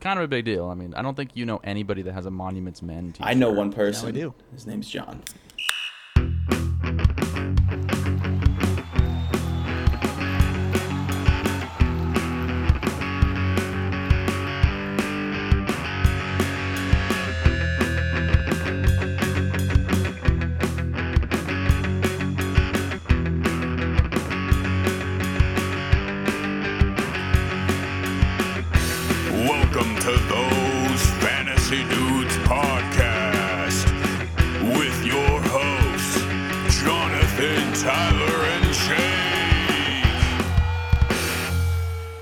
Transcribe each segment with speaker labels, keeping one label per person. Speaker 1: kind of a big deal. I mean, I don't think you know anybody that has a Monuments Men t-shirt.
Speaker 2: I know one person.
Speaker 3: I do.
Speaker 2: His name's John.
Speaker 4: Welcome to those Fantasy Dudes podcast with your hosts, Jonathan, Tyler, and Shane.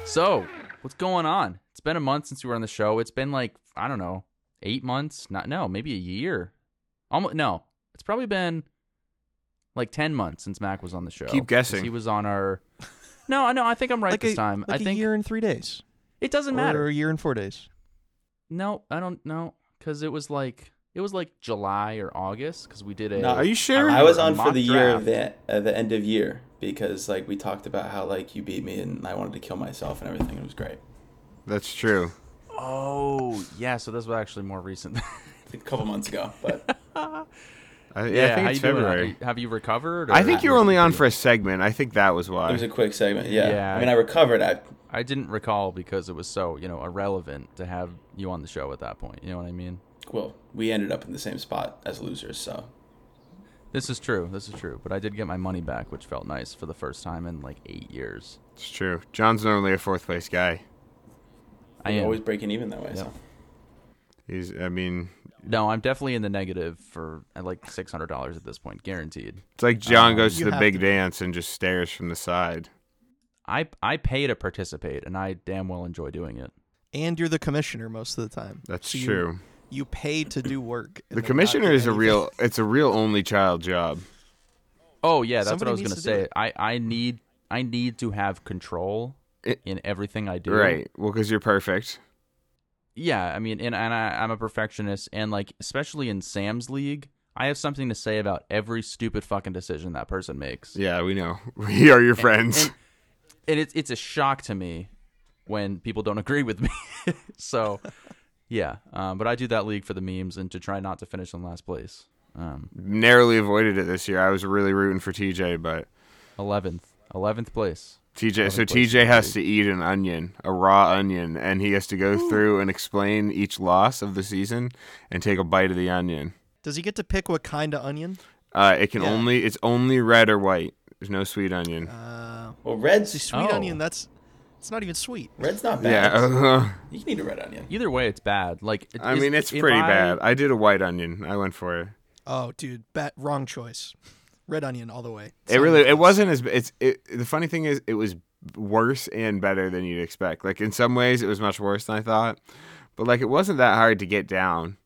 Speaker 1: So, what's going on? It's been a month since we were on the show. It's been like I don't know, eight months. Not no, maybe a year. Almost no. It's probably been like ten months since Mac was on the show.
Speaker 5: Keep guessing.
Speaker 1: 'Cause He was on our. No, I know. I think I'm right
Speaker 3: like
Speaker 1: this
Speaker 3: a,
Speaker 1: time.
Speaker 3: like
Speaker 1: I
Speaker 3: a
Speaker 1: think
Speaker 3: year and three days.
Speaker 1: it doesn't matter.
Speaker 3: Or a year and four days.
Speaker 1: No, I don't know because it was like it was like July or August because we did a.
Speaker 2: No,
Speaker 5: Are you sure?
Speaker 2: I was on
Speaker 1: Mock
Speaker 2: for the year
Speaker 1: draft.
Speaker 2: of the, uh, the end of year because like we talked about how like you beat me and I wanted to kill myself and everything. It was great.
Speaker 5: That's true.
Speaker 1: Oh yeah, so this was actually more recent.
Speaker 2: A couple months ago, but
Speaker 5: I, yeah,
Speaker 1: yeah,
Speaker 5: I think
Speaker 1: how
Speaker 5: it's
Speaker 1: you doing?
Speaker 5: February.
Speaker 1: Have you recovered? Or
Speaker 5: I think you were only on for a segment. I think that was
Speaker 2: it
Speaker 5: why.
Speaker 2: was a quick segment. Yeah.
Speaker 1: Yeah.
Speaker 2: I mean, I recovered. I
Speaker 1: I didn't recall because it was so you know irrelevant to have you on the show at that point. You know what I mean?
Speaker 2: well, we ended up in the same spot as losers, so
Speaker 1: This is true. This is true. But I did get my money back, which felt nice for the first time in like eight years.
Speaker 5: It's true. John's normally a fourth place guy.
Speaker 1: I
Speaker 2: we're
Speaker 1: am.
Speaker 2: always breaking even that way. So.
Speaker 5: He's. I mean,
Speaker 1: no, I'm definitely in the negative for uh, like six hundred dollars at this point, guaranteed.
Speaker 5: it's like John goes
Speaker 3: Uh, you
Speaker 5: to the
Speaker 3: have
Speaker 5: big
Speaker 3: to-
Speaker 5: dance and just stares from the side.
Speaker 1: I I pay to participate, and I damn well enjoy doing it.
Speaker 3: And you're the commissioner most of the time.
Speaker 5: That's
Speaker 3: So you-
Speaker 5: true.
Speaker 3: You pay to do work. and
Speaker 5: The
Speaker 3: then not
Speaker 5: commissioner
Speaker 3: get
Speaker 5: is a
Speaker 3: anything.
Speaker 5: real. It's a real only child job.
Speaker 1: Oh yeah, that's what
Speaker 3: Somebody
Speaker 1: I was
Speaker 3: needs
Speaker 1: gonna
Speaker 3: to do
Speaker 1: say.
Speaker 3: it.
Speaker 1: I I need I need to have control
Speaker 5: It-
Speaker 1: in everything I do.
Speaker 5: Right. Well, because you're perfect.
Speaker 1: Yeah, I mean, and and I, I'm a perfectionist, and like especially in Sam's league, I have something to say about every stupid fucking decision that person makes.
Speaker 5: Yeah, we know. We are your friends.
Speaker 1: and- and it's it's a shock to me when people don't agree with me. so, yeah, um, but I do that league for the memes and to try not to finish in last place. Um,
Speaker 5: Narrowly avoided it this year. I was really rooting for TJ, but
Speaker 1: eleventh, eleventh place.
Speaker 5: TJ. So
Speaker 1: other places
Speaker 5: TJ has to eat an onion, a raw onion, and he has to go through and explain each loss of the season and take a bite of the onion.
Speaker 3: Does he get to pick what kind of onion?
Speaker 5: Uh, it can
Speaker 3: Yeah.
Speaker 5: only. It's only red or white. There's no sweet onion.
Speaker 3: Uh,
Speaker 2: Well, red's
Speaker 3: see, sweet
Speaker 1: Oh.
Speaker 3: onion. That's it's not even sweet.
Speaker 2: red's not
Speaker 5: yeah.
Speaker 2: bad. You can eat a red onion.
Speaker 1: Either way, it's bad. Like,
Speaker 5: I
Speaker 1: is-
Speaker 5: mean, it's
Speaker 1: if
Speaker 5: pretty
Speaker 1: I-
Speaker 5: bad. I did a white onion. I went for it.
Speaker 3: Oh, dude, bat, wrong choice. Red onion all the way.
Speaker 5: It really. It wasn't as. It's. It, the funny thing is, it was worse and better than you'd expect. Like in some ways, it was much worse than I thought. But like, it wasn't that hard to get down.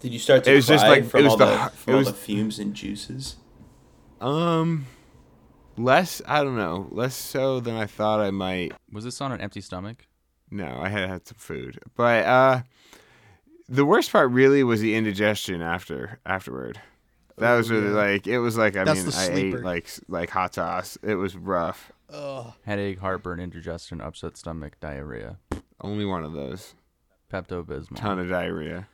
Speaker 2: Did you start to
Speaker 5: It was just
Speaker 2: cry
Speaker 5: like-
Speaker 2: from
Speaker 5: it was
Speaker 2: all
Speaker 5: the-
Speaker 2: the,
Speaker 5: it
Speaker 2: from all
Speaker 5: was-
Speaker 2: the fumes and juices?
Speaker 5: Um, less. I don't know. Less so than I thought I might.
Speaker 1: Was this on an empty stomach?
Speaker 5: No, I had had some food, but uh, the worst part really was the indigestion after afterward. That was really like it was like I
Speaker 3: Oh, That's
Speaker 5: mean
Speaker 3: the
Speaker 5: I
Speaker 3: sleeper.
Speaker 5: ate like s- like hot sauce. It was rough.
Speaker 3: Ugh.
Speaker 1: Headache, heartburn, indigestion, upset stomach, diarrhea,
Speaker 5: Only one of those.
Speaker 1: Pepto Bismol.
Speaker 5: Ton of diarrhea.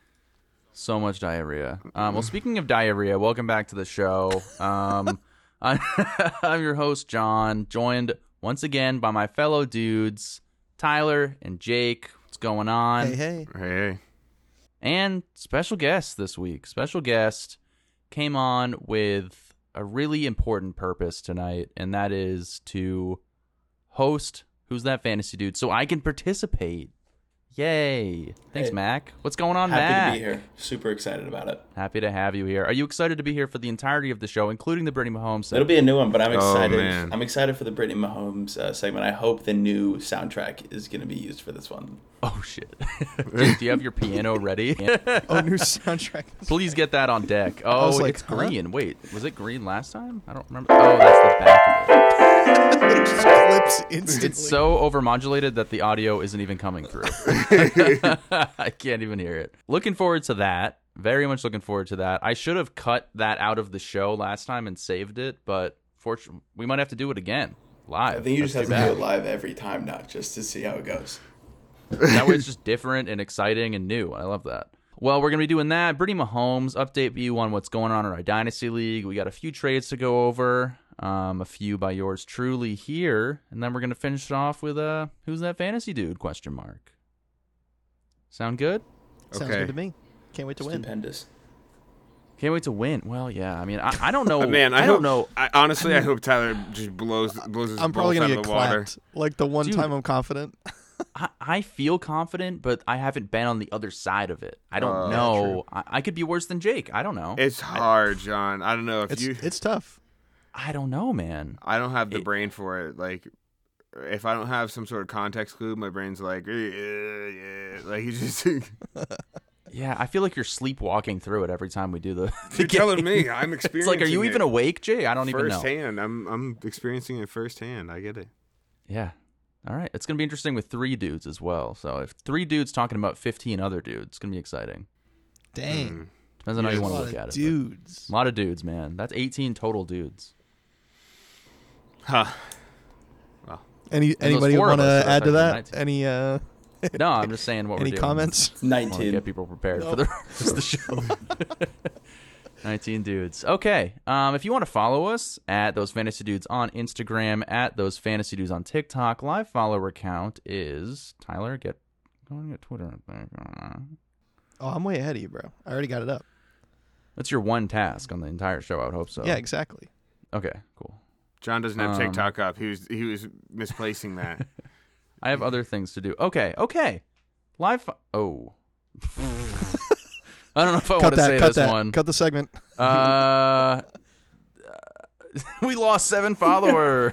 Speaker 1: So much diarrhea. Um,
Speaker 2: Mm-hmm.
Speaker 1: well, speaking of diarrhea, welcome back to the show. Um, I'm, I'm your host, John, joined once again by my fellow dudes, Tyler and Jake. What's going on?
Speaker 3: Hey, hey.
Speaker 5: Hey.
Speaker 1: And special guest this week. Special guest came on with a really important purpose tonight, and that is to host Who's That Fantasy Dude so I can participate. Yay. Thanks,
Speaker 2: Hey.
Speaker 1: Mac. What's going on,
Speaker 2: Happy
Speaker 1: Mac?
Speaker 2: to be here. Super excited about it.
Speaker 1: Happy to have you here. Are you excited to be here for the entirety of the show, including the Brittany Mahomes?
Speaker 2: It'll be a new one, but I'm
Speaker 5: Oh,
Speaker 2: excited.
Speaker 5: man.
Speaker 2: I'm excited for the Brittany Mahomes uh, segment. I hope the new soundtrack is going to be used for this one.
Speaker 1: oh shit! Jake, do you have your piano ready?
Speaker 3: Oh, new soundtrack.
Speaker 1: Please get that on deck.
Speaker 3: I
Speaker 1: Oh,
Speaker 3: was like,
Speaker 1: it's
Speaker 3: huh?
Speaker 1: green. Wait, was it green last time? I don't remember. Oh, that's the back of it.
Speaker 3: It just clips instantly.
Speaker 1: It's so overmodulated that the audio isn't even coming through. I can't even hear it. Looking forward to that. Very much looking forward to that. I should have cut that out of the show last time and saved it, but fortunately, we might have to do it again live.
Speaker 2: I think you
Speaker 1: That's
Speaker 2: just have
Speaker 1: too
Speaker 2: to
Speaker 1: bad.
Speaker 2: do it live every time now, just to see how it goes.
Speaker 1: That way it's just different and exciting and new. I love that. Well, we're going to be doing that. Brittany Mahomes, update you on what's going on in our Dynasty League. We got a few trades to go over, um, a few by yours truly here. And then we're going to finish it off with uh, who's that fantasy dude question mark. Sound good?
Speaker 3: Sounds
Speaker 5: Okay.
Speaker 3: good to me. Can't wait to win.
Speaker 2: Stupendous.
Speaker 1: Can't wait to win. Well, yeah. I mean, I, Oh, I don't know.
Speaker 5: Uh, Man, I,
Speaker 1: don't
Speaker 5: hope-
Speaker 1: know.
Speaker 5: I, honestly, I, hope Tyler just blows blows his
Speaker 3: I'm probably
Speaker 5: balls out
Speaker 3: gonna get
Speaker 5: of the water.
Speaker 3: clapped. Like the one
Speaker 1: Dude.
Speaker 3: time I'm confident.
Speaker 1: I, I feel confident, but I haven't been on the other side of it. I don't
Speaker 5: Uh,
Speaker 1: know. I, I could be worse than Jake. I don't know.
Speaker 5: It's hard, John. I don't know if
Speaker 3: It's
Speaker 5: you.
Speaker 3: it's tough.
Speaker 1: I don't know, man.
Speaker 5: I don't have the
Speaker 1: it-
Speaker 5: brain for it. Like, if I don't have some sort of context clue, my brain's like, "Eh, eh, eh," like you just.
Speaker 1: Yeah, I feel like you're sleepwalking through it every time we do the. the
Speaker 5: You're telling
Speaker 1: game.
Speaker 5: me I'm experiencing.
Speaker 1: It's like, are you
Speaker 5: it
Speaker 1: even awake, Jay? I don't even know.
Speaker 5: firsthand. I'm I'm experiencing it firsthand. I get it.
Speaker 1: Yeah. All right. It's going to be interesting with three dudes as well. So if three dudes talking about 15 other dudes, it's going to be exciting.
Speaker 3: Dang.
Speaker 1: Depends on how
Speaker 5: Yeah,
Speaker 1: you want to
Speaker 5: it's Hmm. a
Speaker 3: lot
Speaker 1: look
Speaker 3: of
Speaker 1: at it.
Speaker 3: dudes.
Speaker 1: A lot of dudes, man. That's 18 total dudes.
Speaker 5: Huh.
Speaker 3: Any
Speaker 1: there's
Speaker 3: anybody
Speaker 1: four of
Speaker 3: want
Speaker 1: us,
Speaker 3: to
Speaker 1: so
Speaker 3: add to that?
Speaker 1: that's like
Speaker 3: Any uh
Speaker 1: No, I'm just saying what we're
Speaker 3: any
Speaker 1: doing. I
Speaker 3: comments?
Speaker 1: want to get
Speaker 2: Nineteen.
Speaker 1: people prepared for the rest of the show. 19 dudes. Okay. Um, if you want to follow us at those fantasy dudes on Instagram, at those fantasy dudes on TikTok, live follower count is Tyler. Get go and uh, get Twitter.
Speaker 3: Oh, I'm way ahead of you, bro. I already got it up.
Speaker 1: That's your one task on the entire show. I would hope so.
Speaker 3: Yeah, exactly.
Speaker 1: Okay. Cool.
Speaker 5: John doesn't have
Speaker 1: Um,
Speaker 5: TikTok up. He was he was misplacing that.
Speaker 1: I have other things to do. Okay. Okay. Live. Fo- oh. I don't know if I want
Speaker 3: Cut
Speaker 1: to
Speaker 3: that.
Speaker 1: say
Speaker 3: Cut
Speaker 1: this
Speaker 3: that.
Speaker 1: one.
Speaker 3: Cut the segment.
Speaker 1: Uh, we lost seven followers.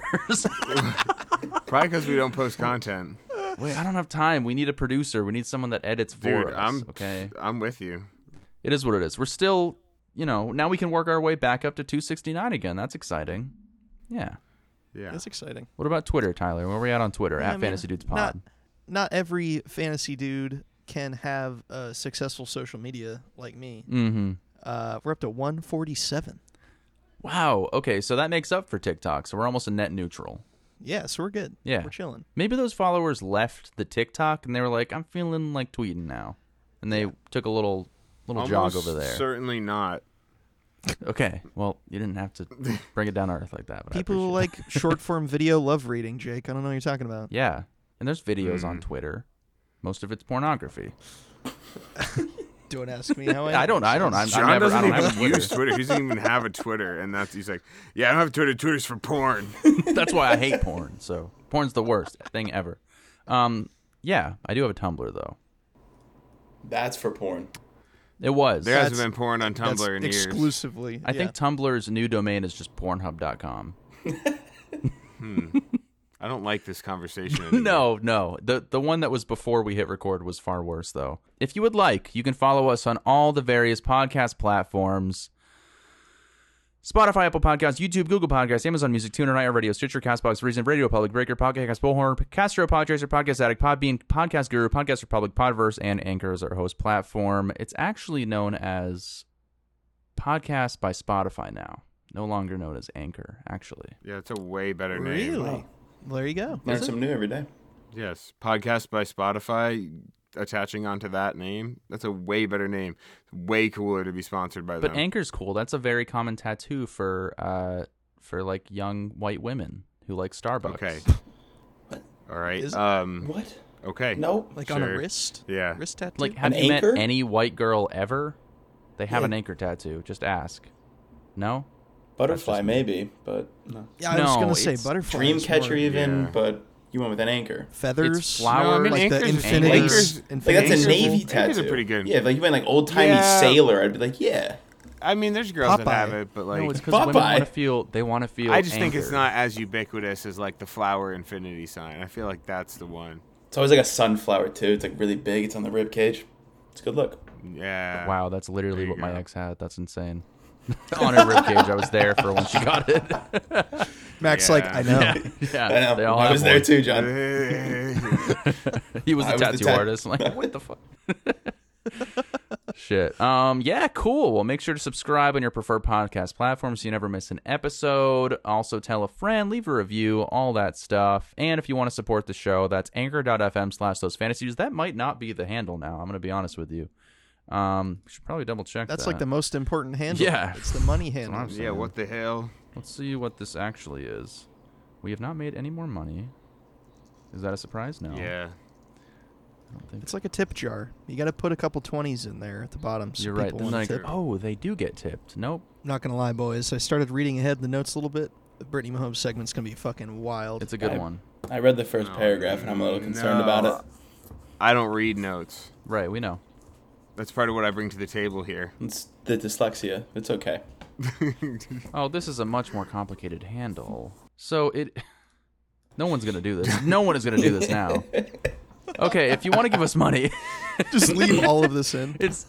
Speaker 5: Probably because we don't post content.
Speaker 1: Wait, I don't have time. We need a producer. We need someone that edits for
Speaker 5: Dude,
Speaker 1: us.
Speaker 5: I'm
Speaker 1: Okay,
Speaker 5: I'm with you.
Speaker 1: it is what it is. We're still, you know, now we can work our way back up to 269 again. That's exciting. Yeah.
Speaker 5: Yeah.
Speaker 3: That's exciting.
Speaker 1: What about Twitter, Tyler? Where are we at on Twitter?
Speaker 3: Yeah,
Speaker 1: at
Speaker 3: I mean,
Speaker 1: Fantasy Dudes Pod.
Speaker 3: Not, not every fantasy dude can have a successful social media like me.
Speaker 1: Mm-hmm.
Speaker 3: Uh, we're up to 147.
Speaker 1: Wow. Okay, so that makes up for TikTok. So we're almost a net neutral.
Speaker 3: Yeah, so we're good.
Speaker 1: Yeah.
Speaker 3: we're chilling.
Speaker 1: Maybe those followers left the TikTok and they were like, "I'm feeling like tweeting now," and they took a little little jog
Speaker 5: Almost
Speaker 1: over there.
Speaker 5: Certainly not.
Speaker 1: Okay. Well, you didn't have to bring it down to earth like that. But I
Speaker 3: People
Speaker 1: appreciate
Speaker 3: like short form video love reading, Jake. I don't know what you're talking about.
Speaker 1: it. Yeah. And there's videos on Twitter. Most of it's pornography.
Speaker 3: Don't ask me how I.
Speaker 1: I don't. I don't. I'm,
Speaker 5: John
Speaker 1: I'm never. I
Speaker 5: doesn't
Speaker 1: don't have a
Speaker 5: even use
Speaker 1: Twitter.
Speaker 5: Twitter. He doesn't even have a Twitter, and that's he's like, yeah, I don't have Twitter. Twitter's for porn.
Speaker 1: That's why I hate porn. So porn's the worst thing ever. Um. Yeah, I do have a Tumblr though.
Speaker 2: That's for porn.
Speaker 1: It was.
Speaker 5: There hasn't
Speaker 3: That's-
Speaker 5: been porn on
Speaker 3: That's
Speaker 5: Tumblr in years.
Speaker 3: exclusively.
Speaker 1: I think Tumblr's new domain is just Pornhub.com.
Speaker 5: I don't like this conversation. anymore.
Speaker 1: No, no. The the one that was before we hit record was far worse though. If you would like, you can follow us on all the various podcast platforms. Spotify, Apple Podcasts, YouTube, Google Podcasts, Amazon Music, TuneIn, iHeartRadio, Radio, Stitcher, Castbox, Reason, Radio Public, Breaker, Pocket Cast, Bullhorn, Castro, Podchaser, Podcast Addict, Podbean, Podcast Guru, Podcast Republic, Podverse, and Anchor is our host platform. It's actually known as Podcast by Spotify now. No longer known as Anchor, actually.
Speaker 5: Yeah, it's a way better name.
Speaker 3: Really?
Speaker 2: Wow.
Speaker 3: There you go.
Speaker 2: Learn something new every day.
Speaker 5: Yes, podcast by Spotify. Attaching onto that name, that's a way better name. Way cooler to be sponsored by
Speaker 1: But
Speaker 5: them.
Speaker 1: anchor's cool. That's a very common tattoo for uh for like young white women who like Starbucks.
Speaker 5: okay.
Speaker 2: What?
Speaker 5: All right.
Speaker 3: Is-
Speaker 5: um.
Speaker 2: What?
Speaker 5: Okay.
Speaker 2: No.
Speaker 3: Like on a
Speaker 5: Sure.
Speaker 3: wrist.
Speaker 5: Yeah.
Speaker 3: Wrist tattoo.
Speaker 1: Like have
Speaker 2: An
Speaker 1: you
Speaker 2: anchor?
Speaker 1: met any white girl ever? They have
Speaker 2: Yeah.
Speaker 1: an anchor tattoo. Just ask. No?
Speaker 2: Butterfly maybe, but no.
Speaker 3: yeah, I was
Speaker 1: no,
Speaker 3: gonna say
Speaker 1: it's
Speaker 3: butterfly.
Speaker 2: Dream
Speaker 3: is
Speaker 2: catcher
Speaker 3: more
Speaker 2: even,
Speaker 5: Yeah.
Speaker 2: but you went with an anchor.
Speaker 3: feathers.
Speaker 1: It's flower- No, I mean,
Speaker 3: like the
Speaker 5: anchors-
Speaker 3: infinity.
Speaker 2: anchors- Like
Speaker 3: infinity
Speaker 2: that's
Speaker 5: Anchors
Speaker 2: a
Speaker 5: are-
Speaker 2: navy
Speaker 5: anchors are
Speaker 2: tattoo.
Speaker 5: pretty good.
Speaker 2: Yeah, if, like you went like old timey
Speaker 5: Yeah.
Speaker 2: sailor, I'd be like, yeah.
Speaker 5: I mean, there's girls that have
Speaker 3: Popeye.
Speaker 5: it, but like,
Speaker 1: no, it's because women
Speaker 2: Popeye.
Speaker 1: want to feel they want to feel
Speaker 5: I just think it's
Speaker 1: anchored.
Speaker 5: not as ubiquitous as like the flower infinity sign. I feel like that's the one.
Speaker 2: It's always like a sunflower too. It's like really big. It's on the rib cage. It's a good look.
Speaker 5: Yeah.
Speaker 1: Wow, that's literally
Speaker 5: There you
Speaker 1: what my
Speaker 5: go.
Speaker 1: ex had. That's insane. On her ribcage. I was there for when she got it.
Speaker 3: Max, like I know.
Speaker 1: yeah. yeah.
Speaker 2: I know.
Speaker 1: They all
Speaker 2: I
Speaker 1: have
Speaker 2: was there
Speaker 1: one.
Speaker 2: too, John.
Speaker 5: yeah.
Speaker 1: He was a
Speaker 2: I was the
Speaker 1: tattoo
Speaker 2: tat-
Speaker 1: artist. I'm like, what the fuck? Shit. Um. Yeah. Cool. Well, make sure to subscribe on your preferred podcast platform so you never miss an episode. Also, tell a friend, leave a review, all that stuff. And if you want to support the show, that's anchor.fm slash those fantasy dudes. That might not be the handle now. I'm gonna be honest with you. Um. we Should probably double check.
Speaker 3: That's
Speaker 1: that.
Speaker 3: like the most important handle.
Speaker 1: Yeah.
Speaker 3: It's the money handle.
Speaker 1: I'm
Speaker 5: Yeah, what the hell?
Speaker 1: Let's see what this actually is. We have not made any more money. Is that a surprise? No.
Speaker 5: Yeah.
Speaker 1: I don't think
Speaker 3: It's like a tip jar. You got to put a couple 20s in there at the bottom. So
Speaker 1: you're right.
Speaker 3: people
Speaker 1: Then
Speaker 3: wanna
Speaker 1: I-
Speaker 3: tip.
Speaker 1: oh, they do get tipped. Nope.
Speaker 3: Not going to lie, boys. I started reading ahead in the notes a little bit. The Brittany Mahomes segment's going to be fucking wild.
Speaker 1: It's a good
Speaker 2: I-
Speaker 1: one.
Speaker 2: I read the first
Speaker 5: No,
Speaker 2: paragraph and I'm a little concerned
Speaker 5: no.
Speaker 2: about it.
Speaker 5: I don't read notes.
Speaker 1: Right. We know.
Speaker 5: That's part of what I bring to the table here.
Speaker 2: It's the dyslexia. It's okay.
Speaker 1: Oh, this is a much more complicated handle. So it. No one's gonna do this. No one is gonna do this now. Okay, if you want to give us money,
Speaker 3: Just leave all of this in.
Speaker 1: it's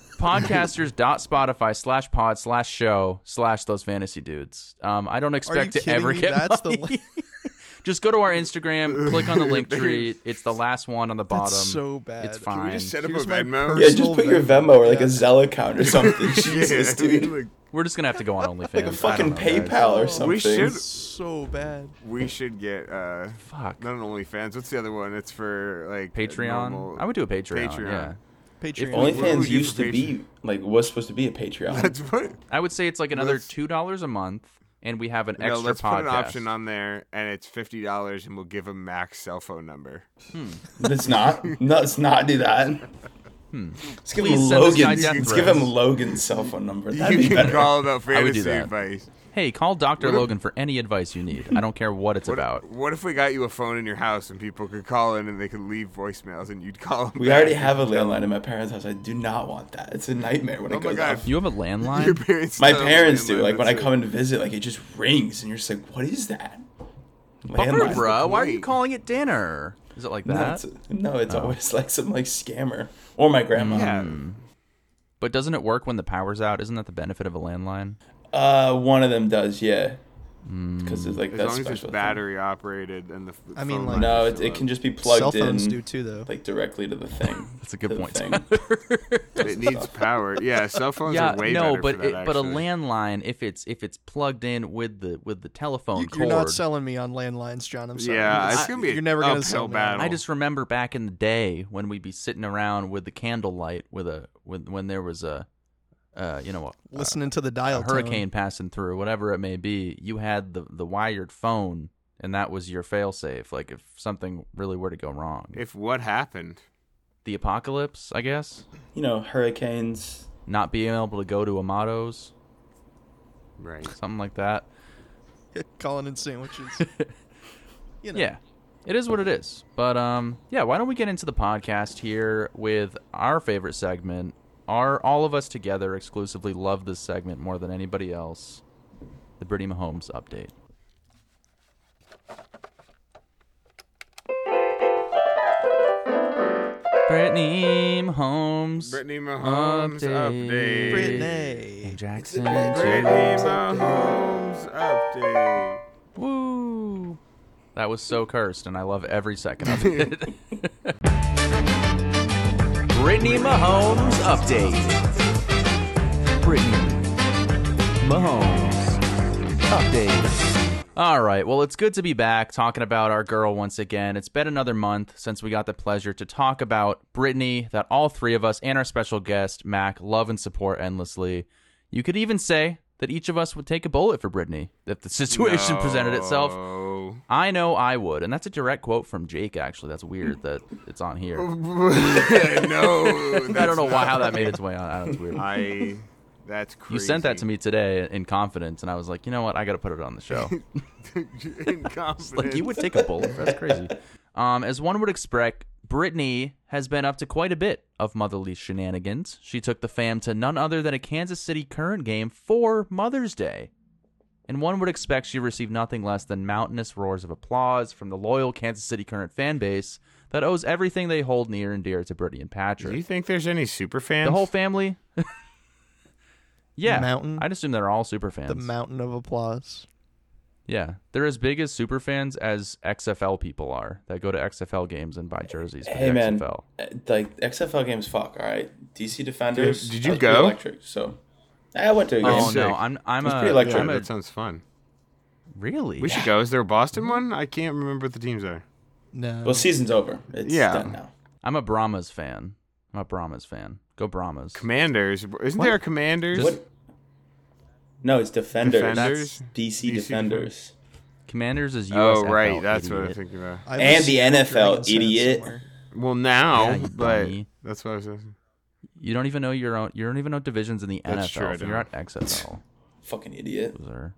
Speaker 1: podcasters.spotify slash pod slash show slash those fantasy dudes. Um, I don't
Speaker 3: Are you
Speaker 1: expect to
Speaker 3: kidding
Speaker 1: ever
Speaker 3: me?
Speaker 1: get
Speaker 3: That's
Speaker 1: money.
Speaker 3: the li-
Speaker 1: Just go to our Instagram, click on the link tree. It's the last one on the bottom.
Speaker 3: That's so bad.
Speaker 1: It's fine.
Speaker 5: we just set up a
Speaker 3: Here's my
Speaker 5: Venmo?
Speaker 2: Yeah,
Speaker 3: purse.
Speaker 2: just
Speaker 3: Personal
Speaker 2: put your
Speaker 3: Venmo.
Speaker 2: Venmo or like
Speaker 3: Yeah.
Speaker 2: a Zelle account or something. Jesus,
Speaker 5: Yeah,
Speaker 2: dude.
Speaker 5: like,
Speaker 1: We're just gonna have to go on OnlyFans.
Speaker 2: Like a fucking
Speaker 1: I don't know, guys.
Speaker 2: PayPal or something.
Speaker 5: We should-
Speaker 3: so bad.
Speaker 5: we should get uh
Speaker 1: Fuck.
Speaker 5: not an OnlyFans. What's the other one? It's for like
Speaker 1: Patreon.
Speaker 5: normal-
Speaker 1: I would do a Patreon.
Speaker 5: Patreon.
Speaker 1: Yeah.
Speaker 3: Patreon.
Speaker 5: Only- What
Speaker 2: OnlyFans
Speaker 5: would you
Speaker 2: used to be like was supposed to be a Patreon.
Speaker 5: That's what.
Speaker 1: I would say it's like another
Speaker 5: Let's-
Speaker 1: two dollars a month, and we have an
Speaker 5: no,
Speaker 1: extra
Speaker 5: let's
Speaker 1: podcast.
Speaker 5: put an option on there, and it's fifty dollars, and we'll give a max cell phone number.
Speaker 2: Let's not. No, let's not do that. Let's Hmm. give
Speaker 1: Please
Speaker 2: him
Speaker 1: send this guy
Speaker 2: Logan.
Speaker 1: death
Speaker 2: Let's give him
Speaker 1: threats.
Speaker 2: Logan's cell phone number. That'd
Speaker 5: you
Speaker 2: be
Speaker 5: can
Speaker 2: better.
Speaker 5: call about
Speaker 1: I would do
Speaker 5: fantasy
Speaker 1: that.
Speaker 5: advice.
Speaker 1: Hey, call Doctor Logan for any advice you need. I don't care what it's
Speaker 5: What
Speaker 1: about.
Speaker 5: If, what if we got you a phone in your house and people could call in and they could leave voicemails and you'd call them?
Speaker 2: We
Speaker 5: back
Speaker 2: already
Speaker 5: and
Speaker 2: have a
Speaker 5: tell
Speaker 2: landline at my parents' house. I do not want that. It's a nightmare when
Speaker 5: Oh
Speaker 2: it
Speaker 5: my
Speaker 2: goes
Speaker 5: God.
Speaker 2: off.
Speaker 1: You have a
Speaker 5: them. Your
Speaker 1: landline?
Speaker 5: parents
Speaker 2: My
Speaker 5: tell them
Speaker 2: parents
Speaker 5: landline,
Speaker 2: do. Like when I
Speaker 5: that's
Speaker 2: come
Speaker 5: it.
Speaker 2: and visit, like it just rings, and you're just like, "What is that?"
Speaker 1: Fucker,
Speaker 2: Landline.
Speaker 1: bro. Why are you
Speaker 5: point?
Speaker 1: calling it dinner? Is it like
Speaker 2: No,
Speaker 1: that?
Speaker 2: it's, no, it's always like some like scammer or my grandma.
Speaker 5: Oh. Yeah.
Speaker 1: But doesn't it work when the power's out? Isn't that the benefit of a landline?
Speaker 2: Uh, one of them does, yeah. Because it's like
Speaker 5: Mm. As
Speaker 2: that
Speaker 5: long as
Speaker 2: special
Speaker 5: it's
Speaker 2: thing.
Speaker 5: battery uh, operated and the. f-
Speaker 3: I mean,
Speaker 5: phone
Speaker 3: like-
Speaker 5: line
Speaker 2: No,
Speaker 5: is
Speaker 2: it, it
Speaker 5: still
Speaker 2: can just be plugged
Speaker 3: Cell phones
Speaker 2: in,
Speaker 3: do too, though.
Speaker 2: like directly to the thing.
Speaker 1: That's a good
Speaker 2: To the
Speaker 1: point.
Speaker 2: thing.
Speaker 5: up. It needs power. Yeah, cell phones
Speaker 1: yeah,
Speaker 5: are way
Speaker 1: no,
Speaker 5: better
Speaker 1: but
Speaker 5: for that,
Speaker 1: but a
Speaker 5: actually.
Speaker 1: landline, if it's if it's plugged in with the with the telephone
Speaker 3: You-
Speaker 1: cord,
Speaker 3: You're not selling me on landlines, John. I'm sorry.
Speaker 5: Yeah,
Speaker 3: It's-
Speaker 5: it's gonna be
Speaker 3: You're
Speaker 5: an
Speaker 3: never gonna
Speaker 5: uphill
Speaker 3: sell me on
Speaker 5: battle.
Speaker 1: I just remember back in the day when we'd be sitting around with the candlelight with a with when there was a uh, you know a, a
Speaker 3: listening to the dial
Speaker 1: a
Speaker 3: tone.
Speaker 1: hurricane passing through, whatever it may be, you had the the wired phone, and that was your failsafe. Like if something really were to go wrong,
Speaker 5: If what happened?
Speaker 1: the apocalypse, I guess,
Speaker 2: You know, hurricanes.
Speaker 1: not being able to go to Amato's,
Speaker 5: Right.
Speaker 1: something like that.
Speaker 3: calling in sandwiches. you know,
Speaker 1: Yeah, it is what it is. But um, yeah, why don't we get into the podcast here with our favorite segment? Our all of us together exclusively love this segment more than anybody else. The Brittany Mahomes update. Brittany Mahomes.
Speaker 5: Brittany Mahomes
Speaker 1: And
Speaker 5: update.
Speaker 3: Brittany.
Speaker 1: Jackson.
Speaker 5: Brittany Mahomes update.
Speaker 1: Woo! That was so cursed, and I love every second of it.
Speaker 6: Brittany Mahomes update. Brittany Mahomes update.
Speaker 1: All right. Well, it's good to be back talking about our girl once again. It's been another month since we got the pleasure to talk about Brittany, that all three of us and our special guest, Mac, love and support endlessly. You could even say that each of us would take a bullet for Brittany if the situation presented itself.
Speaker 5: No.
Speaker 1: I know I would. And that's a direct quote from Jake, actually. That's weird that it's on here.
Speaker 5: no.
Speaker 1: I don't know why, how that made its way on. I don't know, it's weird.
Speaker 5: I. That's crazy.
Speaker 1: You sent that to me today in confidence, and I was like, you know what? I got to put it on the show.
Speaker 5: In confidence.
Speaker 1: like you would take a bullet. That's crazy. Um, as one would expect, Brittany has been up to quite a bit of motherly shenanigans. She took the fam to none other than a Kansas City current game for Mother's Day. And one would expect she received nothing less than mountainous roars of applause from the loyal Kansas City current fan base that owes everything they hold near and dear to Brittany and Patrick.
Speaker 5: Do you think there's any super fans?
Speaker 1: the whole family? yeah.
Speaker 3: Mountain.
Speaker 1: I'd assume they're all super fans.
Speaker 3: the mountain of applause.
Speaker 1: Yeah, they're as big as super fans as XFL people are that go to XFL games and buy jerseys for
Speaker 2: Hey
Speaker 1: the
Speaker 2: man,
Speaker 1: XFL.
Speaker 2: uh, like XFL games, fuck. All right, DC Defenders.
Speaker 5: Did- did
Speaker 2: that
Speaker 5: you
Speaker 2: was pretty
Speaker 5: go?
Speaker 2: Electric, so I went to a game.
Speaker 5: That's
Speaker 1: Oh
Speaker 5: sick.
Speaker 1: no, I'm I'm
Speaker 2: That's
Speaker 1: a,
Speaker 2: pretty electric.
Speaker 1: I'm a
Speaker 5: that sounds fun.
Speaker 1: really.
Speaker 5: We should go. Is there a Boston one? I can't remember what the teams are.
Speaker 3: No.
Speaker 2: Well, season's over. It's
Speaker 5: Yeah.
Speaker 2: done now.
Speaker 1: I'm a Brahmas fan. I'm a Brahmas fan. Go Brahmas.
Speaker 5: Commanders. Isn't there a Commanders?
Speaker 2: What? No, it's Defenders.
Speaker 5: Defenders?
Speaker 2: DC,
Speaker 5: DC
Speaker 2: Defenders.
Speaker 1: Commanders is US.
Speaker 5: Oh right, that's what I'm thinking about.
Speaker 3: I
Speaker 2: and
Speaker 3: was
Speaker 2: the NFL,
Speaker 3: drinking sense
Speaker 2: idiot.
Speaker 3: somewhere.
Speaker 5: Well, now,
Speaker 1: Yeah, you
Speaker 5: but
Speaker 1: dummy.
Speaker 5: that's what I was. Asking.
Speaker 1: You don't even know your own. You don't even know divisions in the
Speaker 5: That's
Speaker 1: NFL.
Speaker 5: true, I
Speaker 1: so you're
Speaker 5: don't.
Speaker 1: not XFL.
Speaker 2: Fucking idiot.
Speaker 1: loser.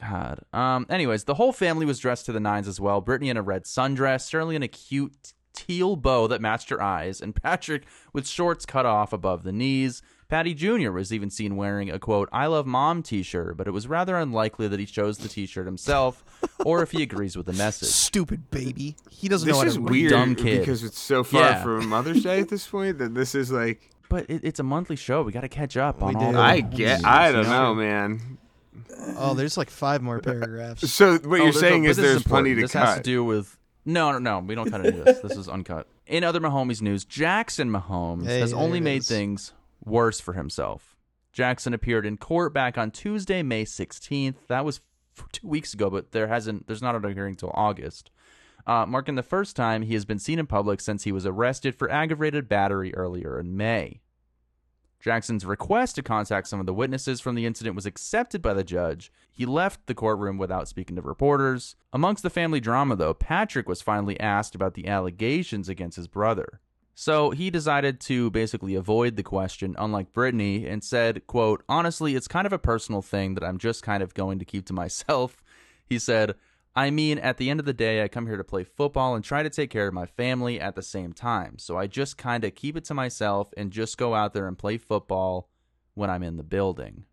Speaker 1: God. Um. Anyways, the whole family was dressed to the nines as well. Brittany in a red sundress, Sterling in a cute teal bow that matched her eyes, and Patrick with shorts cut off above the knees. Patty Jr. was even seen wearing a quote "I love mom" T-shirt, but it was rather unlikely that he chose the T-shirt himself, or if he agrees with the message.
Speaker 3: Stupid baby. He doesn't know
Speaker 5: This
Speaker 3: how
Speaker 5: is
Speaker 3: to read.
Speaker 5: weird
Speaker 1: dumb kid.
Speaker 5: because it's so far
Speaker 1: Yeah.
Speaker 5: from Mother's Day at this point that this is like.
Speaker 1: But it, it's a monthly show. We got to catch up on
Speaker 3: We
Speaker 1: all.
Speaker 3: do.
Speaker 1: the-
Speaker 5: I
Speaker 3: Oh,
Speaker 5: get.
Speaker 3: geez.
Speaker 5: I don't know, man.
Speaker 3: Oh, there's like five more paragraphs.
Speaker 5: So what
Speaker 1: Oh,
Speaker 5: you're
Speaker 1: there's
Speaker 5: saying
Speaker 1: a-
Speaker 5: is
Speaker 1: but this
Speaker 5: there's plenty
Speaker 1: important.
Speaker 5: to
Speaker 1: this
Speaker 5: cut.
Speaker 1: has to do with no, no, no. We don't cut any of this. This is uncut. In other Mahomes news, Jackson Mahomes
Speaker 3: Hey,
Speaker 1: has
Speaker 3: there
Speaker 1: only
Speaker 3: it
Speaker 1: made
Speaker 3: is.
Speaker 1: things worse for himself. Jackson appeared in court back on Tuesday, May 16th. That was f- two weeks ago, but there hasn't. There's not an hearing till August. Uh, marking the first time he has been seen in public since he was arrested for aggravated battery earlier in May. Jackson's request to contact some of the witnesses from the incident was accepted by the judge. He left the courtroom without speaking to reporters. Amongst the family drama, though, Patrick was finally asked about the allegations against his brother. So he decided to basically avoid the question, unlike Brittany, and said, quote, Honestly, it's kind of a personal thing that I'm just kind of going to keep to myself. He said, I mean, at the end of the day, I come here to play football and try to take care of my family at the same time. So I just kind of keep it to myself and just go out there and play football when I'm in the building.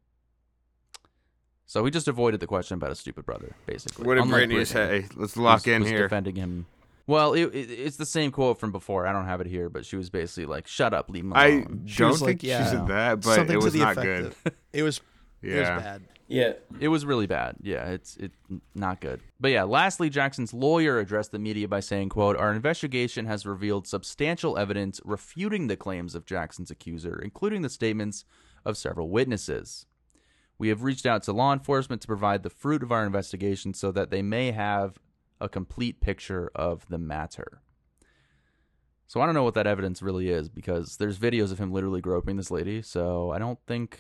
Speaker 1: So we just avoided the question about a stupid brother, basically.
Speaker 5: what did
Speaker 1: Unlike
Speaker 5: Brittany say? Let's lock
Speaker 1: was-
Speaker 5: in
Speaker 1: was
Speaker 5: here.
Speaker 1: defending him. Well, it, it, it's the same quote from before. I don't have it here, but she was basically like, "Shut up, leave him alone."
Speaker 5: I
Speaker 3: She
Speaker 5: don't
Speaker 3: was
Speaker 5: think
Speaker 3: like, yeah,
Speaker 5: she said that, but
Speaker 3: Something
Speaker 5: it was
Speaker 3: to the
Speaker 5: not
Speaker 3: effect
Speaker 5: good.
Speaker 3: of- It was. It was
Speaker 5: Yeah.
Speaker 3: bad.
Speaker 2: Yeah.
Speaker 1: It was really bad. Yeah, it's it not good. But yeah, lastly, Jackson's lawyer addressed the media by saying, "quote Our investigation has revealed substantial evidence refuting the claims of Jackson's accuser, including the statements of several witnesses. We have reached out to law enforcement to provide the fruit of our investigation so that they may have a complete picture of the matter." So I don't know what that evidence really is because there's videos of him literally groping this lady. So I don't think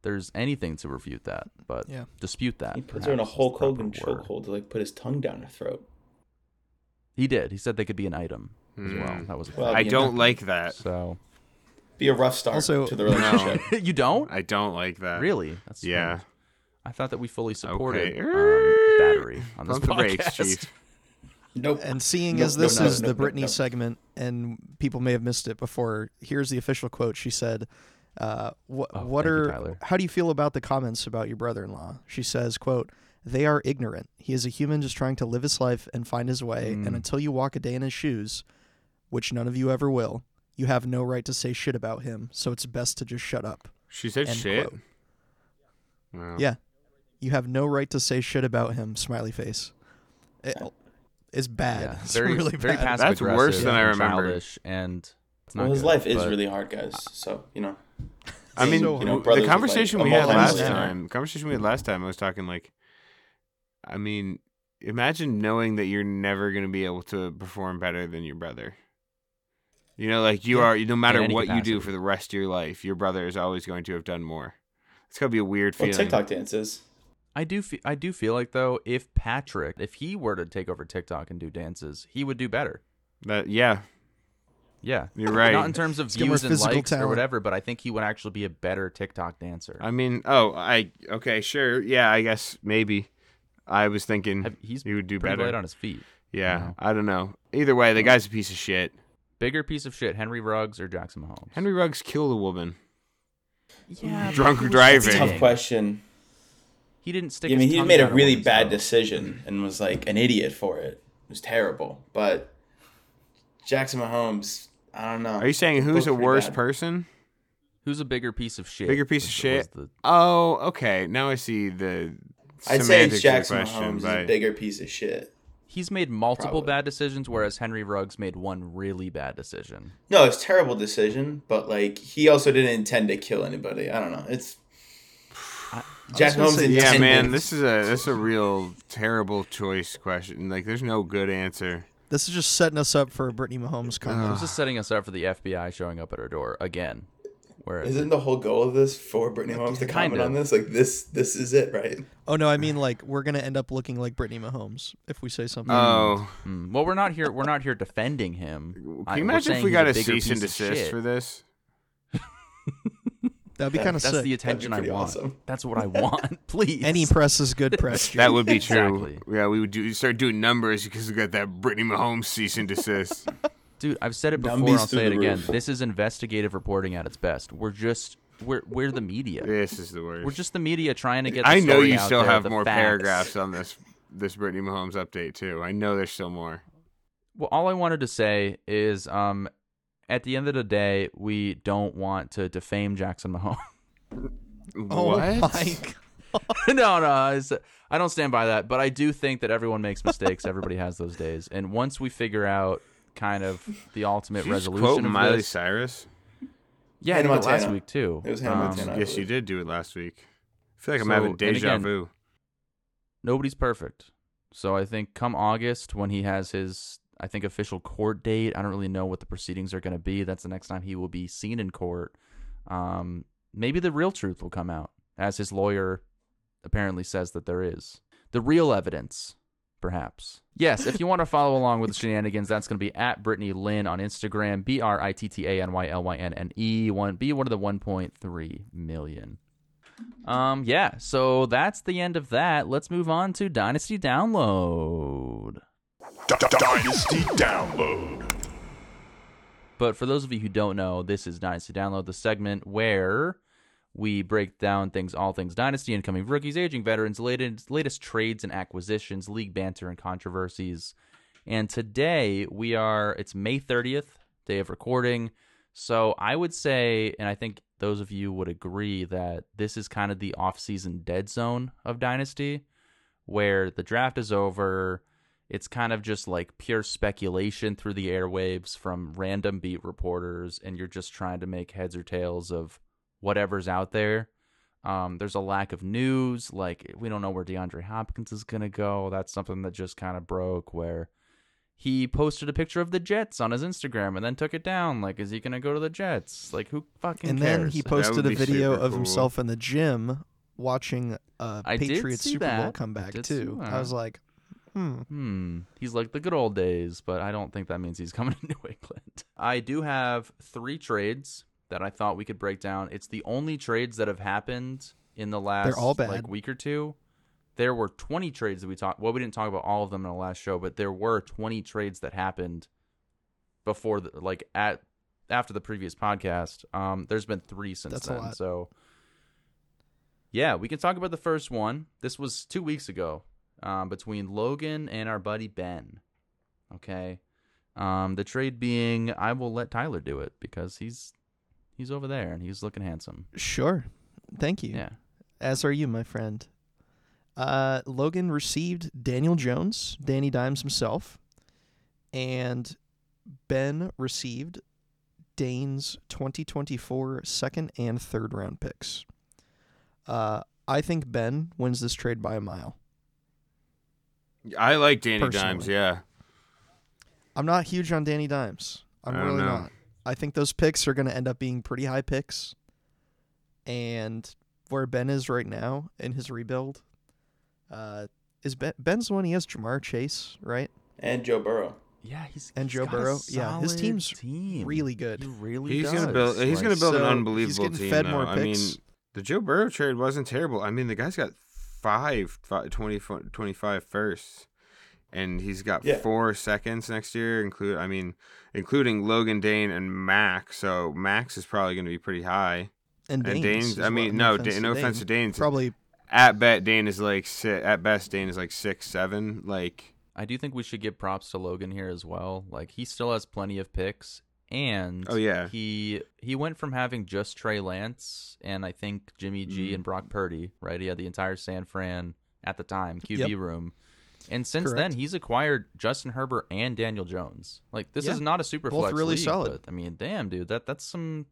Speaker 1: there's anything to refute that, but
Speaker 3: Yeah.
Speaker 1: dispute that.
Speaker 2: He puts her in a
Speaker 1: perhaps is the
Speaker 2: Hulk
Speaker 1: proper
Speaker 2: Hogan
Speaker 1: word.
Speaker 2: chokehold to like put his tongue down her throat.
Speaker 1: He did. He said they could be an item as well.
Speaker 5: Hmm.
Speaker 1: That was a
Speaker 2: Well,
Speaker 5: I
Speaker 1: fact.
Speaker 2: you
Speaker 5: don't
Speaker 2: know.
Speaker 5: like that.
Speaker 1: so.
Speaker 2: Be a rough start
Speaker 3: Also-
Speaker 2: to the relationship.
Speaker 1: you don't
Speaker 5: I don't like that.
Speaker 1: really? That's
Speaker 5: Yeah.
Speaker 1: strange. I thought that we fully supported
Speaker 5: Okay.
Speaker 1: um, battery on this
Speaker 5: Pump the brakes,
Speaker 1: podcast.
Speaker 5: chief.
Speaker 2: nope.
Speaker 3: And seeing
Speaker 2: Nope,
Speaker 3: as this
Speaker 2: nope,
Speaker 3: is
Speaker 2: nope,
Speaker 3: the
Speaker 2: nope,
Speaker 3: Britney
Speaker 2: nope.
Speaker 3: segment, and people may have missed it before, here's the official quote. She said, uh, "What?
Speaker 1: Oh,
Speaker 3: what
Speaker 1: thank you,
Speaker 3: are?
Speaker 1: Tyler.
Speaker 3: how do you feel about the comments about your brother-in-law?" She says, "Quote: They are ignorant. He is a human just trying to live his life and find his way.
Speaker 1: Mm.
Speaker 3: And until you walk a day in his shoes, which none of you ever will, you have no right to say shit about him. So it's best to just shut up."
Speaker 5: She said
Speaker 3: End
Speaker 5: shit.
Speaker 3: quote.
Speaker 5: Wow.
Speaker 3: Yeah. You have no right to say shit about him. Smiley face. It- it's bad.
Speaker 1: Yeah,
Speaker 3: It's
Speaker 1: very,
Speaker 3: really
Speaker 1: very
Speaker 3: bad.
Speaker 1: passive
Speaker 5: That's worse
Speaker 1: aggressive
Speaker 5: than I
Speaker 1: and
Speaker 5: remember.
Speaker 1: Childish and it's not
Speaker 2: Well, his
Speaker 1: good,
Speaker 2: life is
Speaker 1: but-
Speaker 2: really hard, guys. So you know.
Speaker 5: I mean,
Speaker 3: So- You know,
Speaker 5: w-
Speaker 2: brothers
Speaker 5: the
Speaker 2: is
Speaker 5: conversation
Speaker 2: like a
Speaker 5: we had last
Speaker 2: multi-millionaire.
Speaker 5: time. Conversation we had last time. I was talking like, I mean, imagine knowing that you're never going to be able to perform better than your brother. You know, like you are. No matter
Speaker 1: any
Speaker 5: what you do
Speaker 1: capacity.
Speaker 5: for the rest of your life, your brother is always going to have done more. It's got to be a weird
Speaker 2: Well,
Speaker 5: feeling.
Speaker 2: TikTok dances.
Speaker 1: I do feel I do feel like though if Patrick if he were to take over TikTok and do dances he would do better.
Speaker 5: That yeah,
Speaker 1: Yeah,
Speaker 5: You're right.
Speaker 1: Not in terms of
Speaker 3: get more
Speaker 1: views and
Speaker 3: physical
Speaker 1: likes or
Speaker 3: talent.
Speaker 1: whatever, but I think he would actually be a better TikTok dancer.
Speaker 5: I mean, oh, I okay, sure, yeah, I guess maybe. I was thinking
Speaker 1: Have- he's
Speaker 5: he would do
Speaker 1: pretty
Speaker 5: better.
Speaker 1: light on his feet.
Speaker 5: yeah,
Speaker 1: know.
Speaker 5: I don't know. Either way, the guy's a piece of shit.
Speaker 1: Bigger piece of shit, Henry Ruggs or Jackson Mahomes?
Speaker 5: Henry Ruggs killed a woman.
Speaker 1: yeah,
Speaker 5: Drunk
Speaker 1: but he was
Speaker 5: driving.
Speaker 1: cheating.
Speaker 2: Tough question.
Speaker 1: He didn't stick.
Speaker 2: I mean,
Speaker 1: his
Speaker 2: he
Speaker 1: tongue
Speaker 2: made
Speaker 1: down
Speaker 2: a really
Speaker 1: woman's
Speaker 2: bad
Speaker 1: throat.
Speaker 2: decision and was like an idiot for it. It was terrible. But Jackson Mahomes, I don't know.
Speaker 5: Are you saying who's
Speaker 2: Both
Speaker 5: a
Speaker 2: pretty
Speaker 5: worse
Speaker 2: bad.
Speaker 5: person?
Speaker 1: Who's a bigger piece of shit?
Speaker 5: Bigger piece of
Speaker 1: was-
Speaker 5: shit.
Speaker 1: was the-
Speaker 5: Oh, okay. okay. Now I see the
Speaker 2: I'd
Speaker 5: semantics
Speaker 2: say
Speaker 5: of
Speaker 2: Jackson
Speaker 5: the question.
Speaker 2: Mahomes is a
Speaker 5: but
Speaker 2: bigger piece of shit.
Speaker 1: he's made multiple
Speaker 2: Probably.
Speaker 1: bad decisions, whereas Henry Ruggs made one really bad decision.
Speaker 2: No, it's a terrible decision, but like he also didn't intend to kill anybody. I don't know. It's Jack
Speaker 3: gonna
Speaker 2: Holmes
Speaker 3: say,
Speaker 5: Yeah,
Speaker 2: intended.
Speaker 5: man, this is a this is a real terrible choice question. Like, there's no good answer.
Speaker 3: This is just setting us up for a Brittany Mahomes comment.
Speaker 1: This is setting us up for the FBI showing up at our door again. Where
Speaker 2: Isn't the whole goal of this for Brittany Holmes to comment
Speaker 1: kinda.
Speaker 2: on this? Like this, this is it, right?
Speaker 3: Oh no, I mean like we're gonna end up looking like Brittany Mahomes if we say
Speaker 2: Hmm.
Speaker 3: something.
Speaker 5: Oh,
Speaker 1: Mm, well, we're not here. We're not here defending him.
Speaker 5: can you imagine if we got a cease and desist for
Speaker 1: this?
Speaker 5: this?
Speaker 3: That'd be kind of
Speaker 1: That's
Speaker 3: sick.
Speaker 1: the attention I
Speaker 2: pretty
Speaker 1: want.
Speaker 2: awesome.
Speaker 1: That's what I want. Please.
Speaker 3: Any press is good press. Jake.
Speaker 5: That would be
Speaker 1: Exactly.
Speaker 5: true. Yeah, we would do start doing numbers because we got that Brittany Mahomes cease and desist.
Speaker 1: Dude, I've said it before. and
Speaker 2: Numbies
Speaker 1: I'll
Speaker 2: through
Speaker 1: say it
Speaker 2: the
Speaker 1: again.
Speaker 2: roof.
Speaker 1: This is investigative reporting at its best. We're just we're we're the media.
Speaker 5: this is the worst.
Speaker 1: We're just the media trying to get. The
Speaker 5: I know
Speaker 1: story
Speaker 5: you
Speaker 1: out
Speaker 5: still
Speaker 1: there,
Speaker 5: have
Speaker 1: the
Speaker 5: more
Speaker 1: facts.
Speaker 5: paragraphs on this this Brittany Mahomes update too. I know there's still more.
Speaker 1: Well, all I wanted to say is, um, at the end of the day, we don't want to defame Jackson Mahomes.
Speaker 3: oh
Speaker 5: what?
Speaker 3: my god.
Speaker 1: no, no, I s- I don't stand by that, but I do think that everyone makes mistakes. Everybody has those days, and once we figure out kind of the ultimate
Speaker 5: Did you just quote
Speaker 1: resolution of
Speaker 5: Miley
Speaker 1: this,
Speaker 5: Cyrus?
Speaker 1: yeah, I
Speaker 2: Hannah
Speaker 1: did it last
Speaker 2: Montana.
Speaker 1: week too. Um,
Speaker 2: It was Hannah Montana. I
Speaker 5: Yes, you
Speaker 2: believe.
Speaker 5: did do it last week. I feel like I'm
Speaker 1: So,
Speaker 5: having
Speaker 1: and
Speaker 5: deja
Speaker 1: again-
Speaker 5: vu.
Speaker 1: nobody's perfect. So I think come August when he has his I think official court date, I don't really know what the proceedings are going to be. That's the next time he will be seen in court. Um, maybe the real truth will come out, as his lawyer apparently says that there is the real evidence, perhaps. Yes, if you want to follow along with the shenanigans, that's going to be at Brittany Lynn on Instagram, B R I T T A N Y L Y N N E one, be one of the one point three million. Um, yeah, so that's the end of that. Let's move on to Dynasty Download.
Speaker 4: Dynasty Download.
Speaker 1: But for those of you who don't know, this is Dynasty Download, the segment where we break down things, all things Dynasty, incoming rookies, aging veterans, latest, latest trades and acquisitions, league banter and controversies. And today we are, it's May 30th, day of recording. So I would say, and I think those of you would agree, that this is kind of the off-season dead zone of Dynasty, where the draft is over. It's kind of just like pure speculation through the airwaves from random beat reporters, and you're just trying to make heads or tails of whatever's out there. Um, there's a lack of news. Like, we don't know where DeAndre Hopkins is going to go. That's something that just kind of broke where he posted a picture of the Jets on his Instagram and then took it down. Like, is he going to go to the Jets? Like, who fucking
Speaker 3: And
Speaker 1: cares?
Speaker 3: then he
Speaker 1: It-
Speaker 5: would
Speaker 3: posted a
Speaker 5: be
Speaker 3: video
Speaker 5: super
Speaker 3: of
Speaker 5: cool.
Speaker 3: himself in the gym watching a
Speaker 1: I did
Speaker 3: Patriots
Speaker 1: see
Speaker 3: Super Bowl
Speaker 1: that.
Speaker 3: comeback
Speaker 1: Did see
Speaker 3: too.
Speaker 1: that.
Speaker 3: I was like, hmm.
Speaker 1: Hmm. He's like the good old days, but I don't think that means he's coming to New England. I do have three trades that I thought we could break down. It's the only trades that have happened in the last
Speaker 3: all bad.
Speaker 1: like week or two. There were 20 trades that we talked. Well, we didn't talk about all of them in the last show, but there were 20 trades that happened before the like at after the previous podcast. Um, there's been three since
Speaker 3: That's a
Speaker 1: then.
Speaker 3: lot.
Speaker 1: So yeah, we can talk about the first one. This was two weeks ago um, between Logan and our buddy Ben. Okay, um, the trade being I will let Tyler do it because he's he's over there and he's looking handsome.
Speaker 3: Sure. Thank you.
Speaker 1: Yeah,
Speaker 3: As are you, my friend. Uh, Logan received Daniel Jones, Danny Dimes himself, and Ben received Dane's 2024 second and third round picks. Uh, I think Ben wins this trade by a mile.
Speaker 5: I like Danny
Speaker 3: Personally.
Speaker 5: Dimes. Yeah,
Speaker 3: I'm not huge on Danny Dimes. I'm
Speaker 5: I don't
Speaker 3: really
Speaker 5: know.
Speaker 3: not. I think those picks are going to end up being pretty high picks. And where Ben is right now in his rebuild, uh, is ben, Ben's the one he has Jamar Chase, right?
Speaker 2: And Joe Burrow.
Speaker 1: yeah, he's
Speaker 3: And
Speaker 1: he's
Speaker 3: Joe
Speaker 1: got a
Speaker 3: Burrow. Yeah, his
Speaker 1: solid
Speaker 3: team's
Speaker 1: team.
Speaker 3: Really good.
Speaker 1: He really
Speaker 5: he's
Speaker 1: does.
Speaker 5: gonna build. He's
Speaker 1: Like,
Speaker 5: gonna build an
Speaker 3: so he's
Speaker 5: unbelievable
Speaker 3: getting
Speaker 5: team.
Speaker 3: fed
Speaker 5: though.
Speaker 3: more
Speaker 5: I mean,
Speaker 3: picks.
Speaker 5: the Joe Burrow trade wasn't terrible. I mean, the guy's got five, five 20, 25 firsts, and he's got
Speaker 2: Yeah.
Speaker 5: four seconds next year. Include, I mean, including Logan Dane and Max. So Max is probably going to be pretty high.
Speaker 3: And
Speaker 5: And
Speaker 3: Dane's.
Speaker 5: Dane's-
Speaker 3: as
Speaker 5: I
Speaker 3: well.
Speaker 5: mean, no, Da- no offense to Dane's.
Speaker 3: Probably.
Speaker 5: At bet, Dane is like si At best, Dane is like six, seven. Like
Speaker 1: I do think we should give props to Logan here as well. Like he still has plenty of picks, and
Speaker 5: Oh, yeah.
Speaker 1: he he went from having just Trey Lance and I think
Speaker 3: Mm.
Speaker 1: Jimmy G and Brock Purdy. Right, he had the entire San Fran at the time QB
Speaker 3: Yep.
Speaker 1: room, And since
Speaker 3: Correct.
Speaker 1: then, he's acquired Justin Herbert and Daniel Jones. Like this
Speaker 3: Yeah.
Speaker 1: is not a super
Speaker 3: Both
Speaker 1: flex
Speaker 3: really
Speaker 1: league,
Speaker 3: solid.
Speaker 1: but, I mean, damn, dude, that that's some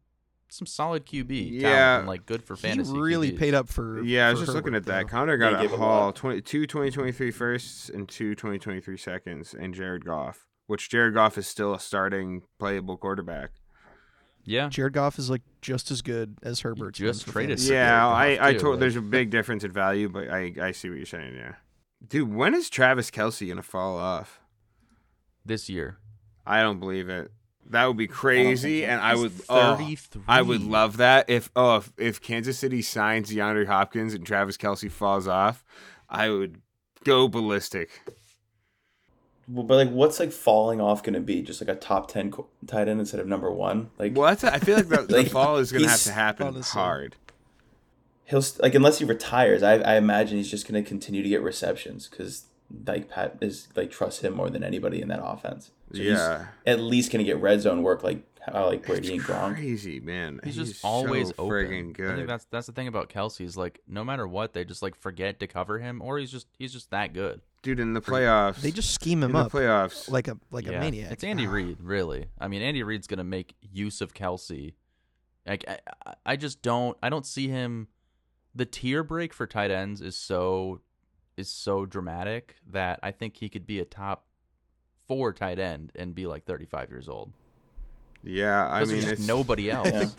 Speaker 1: some solid QB.
Speaker 5: Yeah.
Speaker 1: talent and, like good for fantasy.
Speaker 3: he really
Speaker 1: QBs.
Speaker 3: paid up for.
Speaker 5: Yeah, I was
Speaker 3: for
Speaker 5: just looking
Speaker 3: Herbert,
Speaker 5: at that.
Speaker 3: though.
Speaker 5: Connor
Speaker 2: They
Speaker 5: got a
Speaker 2: give a
Speaker 5: haul
Speaker 2: lot.
Speaker 5: 20, two 2023 firsts and two 2023 seconds, and Jared Goff, which Jared Goff is still a starting playable quarterback.
Speaker 1: Yeah,
Speaker 3: Jared Goff is like just as good as Herbert.
Speaker 1: just traded It's a
Speaker 5: yeah,
Speaker 1: Jared Goff,
Speaker 5: I, I
Speaker 1: too,
Speaker 5: told
Speaker 1: like-
Speaker 5: there's a big difference in value, but I, I see what you're saying. Yeah, dude, when is Travis Kelsey gonna fall off?
Speaker 1: this year.
Speaker 5: I don't believe it. That would be crazy, and I
Speaker 1: He's
Speaker 5: would. Oh,
Speaker 1: 33.
Speaker 5: I would love that if oh if, if Kansas City signs DeAndre Hopkins and Travis Kelsey falls off, I would go ballistic.
Speaker 2: Well, but like, what's like falling off going to be? Just like a top ten co- tight end instead of number one. Like,
Speaker 5: Well, that's, I feel like the, the
Speaker 2: Like,
Speaker 5: fall is going to have
Speaker 2: he's-
Speaker 5: to happen
Speaker 3: honestly.
Speaker 5: hard.
Speaker 2: he'll st- like unless he retires, I I imagine he's just going to continue to get receptions because like Pat is like trusts him more than anybody in that offense. So he's
Speaker 5: Yeah.
Speaker 2: at least going to get red zone work like how like Brady and Gronk.
Speaker 5: Crazy man.
Speaker 1: He's, just always
Speaker 5: so
Speaker 1: open.
Speaker 5: friggin'
Speaker 1: I think
Speaker 5: good.
Speaker 1: that's that's the thing about Kelsey is like no matter what they just like forget to cover him or he's just he's just that good.
Speaker 5: Dude, in the playoffs,
Speaker 3: They just scheme him
Speaker 5: in the
Speaker 3: up
Speaker 5: playoffs,
Speaker 3: like a like a
Speaker 1: Yeah.
Speaker 3: maniac. Uh,
Speaker 1: It's Andy Reid, really. I mean, Andy Reid's gonna make use of Kelsey. Like I, I- I just don't I don't see him. The tier break for tight ends is so is so dramatic that I think he could be a top four tight end and be like 35 years old.
Speaker 5: yeah. I
Speaker 1: 'Cause
Speaker 5: mean,
Speaker 1: there's just
Speaker 5: it's
Speaker 1: nobody else.
Speaker 2: Yeah.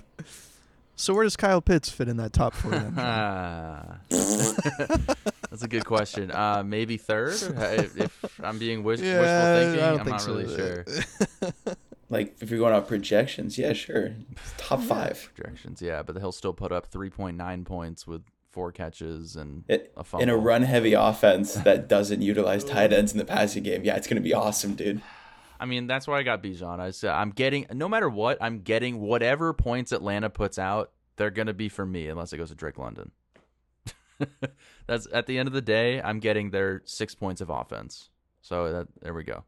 Speaker 3: So where does Kyle Pitts fit in that top four? Then? John?
Speaker 1: Ah. That's a good question. Uh, maybe third, if, if I'm being wish-
Speaker 3: Yeah,
Speaker 1: wishful thinking.
Speaker 3: I don't
Speaker 1: I'm
Speaker 3: think
Speaker 1: not
Speaker 3: so.
Speaker 1: really sure.
Speaker 2: Like if you're going off projections, yeah, sure, It's top five
Speaker 1: Directions, yeah, but he'll still put up 3.9 points with four catches and
Speaker 2: It-
Speaker 1: a
Speaker 2: in a
Speaker 1: fumble.
Speaker 2: run heavy offense that doesn't utilize tight ends in the passing game. Yeah, it's going to be awesome, dude.
Speaker 1: I mean, that's why I got Bijan. I said I'm getting no matter what, I'm getting whatever points Atlanta puts out. They're gonna be for me unless it goes to Drake London. that's at the end of the day, I'm getting their six points of offense. So that there we go.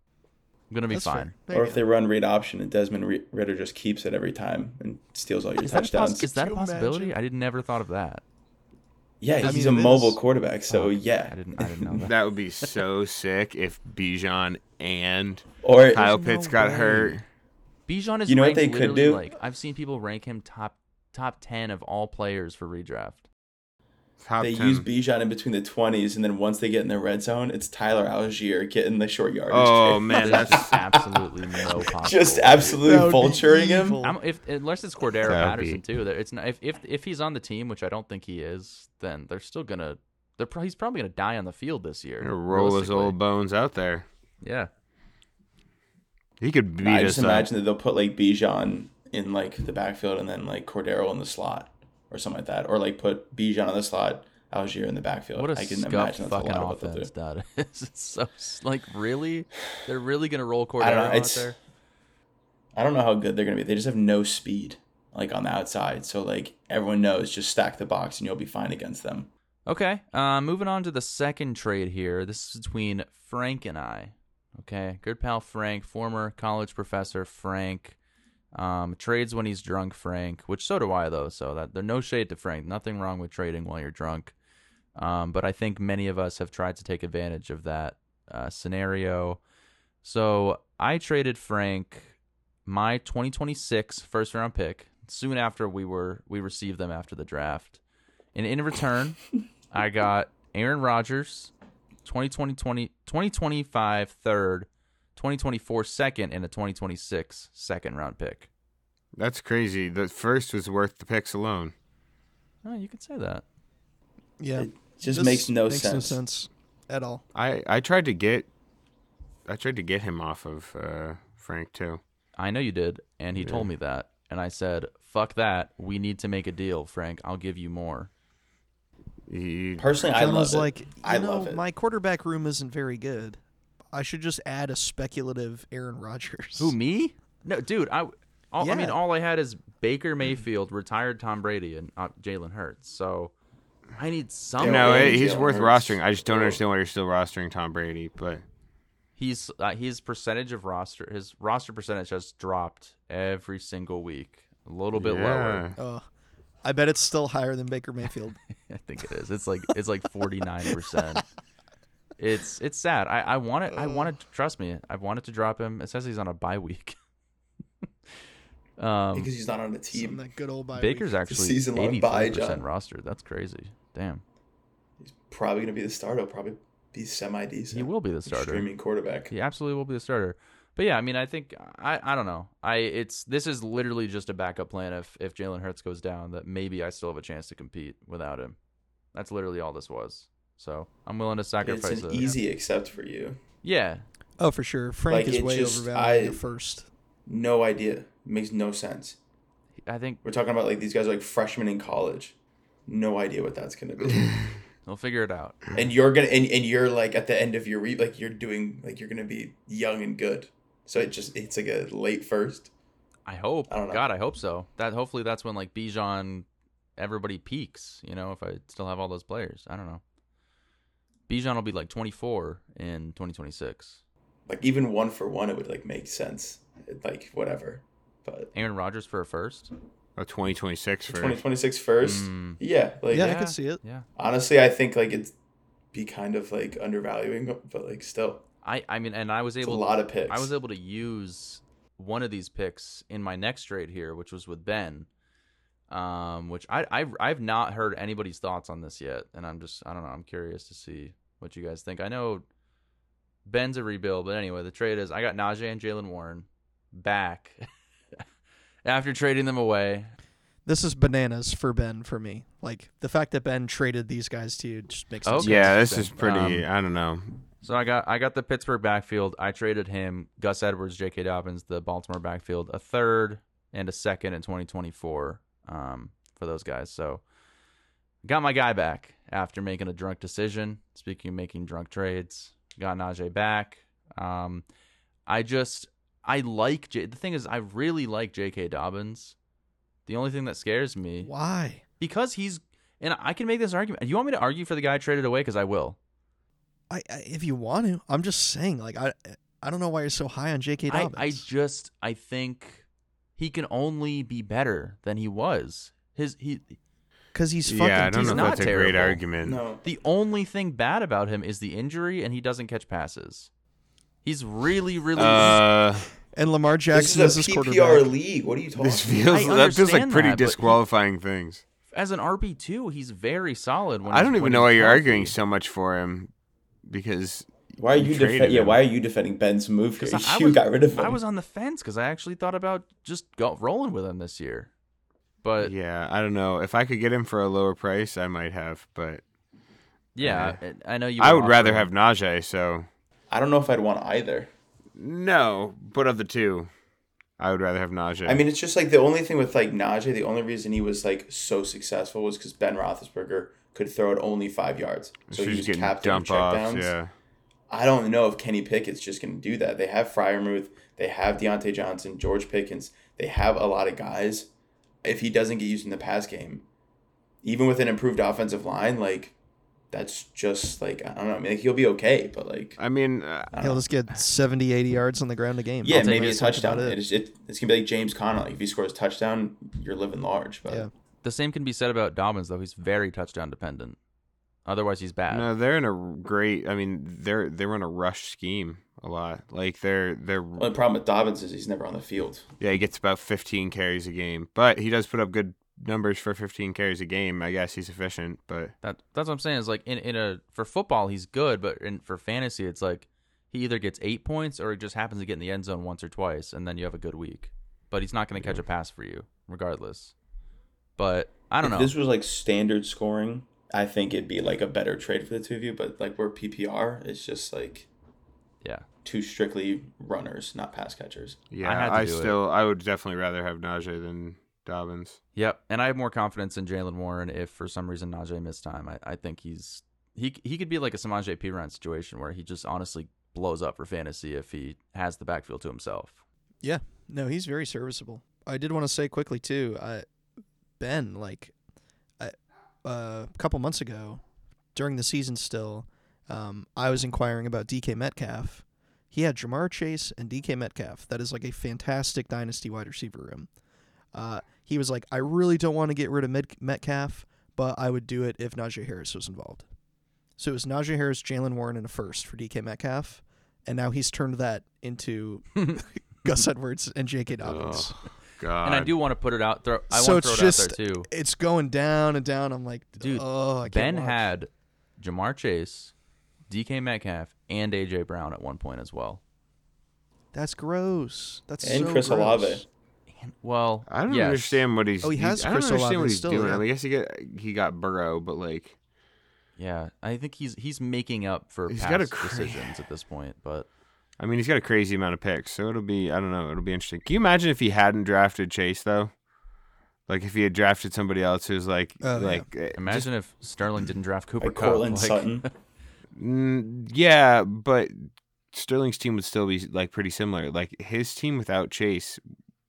Speaker 1: I'm gonna be
Speaker 3: That's
Speaker 1: fine.
Speaker 3: fair. There
Speaker 2: Or
Speaker 3: you
Speaker 2: if
Speaker 3: go.
Speaker 2: they run read option and Desmond Re- Ritter just keeps it every time and steals all your
Speaker 1: Is that, a poss-
Speaker 2: touchdowns.
Speaker 1: is that a
Speaker 3: Could you
Speaker 1: possibility?
Speaker 3: imagine?
Speaker 1: I did never thought of that.
Speaker 2: yeah,
Speaker 3: I
Speaker 2: he's
Speaker 3: mean,
Speaker 2: a
Speaker 3: it
Speaker 2: mobile
Speaker 3: is-
Speaker 2: quarterback, so
Speaker 1: Oh, I
Speaker 2: yeah.
Speaker 1: didn't. I didn't know that.
Speaker 5: that would be so sick if Bijan and
Speaker 2: Or
Speaker 5: Kyle
Speaker 1: no
Speaker 5: Pitts got
Speaker 1: way.
Speaker 5: hurt.
Speaker 1: Bijan is
Speaker 2: You know what
Speaker 1: ranked
Speaker 2: they could
Speaker 1: literally,
Speaker 2: do?
Speaker 1: like I've seen people rank him top top ten of all players for redraft.
Speaker 5: Top
Speaker 2: they
Speaker 5: 10.
Speaker 2: use Bijan in between the twenties, and then once they get in the red zone, it's Tyler Algier getting the short yardage.
Speaker 5: Oh
Speaker 2: kick.
Speaker 5: man,
Speaker 1: There's
Speaker 5: that's
Speaker 1: just absolutely no possible.
Speaker 2: just
Speaker 3: That
Speaker 2: absolutely
Speaker 3: would be
Speaker 2: vulturing
Speaker 3: evil.
Speaker 2: him.
Speaker 1: I'm, if unless it's Cordero
Speaker 5: That would
Speaker 1: Patterson
Speaker 5: be-
Speaker 1: too, there- it's not, if if if he's on the team, which I don't think he is, then they're still gonna they're pro- he's probably gonna die on the field this year.
Speaker 5: gonna roll his
Speaker 1: realistically.
Speaker 5: old bones out there.
Speaker 1: yeah.
Speaker 5: He could beat
Speaker 2: I
Speaker 5: us
Speaker 2: just
Speaker 5: up.
Speaker 2: imagine that they'll put like Bijan in like the backfield, and then like Cordero in the slot or something like that, or like put Bijan on the slot, Algier in the backfield.
Speaker 1: What a
Speaker 2: I can
Speaker 1: scuffed
Speaker 2: imagine that's a
Speaker 1: fucking
Speaker 2: lot of what they'll do.
Speaker 1: offense that is. It's so like really, they're really gonna roll Cordero
Speaker 2: I don't know.
Speaker 1: out
Speaker 2: It's
Speaker 1: there.
Speaker 2: I don't know how good they're gonna be. They just have no speed like on the outside. So like everyone knows, just stack the box and you'll be fine against them.
Speaker 1: Okay. Uh, moving on to the second trade here. This is between Frank and I. Okay. Good pal Frank, former college professor Frank. Um, trades when he's drunk, Frank. Which so do I though. So that there's no shade to Frank. Nothing wrong with trading while you're drunk. Um, but I think many of us have tried to take advantage of that uh, scenario. So I traded Frank my 2026 first round pick soon after we were we received them after the draft. And in return, I got Aaron Rodgers, 2020, 2025 third, 2024 second, and a 2026 second round pick.
Speaker 5: That's crazy. The first was worth the picks alone.
Speaker 1: Oh, you could say that.
Speaker 3: yeah,
Speaker 2: It just
Speaker 3: This
Speaker 2: makes no
Speaker 3: no
Speaker 2: sense.
Speaker 3: sense at all.
Speaker 5: I I tried to get, I tried to get him off of uh, Frank too.
Speaker 1: I know you did, and he told me that. And I said, fuck that. We need to make a deal, Frank. I'll give you more.
Speaker 5: You
Speaker 2: Personally, I
Speaker 3: John
Speaker 2: love
Speaker 3: was
Speaker 2: it.
Speaker 3: like, you
Speaker 2: I
Speaker 3: know,
Speaker 2: love it.
Speaker 3: my quarterback room isn't very good. I should just add a speculative Aaron Rodgers.
Speaker 1: Who, me? No, dude, I. All, I mean,
Speaker 3: Yeah.
Speaker 1: all I had is Baker Mayfield, retired Tom Brady, and uh, Jalen Hurts. So I need something.
Speaker 5: No,
Speaker 2: Yeah,
Speaker 5: it, he's
Speaker 2: Jalen
Speaker 5: worth
Speaker 2: Hurts.
Speaker 5: rostering. I just don't understand why you're still rostering Tom Brady. But
Speaker 1: he's uh, his percentage of roster his roster percentage has dropped every single week a little bit lower
Speaker 3: Oh, I bet it's still higher than Baker Mayfield.
Speaker 1: i think it is it's like it's like 49% It's it's sad. I I want it. I wanted. To, trust me. I wanted to drop him. It says he's on a bye week. um,
Speaker 2: because he's not on the
Speaker 3: Some of
Speaker 2: team.
Speaker 3: that good old bye week.
Speaker 1: Baker's actually
Speaker 2: season-long
Speaker 1: eighty
Speaker 2: bye,
Speaker 1: three
Speaker 2: John.
Speaker 1: percent rostered. That's crazy. Damn,
Speaker 2: He's probably gonna be the starter. He'll Probably be semi decent.
Speaker 1: he will be the starter.
Speaker 2: Streaming quarterback.
Speaker 1: He absolutely will be the starter. But yeah, I mean, I think I, I don't know. I it's this is literally just a backup plan if if Jalen Hurts goes down that maybe I still have a chance to compete without him. That's literally all this was. So I'm willing to
Speaker 2: It's
Speaker 1: sacrifice
Speaker 2: an
Speaker 1: a-
Speaker 2: easy except for you.
Speaker 1: Yeah,
Speaker 3: Oh, for sure. Frank
Speaker 2: Like,
Speaker 3: is
Speaker 2: it
Speaker 3: way
Speaker 2: just-
Speaker 3: overvalued
Speaker 2: I-
Speaker 3: at first.
Speaker 2: No idea. makes no sense.
Speaker 1: I think
Speaker 2: We're talking about like these guys are like freshmen in college. No idea what that's gonna be.
Speaker 1: he'll figure it out.
Speaker 2: and you're gonna and, and you're like at the end of your week, like you're doing like you're gonna be young and good. So it just it's like a late first.
Speaker 1: I hope.
Speaker 2: I don't know.
Speaker 1: God, I hope so. That hopefully that's when like Bijan, everybody peaks. You know, if I still have all those players, I don't know. Bijan will be like 24 in 2026.
Speaker 2: Like even one for one, it would like make sense. It, like whatever, but
Speaker 1: Aaron Rodgers for a first.
Speaker 5: Oh, 2026 for
Speaker 2: twenty twenty six first.
Speaker 1: Mm.
Speaker 2: Yeah, like
Speaker 3: Yeah, I could see it.
Speaker 1: Yeah.
Speaker 2: honestly, I think like it'd be kind of like undervaluing, but like still
Speaker 1: I, I mean, and I was
Speaker 2: it's a
Speaker 1: able.
Speaker 2: lot of picks.
Speaker 1: I was able to use one of these picks in my next trade here, which was with Ben. Um, which I, I I've not heard anybody's thoughts on this yet, and I'm just I don't know. I'm curious to see what you guys think. I know Ben's a rebuild, but anyway, the trade is I got Najee and Jalen Warren back after trading them away.
Speaker 3: This is bananas for Ben for me. Like the fact that Ben traded these guys to you just makes no
Speaker 1: Okay.
Speaker 5: it.
Speaker 3: sense.
Speaker 5: Yeah, this is
Speaker 1: Interesting.
Speaker 5: pretty.
Speaker 1: Um,
Speaker 5: I don't know.
Speaker 1: So I got I got the Pittsburgh backfield. I traded him Gus Edwards, J.K. Dobbins, the Baltimore backfield, a third and a second in 2024 um, for those guys. So got my guy back after making a drunk decision. Speaking of making drunk trades, got Najee back. Um, I just I like J- the thing is I really like J.K. Dobbins. The only thing that scares me
Speaker 3: Why?
Speaker 1: because he's and I can make this argument. You want me to argue for the guy I traded away? Because I will.
Speaker 3: I, I if you want to, I'm just saying. Like I, I don't know why you're so high on J.K.
Speaker 1: I,
Speaker 3: Dobbins.
Speaker 1: I just I think he can only be better than he was. His he
Speaker 3: because he's fucking.
Speaker 5: Yeah, I don't
Speaker 1: he's
Speaker 5: know if
Speaker 1: not
Speaker 5: that's a great
Speaker 1: terrible.
Speaker 5: argument.
Speaker 2: no.
Speaker 1: the only thing bad about him is the injury and he doesn't catch passes. He's really really
Speaker 5: Uh,
Speaker 3: And Lamar
Speaker 2: This
Speaker 3: Jackson
Speaker 2: is
Speaker 3: is
Speaker 2: a
Speaker 3: his
Speaker 2: PPR
Speaker 3: quarterback.
Speaker 2: league. What are you talking?
Speaker 5: this
Speaker 2: about?
Speaker 5: feels
Speaker 1: I
Speaker 5: that feels like
Speaker 1: understand
Speaker 5: pretty
Speaker 1: that, but-
Speaker 5: disqualifying things.
Speaker 1: as an RB two. He's very solid. When
Speaker 5: I
Speaker 1: he's-
Speaker 5: don't even
Speaker 1: when
Speaker 5: know
Speaker 1: he's
Speaker 5: why you're
Speaker 1: healthy.
Speaker 5: arguing so much for him, because
Speaker 2: Why are
Speaker 5: You
Speaker 2: you
Speaker 5: traded
Speaker 2: defending? Yeah,
Speaker 5: him.
Speaker 2: why are you defending Ben's move? Here?
Speaker 1: 'Cause
Speaker 2: You
Speaker 1: I, I was,
Speaker 2: got rid of him.
Speaker 1: I was on the fence because I actually thought about just go, rolling with him this year, but yeah,
Speaker 5: yeah, I don't know. If I could get him for a lower price, I might have, but
Speaker 1: I, I know you.
Speaker 5: I
Speaker 1: were
Speaker 5: would rather
Speaker 1: offering-
Speaker 5: have Najee. So
Speaker 2: I don't know if I'd want either.
Speaker 5: no, but of the two, I would rather have Najee.
Speaker 2: I mean, it's just like the only thing with like Najee, the only reason he was like so successful was because Ben Roethlisberger could throw it only five yards, so he
Speaker 5: she's
Speaker 2: was
Speaker 5: getting
Speaker 2: capped on
Speaker 5: dump offs.
Speaker 2: checkdowns.
Speaker 5: Yeah,
Speaker 2: I don't know if Kenny Pickett's just going to do that. They have Fryermuth, they have Deontay Johnson, George Pickens, they have a lot of guys. If he doesn't get used in the pass game, even with an improved offensive line, like that's just like I don't know. I mean, like, he'll be okay, but like
Speaker 5: I mean, uh,
Speaker 3: He'll just get 70, 80 yards on the ground a game.
Speaker 2: yeah,
Speaker 3: I'll take
Speaker 2: maybe a
Speaker 3: what I think about
Speaker 2: touchdown. It.
Speaker 3: It.
Speaker 2: is- it- it's gonna be like James Conner. Like, if he scores a touchdown, you're living large. But
Speaker 3: Yeah.
Speaker 1: the same can be said about Dobbins though. He's very touchdown dependent. Otherwise, he's
Speaker 2: Ah.
Speaker 1: bad.
Speaker 5: no, they're in a great. I mean, they're they run a rush scheme a lot. Like they're they're
Speaker 2: only problem with Dobbins is he's never on the field.
Speaker 5: yeah, he gets about 15 carries a game, but he does put up good numbers for 15 carries a game. I guess he's efficient, but
Speaker 1: That that's what I'm saying. Is like in, in a for football he's good, but in for fantasy it's like he either gets eight points or he just happens to get in the end zone once or twice, and then you have a good week. But he's not going to catch a pass for you, regardless. But I don't
Speaker 2: if
Speaker 1: know.
Speaker 2: This was like standard scoring. I think it'd be like a better trade for the two of you, but like we're PPR, it's just like
Speaker 1: yeah,
Speaker 2: two strictly runners, not pass catchers.
Speaker 5: yeah,
Speaker 1: had to
Speaker 5: I,
Speaker 1: do it.
Speaker 5: still I would definitely rather have Najee than Dobbins.
Speaker 1: yep. And I have more confidence in Jalen Warren if for some reason Najee missed time. I, I think he's he he could be like a Samaje Perine situation where he just honestly blows up for fantasy if he has the backfield to himself.
Speaker 3: Yeah. No, he's very serviceable. I did want to say quickly too, I, Ben, like I, uh, a couple months ago, during the season still, um, I was inquiring about DK Metcalf. He had Jamar Chase and DK Metcalf. That is like a fantastic dynasty wide receiver room. Uh, he was like, I really don't want to get rid of Met- Metcalf, but I would do it if Najee Harris was involved. So it was Najee Harris, Jalen Warren, and a first for DK Metcalf, and now he's turned that into Gus Edwards and J.K. Dobbins.
Speaker 5: Oh, God.
Speaker 1: And I do want to put it out. Throw, I
Speaker 3: Uh, so
Speaker 1: want to throw
Speaker 3: it's
Speaker 1: it
Speaker 3: just
Speaker 1: out there too.
Speaker 3: it's going down and down. I'm like,
Speaker 1: Dude,
Speaker 3: oh, I can't
Speaker 1: Ben
Speaker 3: watch.
Speaker 1: had Jamar Chase, DK Metcalf, and AJ Brown at one point as well.
Speaker 3: that's gross. That's
Speaker 2: And
Speaker 3: so
Speaker 2: Chris
Speaker 3: gross.
Speaker 2: Olave.
Speaker 1: And- well,
Speaker 5: I don't
Speaker 1: yes.
Speaker 5: understand what he's.
Speaker 3: Oh, he has
Speaker 5: I don't
Speaker 3: Chris
Speaker 5: understand
Speaker 3: Olave
Speaker 5: what he's
Speaker 3: still,
Speaker 5: doing.
Speaker 3: yeah.
Speaker 5: I mean, I guess he got he got Burrow, but like
Speaker 1: Yeah, I think he's he's making up for
Speaker 5: He's
Speaker 1: past
Speaker 5: got a cra-
Speaker 1: decisions at this point. But
Speaker 5: I mean, he's got a crazy amount of picks, so it'll be I don't know, it'll be interesting. Can you imagine if he hadn't drafted Chase though? Like if he had drafted somebody else who's like
Speaker 3: Oh, yeah.
Speaker 5: like eh,
Speaker 1: imagine if Sterling didn't draft Cooper
Speaker 2: Like
Speaker 1: Kupp,
Speaker 2: Cortland
Speaker 1: like-
Speaker 2: Sutton.
Speaker 5: Mm, yeah, but Sterling's team would still be like pretty similar. Like his team without Chase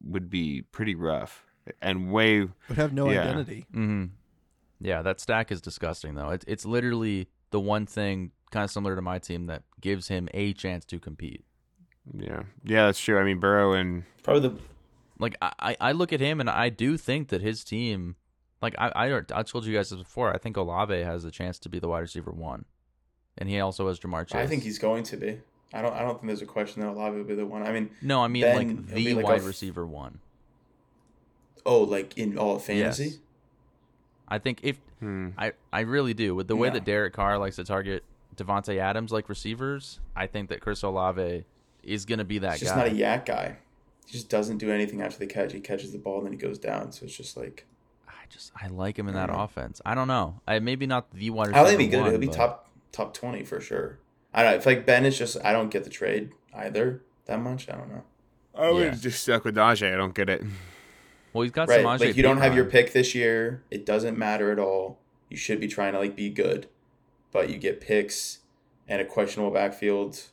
Speaker 5: would be pretty rough and way
Speaker 3: would have no
Speaker 5: Yeah.
Speaker 3: identity.
Speaker 1: Mhm. Yeah, that stack is disgusting though. It's it's literally the one thing kind of similar to my team that gives him a chance to compete.
Speaker 5: yeah yeah that's true. I mean Burrow and
Speaker 2: Probably the
Speaker 1: Like I, I- I look at him and I do think that his team, like I, I I told you guys this before. I think Olave has a chance to be the wide receiver one, and he also has Jamar Chase.
Speaker 2: I think he's going to be. I don't I don't think there's a question that Olave will be the one. I mean,
Speaker 1: no, I mean
Speaker 2: Ben,
Speaker 1: like
Speaker 2: it'll
Speaker 1: the
Speaker 2: be like a
Speaker 1: wide
Speaker 2: f-
Speaker 1: receiver one.
Speaker 2: oh, like in all of fantasy?
Speaker 1: Yes. I think if
Speaker 5: hmm,
Speaker 1: I, I really do. With the way
Speaker 2: No.
Speaker 1: that Derek Carr likes to target Devonte Adams like receivers, I think that Chris Olave is going to be that
Speaker 2: He's just
Speaker 1: guy.
Speaker 2: not a yak guy. He just doesn't do anything after the catch. He catches the ball and then he goes down. So it's just like
Speaker 1: I just I like him in that
Speaker 2: Mm.
Speaker 1: offense. I don't know. I maybe not the wide receiver.
Speaker 2: I think he'll be good.
Speaker 1: one,
Speaker 2: He'll be
Speaker 1: but-
Speaker 2: top top twenty for sure. I don't know. If like Ben is just I don't get the trade either that much. I don't know.
Speaker 5: I
Speaker 1: would have
Speaker 5: just stuck with Najee. I don't get it.
Speaker 1: Well, he's got
Speaker 2: right.
Speaker 1: Samaje
Speaker 2: like you don't have your
Speaker 1: Perine.
Speaker 2: pick this year. It doesn't matter at all. You should be trying to like be good. But you get picks and a questionable backfield.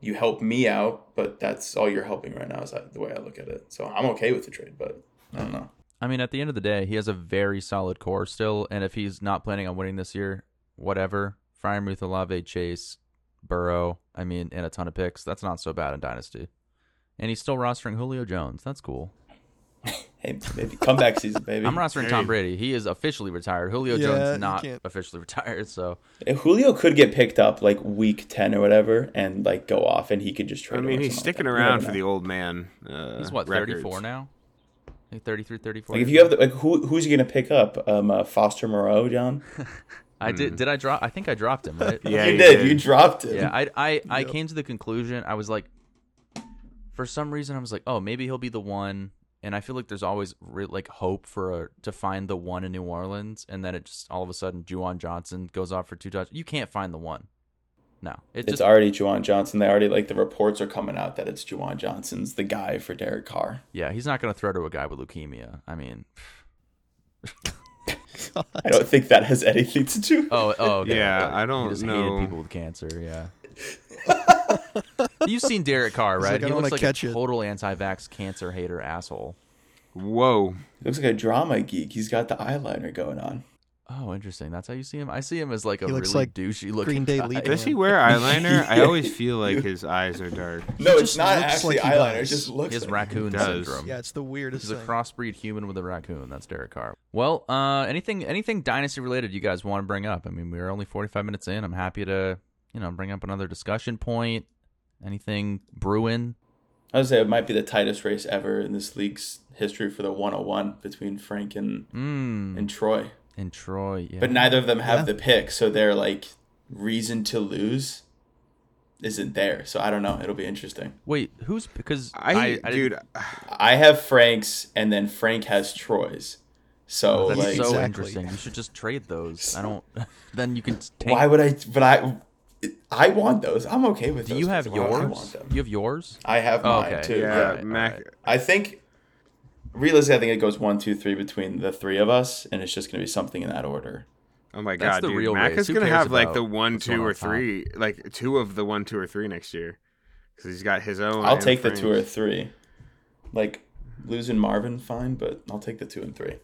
Speaker 2: You help me out, but that's all you're helping right now is that, the way I look at it. So I'm okay with the trade, but I don't know.
Speaker 1: I mean, at the end of the day, he has a very solid core still, and if he's not planning on winning this year, whatever. Fryermuth, Olave, Chase, Burrow. I mean, and a ton of picks. That's not so bad in dynasty. And he's still rostering Julio Jones. That's cool.
Speaker 2: Hey, maybe comeback season, baby.
Speaker 1: I'm rostering Tom Brady. He is officially retired. Julio
Speaker 3: Yeah, you
Speaker 1: Jones not
Speaker 3: can't-
Speaker 1: officially retired, so
Speaker 2: If Julio could get picked up like week ten or whatever, and like go off, and he could just trade.
Speaker 5: I
Speaker 2: him
Speaker 5: mean
Speaker 2: or
Speaker 5: he's
Speaker 2: something like
Speaker 5: sticking
Speaker 2: that. You
Speaker 5: around
Speaker 2: never
Speaker 5: for
Speaker 2: know.
Speaker 5: the old man. Uh,
Speaker 1: he's what
Speaker 5: records.
Speaker 1: 34 now. I think 33, 34.
Speaker 2: Like if you have the like who who's he gonna pick up? Um, uh, Foster Moreau, John.
Speaker 1: I did. Did I drop? I think I dropped him. Right?
Speaker 5: Yeah,
Speaker 2: you
Speaker 5: he
Speaker 2: did. You dropped him.
Speaker 1: Yeah. I I I came to the conclusion. I was like, for some reason, I was like, oh, maybe he'll be the one. And I feel like there's always re- like hope for a, to find the one in New Orleans, and then it just all of a sudden Juwan Johnson goes off for two touchdowns. You can't find the one. No, it
Speaker 2: it's
Speaker 1: just
Speaker 2: already Juwan Johnson. They already like the reports are coming out that it's Juwan Johnson's the guy for Derek Carr.
Speaker 1: yeah. He's not gonna throw to a guy with leukemia. I mean,
Speaker 2: I don't think that has anything to do.
Speaker 1: Oh, oh, okay.
Speaker 5: Yeah,
Speaker 1: Okay.
Speaker 5: I don't
Speaker 1: he just
Speaker 5: know.
Speaker 1: Hated people with cancer. Yeah. You've seen Derek Carr, right?
Speaker 3: like, "I
Speaker 1: he
Speaker 3: don't
Speaker 1: looks
Speaker 3: wanna
Speaker 1: like
Speaker 3: catch
Speaker 1: a
Speaker 3: it."
Speaker 1: total anti-vax cancer hater asshole.
Speaker 5: Whoa.
Speaker 2: He looks like a drama geek. He's got the eyeliner going on.
Speaker 1: Oh, interesting. That's how you see him. I see him as like a
Speaker 3: He looks
Speaker 1: really
Speaker 3: like
Speaker 1: douchey looking.
Speaker 3: Green Day
Speaker 1: guy.
Speaker 3: lead
Speaker 5: Does he wear eyeliner? I always feel like his eyes are dark.
Speaker 2: No, it's
Speaker 3: just
Speaker 2: not
Speaker 3: looks
Speaker 2: actually
Speaker 3: like he
Speaker 2: eyeliner. It
Speaker 3: does.
Speaker 2: just
Speaker 1: He
Speaker 2: looks.
Speaker 1: has
Speaker 2: like
Speaker 1: raccoon
Speaker 5: does.
Speaker 1: syndrome.
Speaker 3: Yeah, it's the weirdest
Speaker 1: He's a
Speaker 3: thing.
Speaker 1: crossbreed human with a raccoon. That's Derek Carr. Well, uh, anything, anything dynasty related you guys want to bring up? I mean, we're only forty-five minutes in. I'm happy to, you know, bring up another discussion point. Anything brewing?
Speaker 2: I would say it might be the tightest race ever in this league's history for the 101 between Frank and
Speaker 1: Mm.
Speaker 2: and Troy.
Speaker 1: And Troy, yeah.
Speaker 2: But neither of them have
Speaker 3: Yeah.
Speaker 2: the pick, so their like reason to lose isn't there. So I don't know. It'll be interesting.
Speaker 1: Wait, who's because
Speaker 5: I,
Speaker 1: I
Speaker 5: dude,
Speaker 2: I have Frank's, and then Frank has Troy's. So
Speaker 1: Oh, That's
Speaker 2: like,
Speaker 1: so
Speaker 3: Exactly.
Speaker 1: interesting. You should just trade those. I don't. then you can take.
Speaker 2: why would I? But I, I want those. I'm okay with.
Speaker 1: do
Speaker 2: those
Speaker 1: you have
Speaker 2: guys. Why would I want
Speaker 1: yours?
Speaker 2: them?
Speaker 1: You have yours.
Speaker 2: I have
Speaker 1: Oh,
Speaker 2: mine
Speaker 1: okay.
Speaker 2: too.
Speaker 5: yeah,
Speaker 1: alright,
Speaker 5: Mac.
Speaker 1: alright.
Speaker 2: I think realistically, I think it goes one, two, three between the three of us, and it's just gonna be something in that order.
Speaker 5: Oh my
Speaker 1: That's
Speaker 5: god,
Speaker 1: the
Speaker 5: dude.
Speaker 1: real
Speaker 5: Mac
Speaker 1: race.
Speaker 5: is
Speaker 1: Who
Speaker 5: gonna
Speaker 1: cares
Speaker 5: have like the
Speaker 1: about
Speaker 5: one,
Speaker 1: what's going
Speaker 5: two,
Speaker 1: on
Speaker 5: or
Speaker 1: top?
Speaker 5: three, like two of the one, two, or three next year, because he's got his own.
Speaker 2: I'll
Speaker 5: and
Speaker 2: take the two or
Speaker 5: Frank's.
Speaker 2: three. Like losing Marvin, fine, but I'll take the two and three.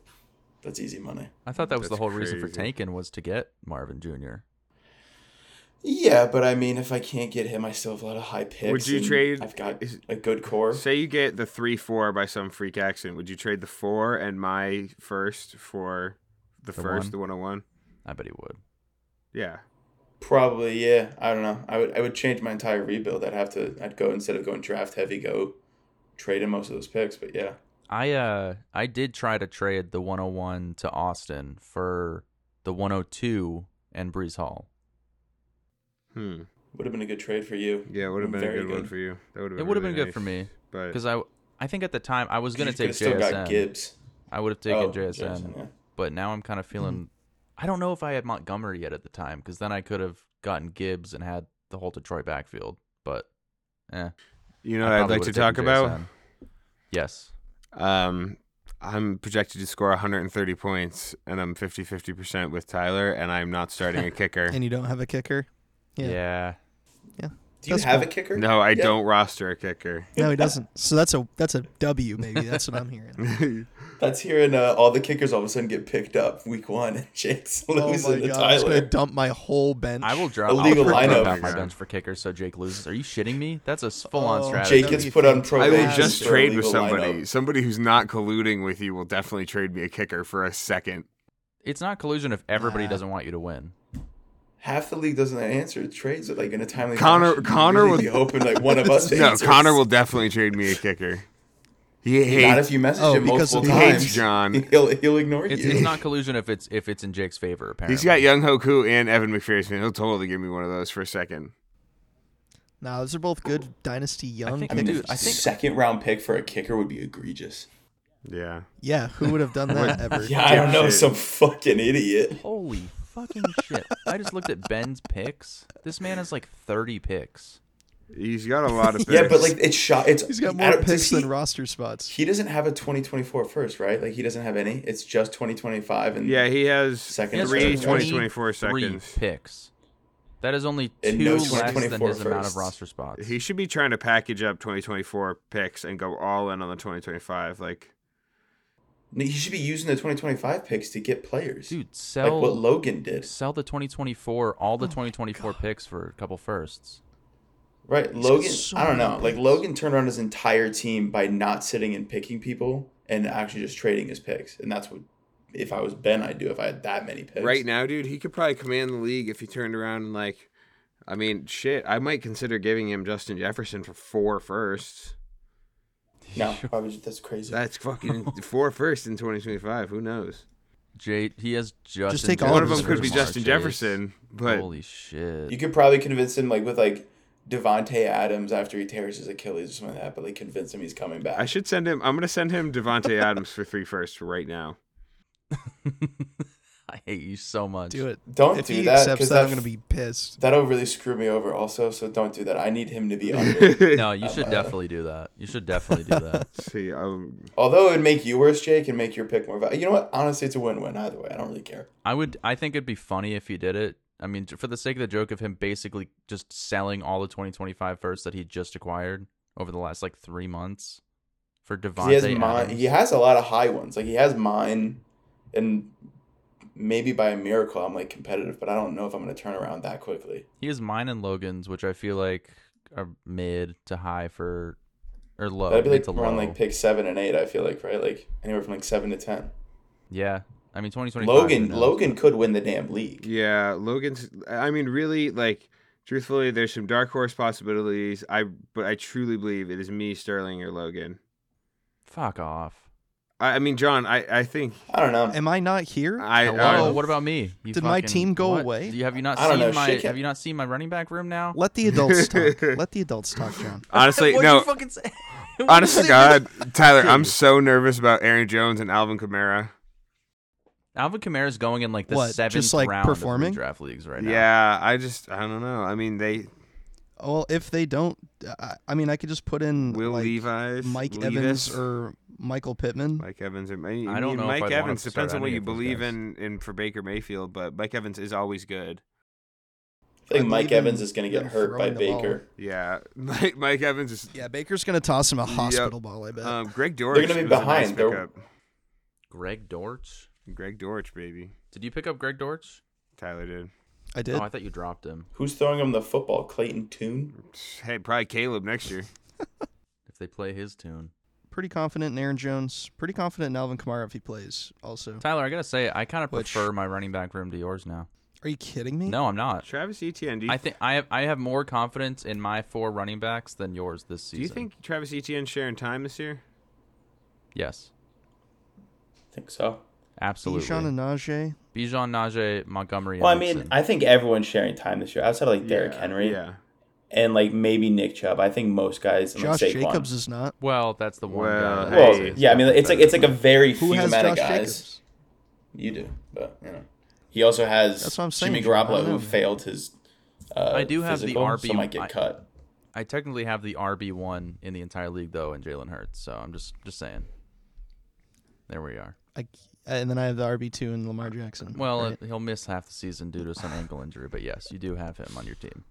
Speaker 2: That's easy money.
Speaker 1: I thought that was the
Speaker 5: That's
Speaker 1: whole reason for
Speaker 5: crazy.
Speaker 1: tanking was to get Marvin Jr.
Speaker 2: Yeah, but I mean, if I can't get him, I still have a lot of high picks.
Speaker 5: Would you
Speaker 2: and
Speaker 5: trade-
Speaker 2: I've got
Speaker 5: is-
Speaker 2: a good core.
Speaker 5: Say you get the three, four by some freak accident. Would you trade the four and my first for the,
Speaker 1: The
Speaker 5: first,
Speaker 1: one?
Speaker 5: the one hundred one?
Speaker 1: I bet he would.
Speaker 5: Yeah.
Speaker 2: Probably, yeah. I don't know. I would I would change my entire rebuild. I'd have to I'd go instead of going draft heavy, go trade in most of those picks, but yeah.
Speaker 1: I uh I did try to trade the 101 to Austin for the 102 and Breeze Hall.
Speaker 5: Hmm.
Speaker 2: Would have been a good trade for you.
Speaker 5: Yeah, it would have been a
Speaker 2: Very
Speaker 5: good, one
Speaker 2: good.
Speaker 5: for you. That would have
Speaker 1: Mm, It
Speaker 5: been
Speaker 1: would have
Speaker 5: really
Speaker 1: been good
Speaker 5: nice,
Speaker 1: for me
Speaker 5: But
Speaker 1: because I I think at the time I was gonna
Speaker 2: You could've
Speaker 1: take
Speaker 2: still got
Speaker 1: JSN.
Speaker 2: Gibbs.
Speaker 1: I would have taken
Speaker 2: Oh,
Speaker 1: JSN,
Speaker 2: JSN, yeah.
Speaker 1: but now I'm kind of feeling. I don't know if I had Montgomery yet at the time because then I could have gotten Gibbs and had the whole Detroit backfield. But eh,
Speaker 5: you know
Speaker 1: I
Speaker 5: what I'd
Speaker 1: probably
Speaker 5: like to
Speaker 1: would've
Speaker 5: talk
Speaker 1: taken
Speaker 5: about?
Speaker 1: JSN. Yes,
Speaker 5: Um, I'm projected to score 130 points, and I'm 50 50% with Tyler, and I'm not starting a kicker.
Speaker 3: and you don't have a kicker.
Speaker 1: yeah.
Speaker 3: Yeah.
Speaker 2: Do you
Speaker 3: That's
Speaker 2: have
Speaker 3: cool.
Speaker 2: a kicker?
Speaker 5: No, I
Speaker 2: Yeah.
Speaker 5: don't roster a kicker.
Speaker 3: No, he doesn't. So that's a that's a W. Maybe that's what I'm hearing.
Speaker 2: That's hearing uh, all the kickers all of a sudden get picked up week one, and Jake's
Speaker 3: oh
Speaker 2: losing
Speaker 3: my
Speaker 2: to
Speaker 3: god! I'm just gonna
Speaker 2: Tyler.
Speaker 3: dump my whole bench.
Speaker 1: I will drop
Speaker 2: Illegal
Speaker 1: I'll
Speaker 5: Oh,
Speaker 2: lineup.
Speaker 1: drop out my bench for kicker so Jake loses. Are you shitting me? That's a full on
Speaker 3: Oh,
Speaker 1: strategy.
Speaker 2: Jake
Speaker 3: That'd
Speaker 2: gets
Speaker 3: be
Speaker 2: put on
Speaker 5: I
Speaker 2: probation.
Speaker 5: will
Speaker 3: That's
Speaker 5: just
Speaker 2: for
Speaker 5: trade with
Speaker 2: illegal
Speaker 5: somebody.
Speaker 2: lineup.
Speaker 5: Somebody who's not colluding with you will definitely trade me a kicker for a second.
Speaker 1: It's not collusion if everybody
Speaker 3: Nah.
Speaker 1: doesn't want you to win.
Speaker 2: Half the league doesn't answer trades it like in a timely.
Speaker 5: Connor-
Speaker 2: fashion.
Speaker 5: Connor
Speaker 2: You'd
Speaker 5: would-
Speaker 2: be hoping like one of us.
Speaker 5: No,
Speaker 2: answers.
Speaker 5: Connor will definitely trade me a kicker. He
Speaker 2: Not
Speaker 5: hates.
Speaker 2: if you message
Speaker 3: Oh,
Speaker 2: him
Speaker 3: because
Speaker 2: multiple
Speaker 3: of- He
Speaker 2: times.
Speaker 5: hates John.
Speaker 2: He'll he'll ignore
Speaker 1: It's,
Speaker 2: you.
Speaker 1: it's not collusion if it's if it's in Jake's favor. Apparently,
Speaker 5: He's got Young Hoku and Evan McPherson. He'll totally give me one of those for a second.
Speaker 3: Nah, those are both good dynasty young
Speaker 1: think-
Speaker 2: I mean,
Speaker 3: kickers.
Speaker 1: dude, I think-
Speaker 2: second round pick for a kicker would be egregious.
Speaker 5: Yeah.
Speaker 3: yeah, who would have done that ever?
Speaker 2: Yeah, I don't know,
Speaker 5: Dipshit.
Speaker 2: some fucking idiot.
Speaker 1: Holy fucking shit! I just looked at Ben's picks. This man has like thirty picks.
Speaker 5: He's got a lot of picks.
Speaker 2: Yeah, but like it's shot. It's
Speaker 3: He's got
Speaker 2: I
Speaker 3: more
Speaker 2: don't- does
Speaker 3: picks
Speaker 2: he-
Speaker 3: than roster spots.
Speaker 2: He doesn't have a 2024 first, right? Like he doesn't have any. It's just 2025 and
Speaker 5: Yeah, he has
Speaker 2: Second
Speaker 1: He has
Speaker 5: three
Speaker 2: round.
Speaker 5: 20, 24
Speaker 1: three
Speaker 5: seconds.
Speaker 1: picks. That is only
Speaker 2: And
Speaker 1: two
Speaker 2: no
Speaker 1: less than
Speaker 2: 2024
Speaker 1: his amount of
Speaker 2: firsts.
Speaker 1: roster spots.
Speaker 5: He should be trying to package up 2024 picks and go all in on the 2025. Like,
Speaker 2: he should be using the 2025 picks to get players.
Speaker 1: Dude,
Speaker 2: like
Speaker 1: sell
Speaker 2: what Logan did.
Speaker 1: sell the 2024 all
Speaker 5: Oh
Speaker 1: the 2024 picks for a couple firsts.
Speaker 2: Right,
Speaker 3: He's got
Speaker 2: Logan.
Speaker 3: so
Speaker 2: I don't know.
Speaker 3: many
Speaker 2: Like
Speaker 3: picks.
Speaker 2: Logan turned around his entire team by not sitting and picking people and actually just trading his picks. And that's what, if I was Ben, I'd do if I had that many picks.
Speaker 5: right now, dude, he could probably command the league if he turned around and, like, I mean, shit, I might consider giving him Justin Jefferson for four firsts.
Speaker 2: no, probably just, that's crazy.
Speaker 5: That's fucking four firsts in 2025. Who knows?
Speaker 1: Jay, he has Justin.
Speaker 3: Just take all
Speaker 1: Jefferson
Speaker 5: One
Speaker 3: of
Speaker 5: of them could be
Speaker 1: Jamar
Speaker 5: Justin
Speaker 1: Chase.
Speaker 5: Jefferson, but
Speaker 1: holy shit!
Speaker 2: you could probably convince him like with like Devonte Adams after he tears his Achilles or something like that, but like convince him he's coming back.
Speaker 5: I should send him. I'm gonna send him Devonte Adams for three firsts right now.
Speaker 1: I hate you so much.
Speaker 3: Do it.
Speaker 2: Don't
Speaker 3: if
Speaker 2: do
Speaker 3: he
Speaker 2: that,
Speaker 3: accepts
Speaker 2: 'cause
Speaker 3: that,
Speaker 2: that
Speaker 3: I'm gonna
Speaker 2: f-
Speaker 3: be pissed.
Speaker 2: That'll really screw me over also, so don't do that. I need him to be under.
Speaker 1: No, you should definitely do that. You should definitely do that.
Speaker 5: See, um,
Speaker 2: Although it would make you worse, Jake, and make your pick more valuable. You know what? Honestly, it's a win-win either way. I don't really care.
Speaker 1: I would. I think it'd be funny if he did it. I mean, for the sake of the joke of him basically just selling all the 2025 firsts that he just acquired over the last like three months for
Speaker 2: 'Cause
Speaker 1: Devontae.
Speaker 2: He has mine.
Speaker 1: Adams.
Speaker 2: He has a lot of high ones. Like he has mine, and maybe by a miracle, I'm like competitive. But I don't know if I'm going to turn around that quickly.
Speaker 1: He has mine and Logan's, which I feel like are mid to high for or low.
Speaker 2: That'd be
Speaker 1: mid
Speaker 2: like
Speaker 1: to
Speaker 2: around
Speaker 1: low.
Speaker 2: like pick seven and eight. I feel like right, like anywhere from like seven to ten.
Speaker 1: yeah. I mean, 2025. who
Speaker 2: Logan,
Speaker 1: knows?
Speaker 2: Logan could win the damn league.
Speaker 5: yeah, Logan's. I mean, really, like, truthfully, there's some dark horse possibilities. I, but I truly believe it is me, Sterling, or Logan.
Speaker 1: Fuck off.
Speaker 5: I, I mean, John, I, I think
Speaker 2: I don't know.
Speaker 3: Am I not here?
Speaker 5: I. uh,
Speaker 1: Hello.
Speaker 5: I-
Speaker 1: Oh, what about me? You
Speaker 3: Did my team go
Speaker 1: what?
Speaker 3: away?
Speaker 1: Do you- have you not
Speaker 2: I don't
Speaker 1: seen
Speaker 2: know.
Speaker 1: my?
Speaker 2: Shit can-
Speaker 1: Have you not seen my running back room now?
Speaker 3: Let the adults talk. Let the adults talk, John.
Speaker 5: honestly,
Speaker 1: What'd
Speaker 5: no.
Speaker 1: you fucking say?
Speaker 5: Honest to God, Tyler, I'm so nervous about Aaron Jones and Alvin Kamara.
Speaker 1: Alvin Kamara's going in like the
Speaker 3: What,
Speaker 1: seventh
Speaker 3: just, like,
Speaker 1: round
Speaker 3: performing?
Speaker 1: of draft leagues right now.
Speaker 5: Yeah, I just, I don't know. I mean, they
Speaker 3: Well, if they don't, I, I mean, I could just put in
Speaker 5: will
Speaker 3: like,
Speaker 5: Levi's,
Speaker 3: Mike
Speaker 5: Levis,
Speaker 3: Evans or Michael Pittman.
Speaker 5: Mike Evans. Or, I, mean,
Speaker 1: I don't know if I'd
Speaker 5: Mike
Speaker 1: want him
Speaker 5: Evans
Speaker 1: to
Speaker 5: depends
Speaker 1: start
Speaker 5: on what
Speaker 1: any
Speaker 5: you
Speaker 1: of those
Speaker 5: believe
Speaker 1: guys.
Speaker 5: in in for Baker Mayfield, but Mike Evans is always good.
Speaker 2: I think
Speaker 3: I
Speaker 2: Mike
Speaker 3: believe in
Speaker 2: Evans is going to get
Speaker 3: them
Speaker 2: hurt by
Speaker 3: throwing the ball.
Speaker 2: Baker.
Speaker 5: Yeah, Mike, Mike Evans is.
Speaker 3: Yeah, Baker's gonna toss him a hospital ball. I bet.
Speaker 5: Um, Greg Dortch.
Speaker 2: They're gonna be
Speaker 5: was a nice
Speaker 2: behind. They're-
Speaker 5: pickup.
Speaker 1: Greg Dortch.
Speaker 5: Greg Dortch, baby.
Speaker 1: Did you pick up Greg Dortch?
Speaker 5: Tyler did.
Speaker 3: I did.
Speaker 1: Oh, I thought you dropped him.
Speaker 2: Who's throwing him the football? Clayton Toon.
Speaker 5: Hey, probably Caleb next year.
Speaker 1: If they play his tune,
Speaker 3: Pretty confident in Aaron Jones. Pretty confident in Alvin Kamara if he plays. Also,
Speaker 1: Tyler, I gotta say, I kind of
Speaker 3: Which-
Speaker 1: prefer my running back room to yours now.
Speaker 3: Are you kidding me?
Speaker 1: No, I'm not.
Speaker 5: Travis Etienne. Do you,
Speaker 1: I think I have I have more confidence in my four running backs than yours this season.
Speaker 5: do you think Travis Etienne sharing time this year?
Speaker 1: Yes,
Speaker 2: I think so.
Speaker 1: absolutely.
Speaker 3: Bijan and Najee.
Speaker 1: Bijan, Najee, Montgomery.
Speaker 2: Well, I
Speaker 1: and
Speaker 2: mean,
Speaker 1: Mixon.
Speaker 2: I think everyone's sharing time this year outside of like Derrick
Speaker 5: Yeah,
Speaker 2: Henry
Speaker 5: Yeah.
Speaker 2: and like maybe Nick Chubb. I think most guys.
Speaker 3: Josh
Speaker 2: Josh like Saquon.
Speaker 3: Jacobs is not.
Speaker 1: well, that's the one.
Speaker 5: Well,
Speaker 1: guy that
Speaker 2: Well,
Speaker 1: is-
Speaker 5: Hey,
Speaker 2: yeah, I mean, it's like it's like a very
Speaker 3: Who
Speaker 2: few
Speaker 3: has
Speaker 2: amount of
Speaker 3: Josh
Speaker 2: guys.
Speaker 3: Jacobs?
Speaker 2: You do, but you know, he also has
Speaker 3: That's what I'm saying,
Speaker 2: Jimmy
Speaker 3: Jim. I
Speaker 2: Garoppolo
Speaker 3: don't know,
Speaker 2: who
Speaker 3: man.
Speaker 2: failed his. Uh,
Speaker 1: I do have the
Speaker 2: physical,
Speaker 1: RB
Speaker 2: so might get
Speaker 1: I-
Speaker 2: cut.
Speaker 1: I technically have the RB one in the entire league though, and Jalen Hurts. So I'm just just saying. There we are.
Speaker 3: I, and then I have the RB two and Lamar Jackson.
Speaker 1: Well, uh,
Speaker 3: right?
Speaker 1: he'll miss half the season due to some ankle injury, but yes, you do have him on your team.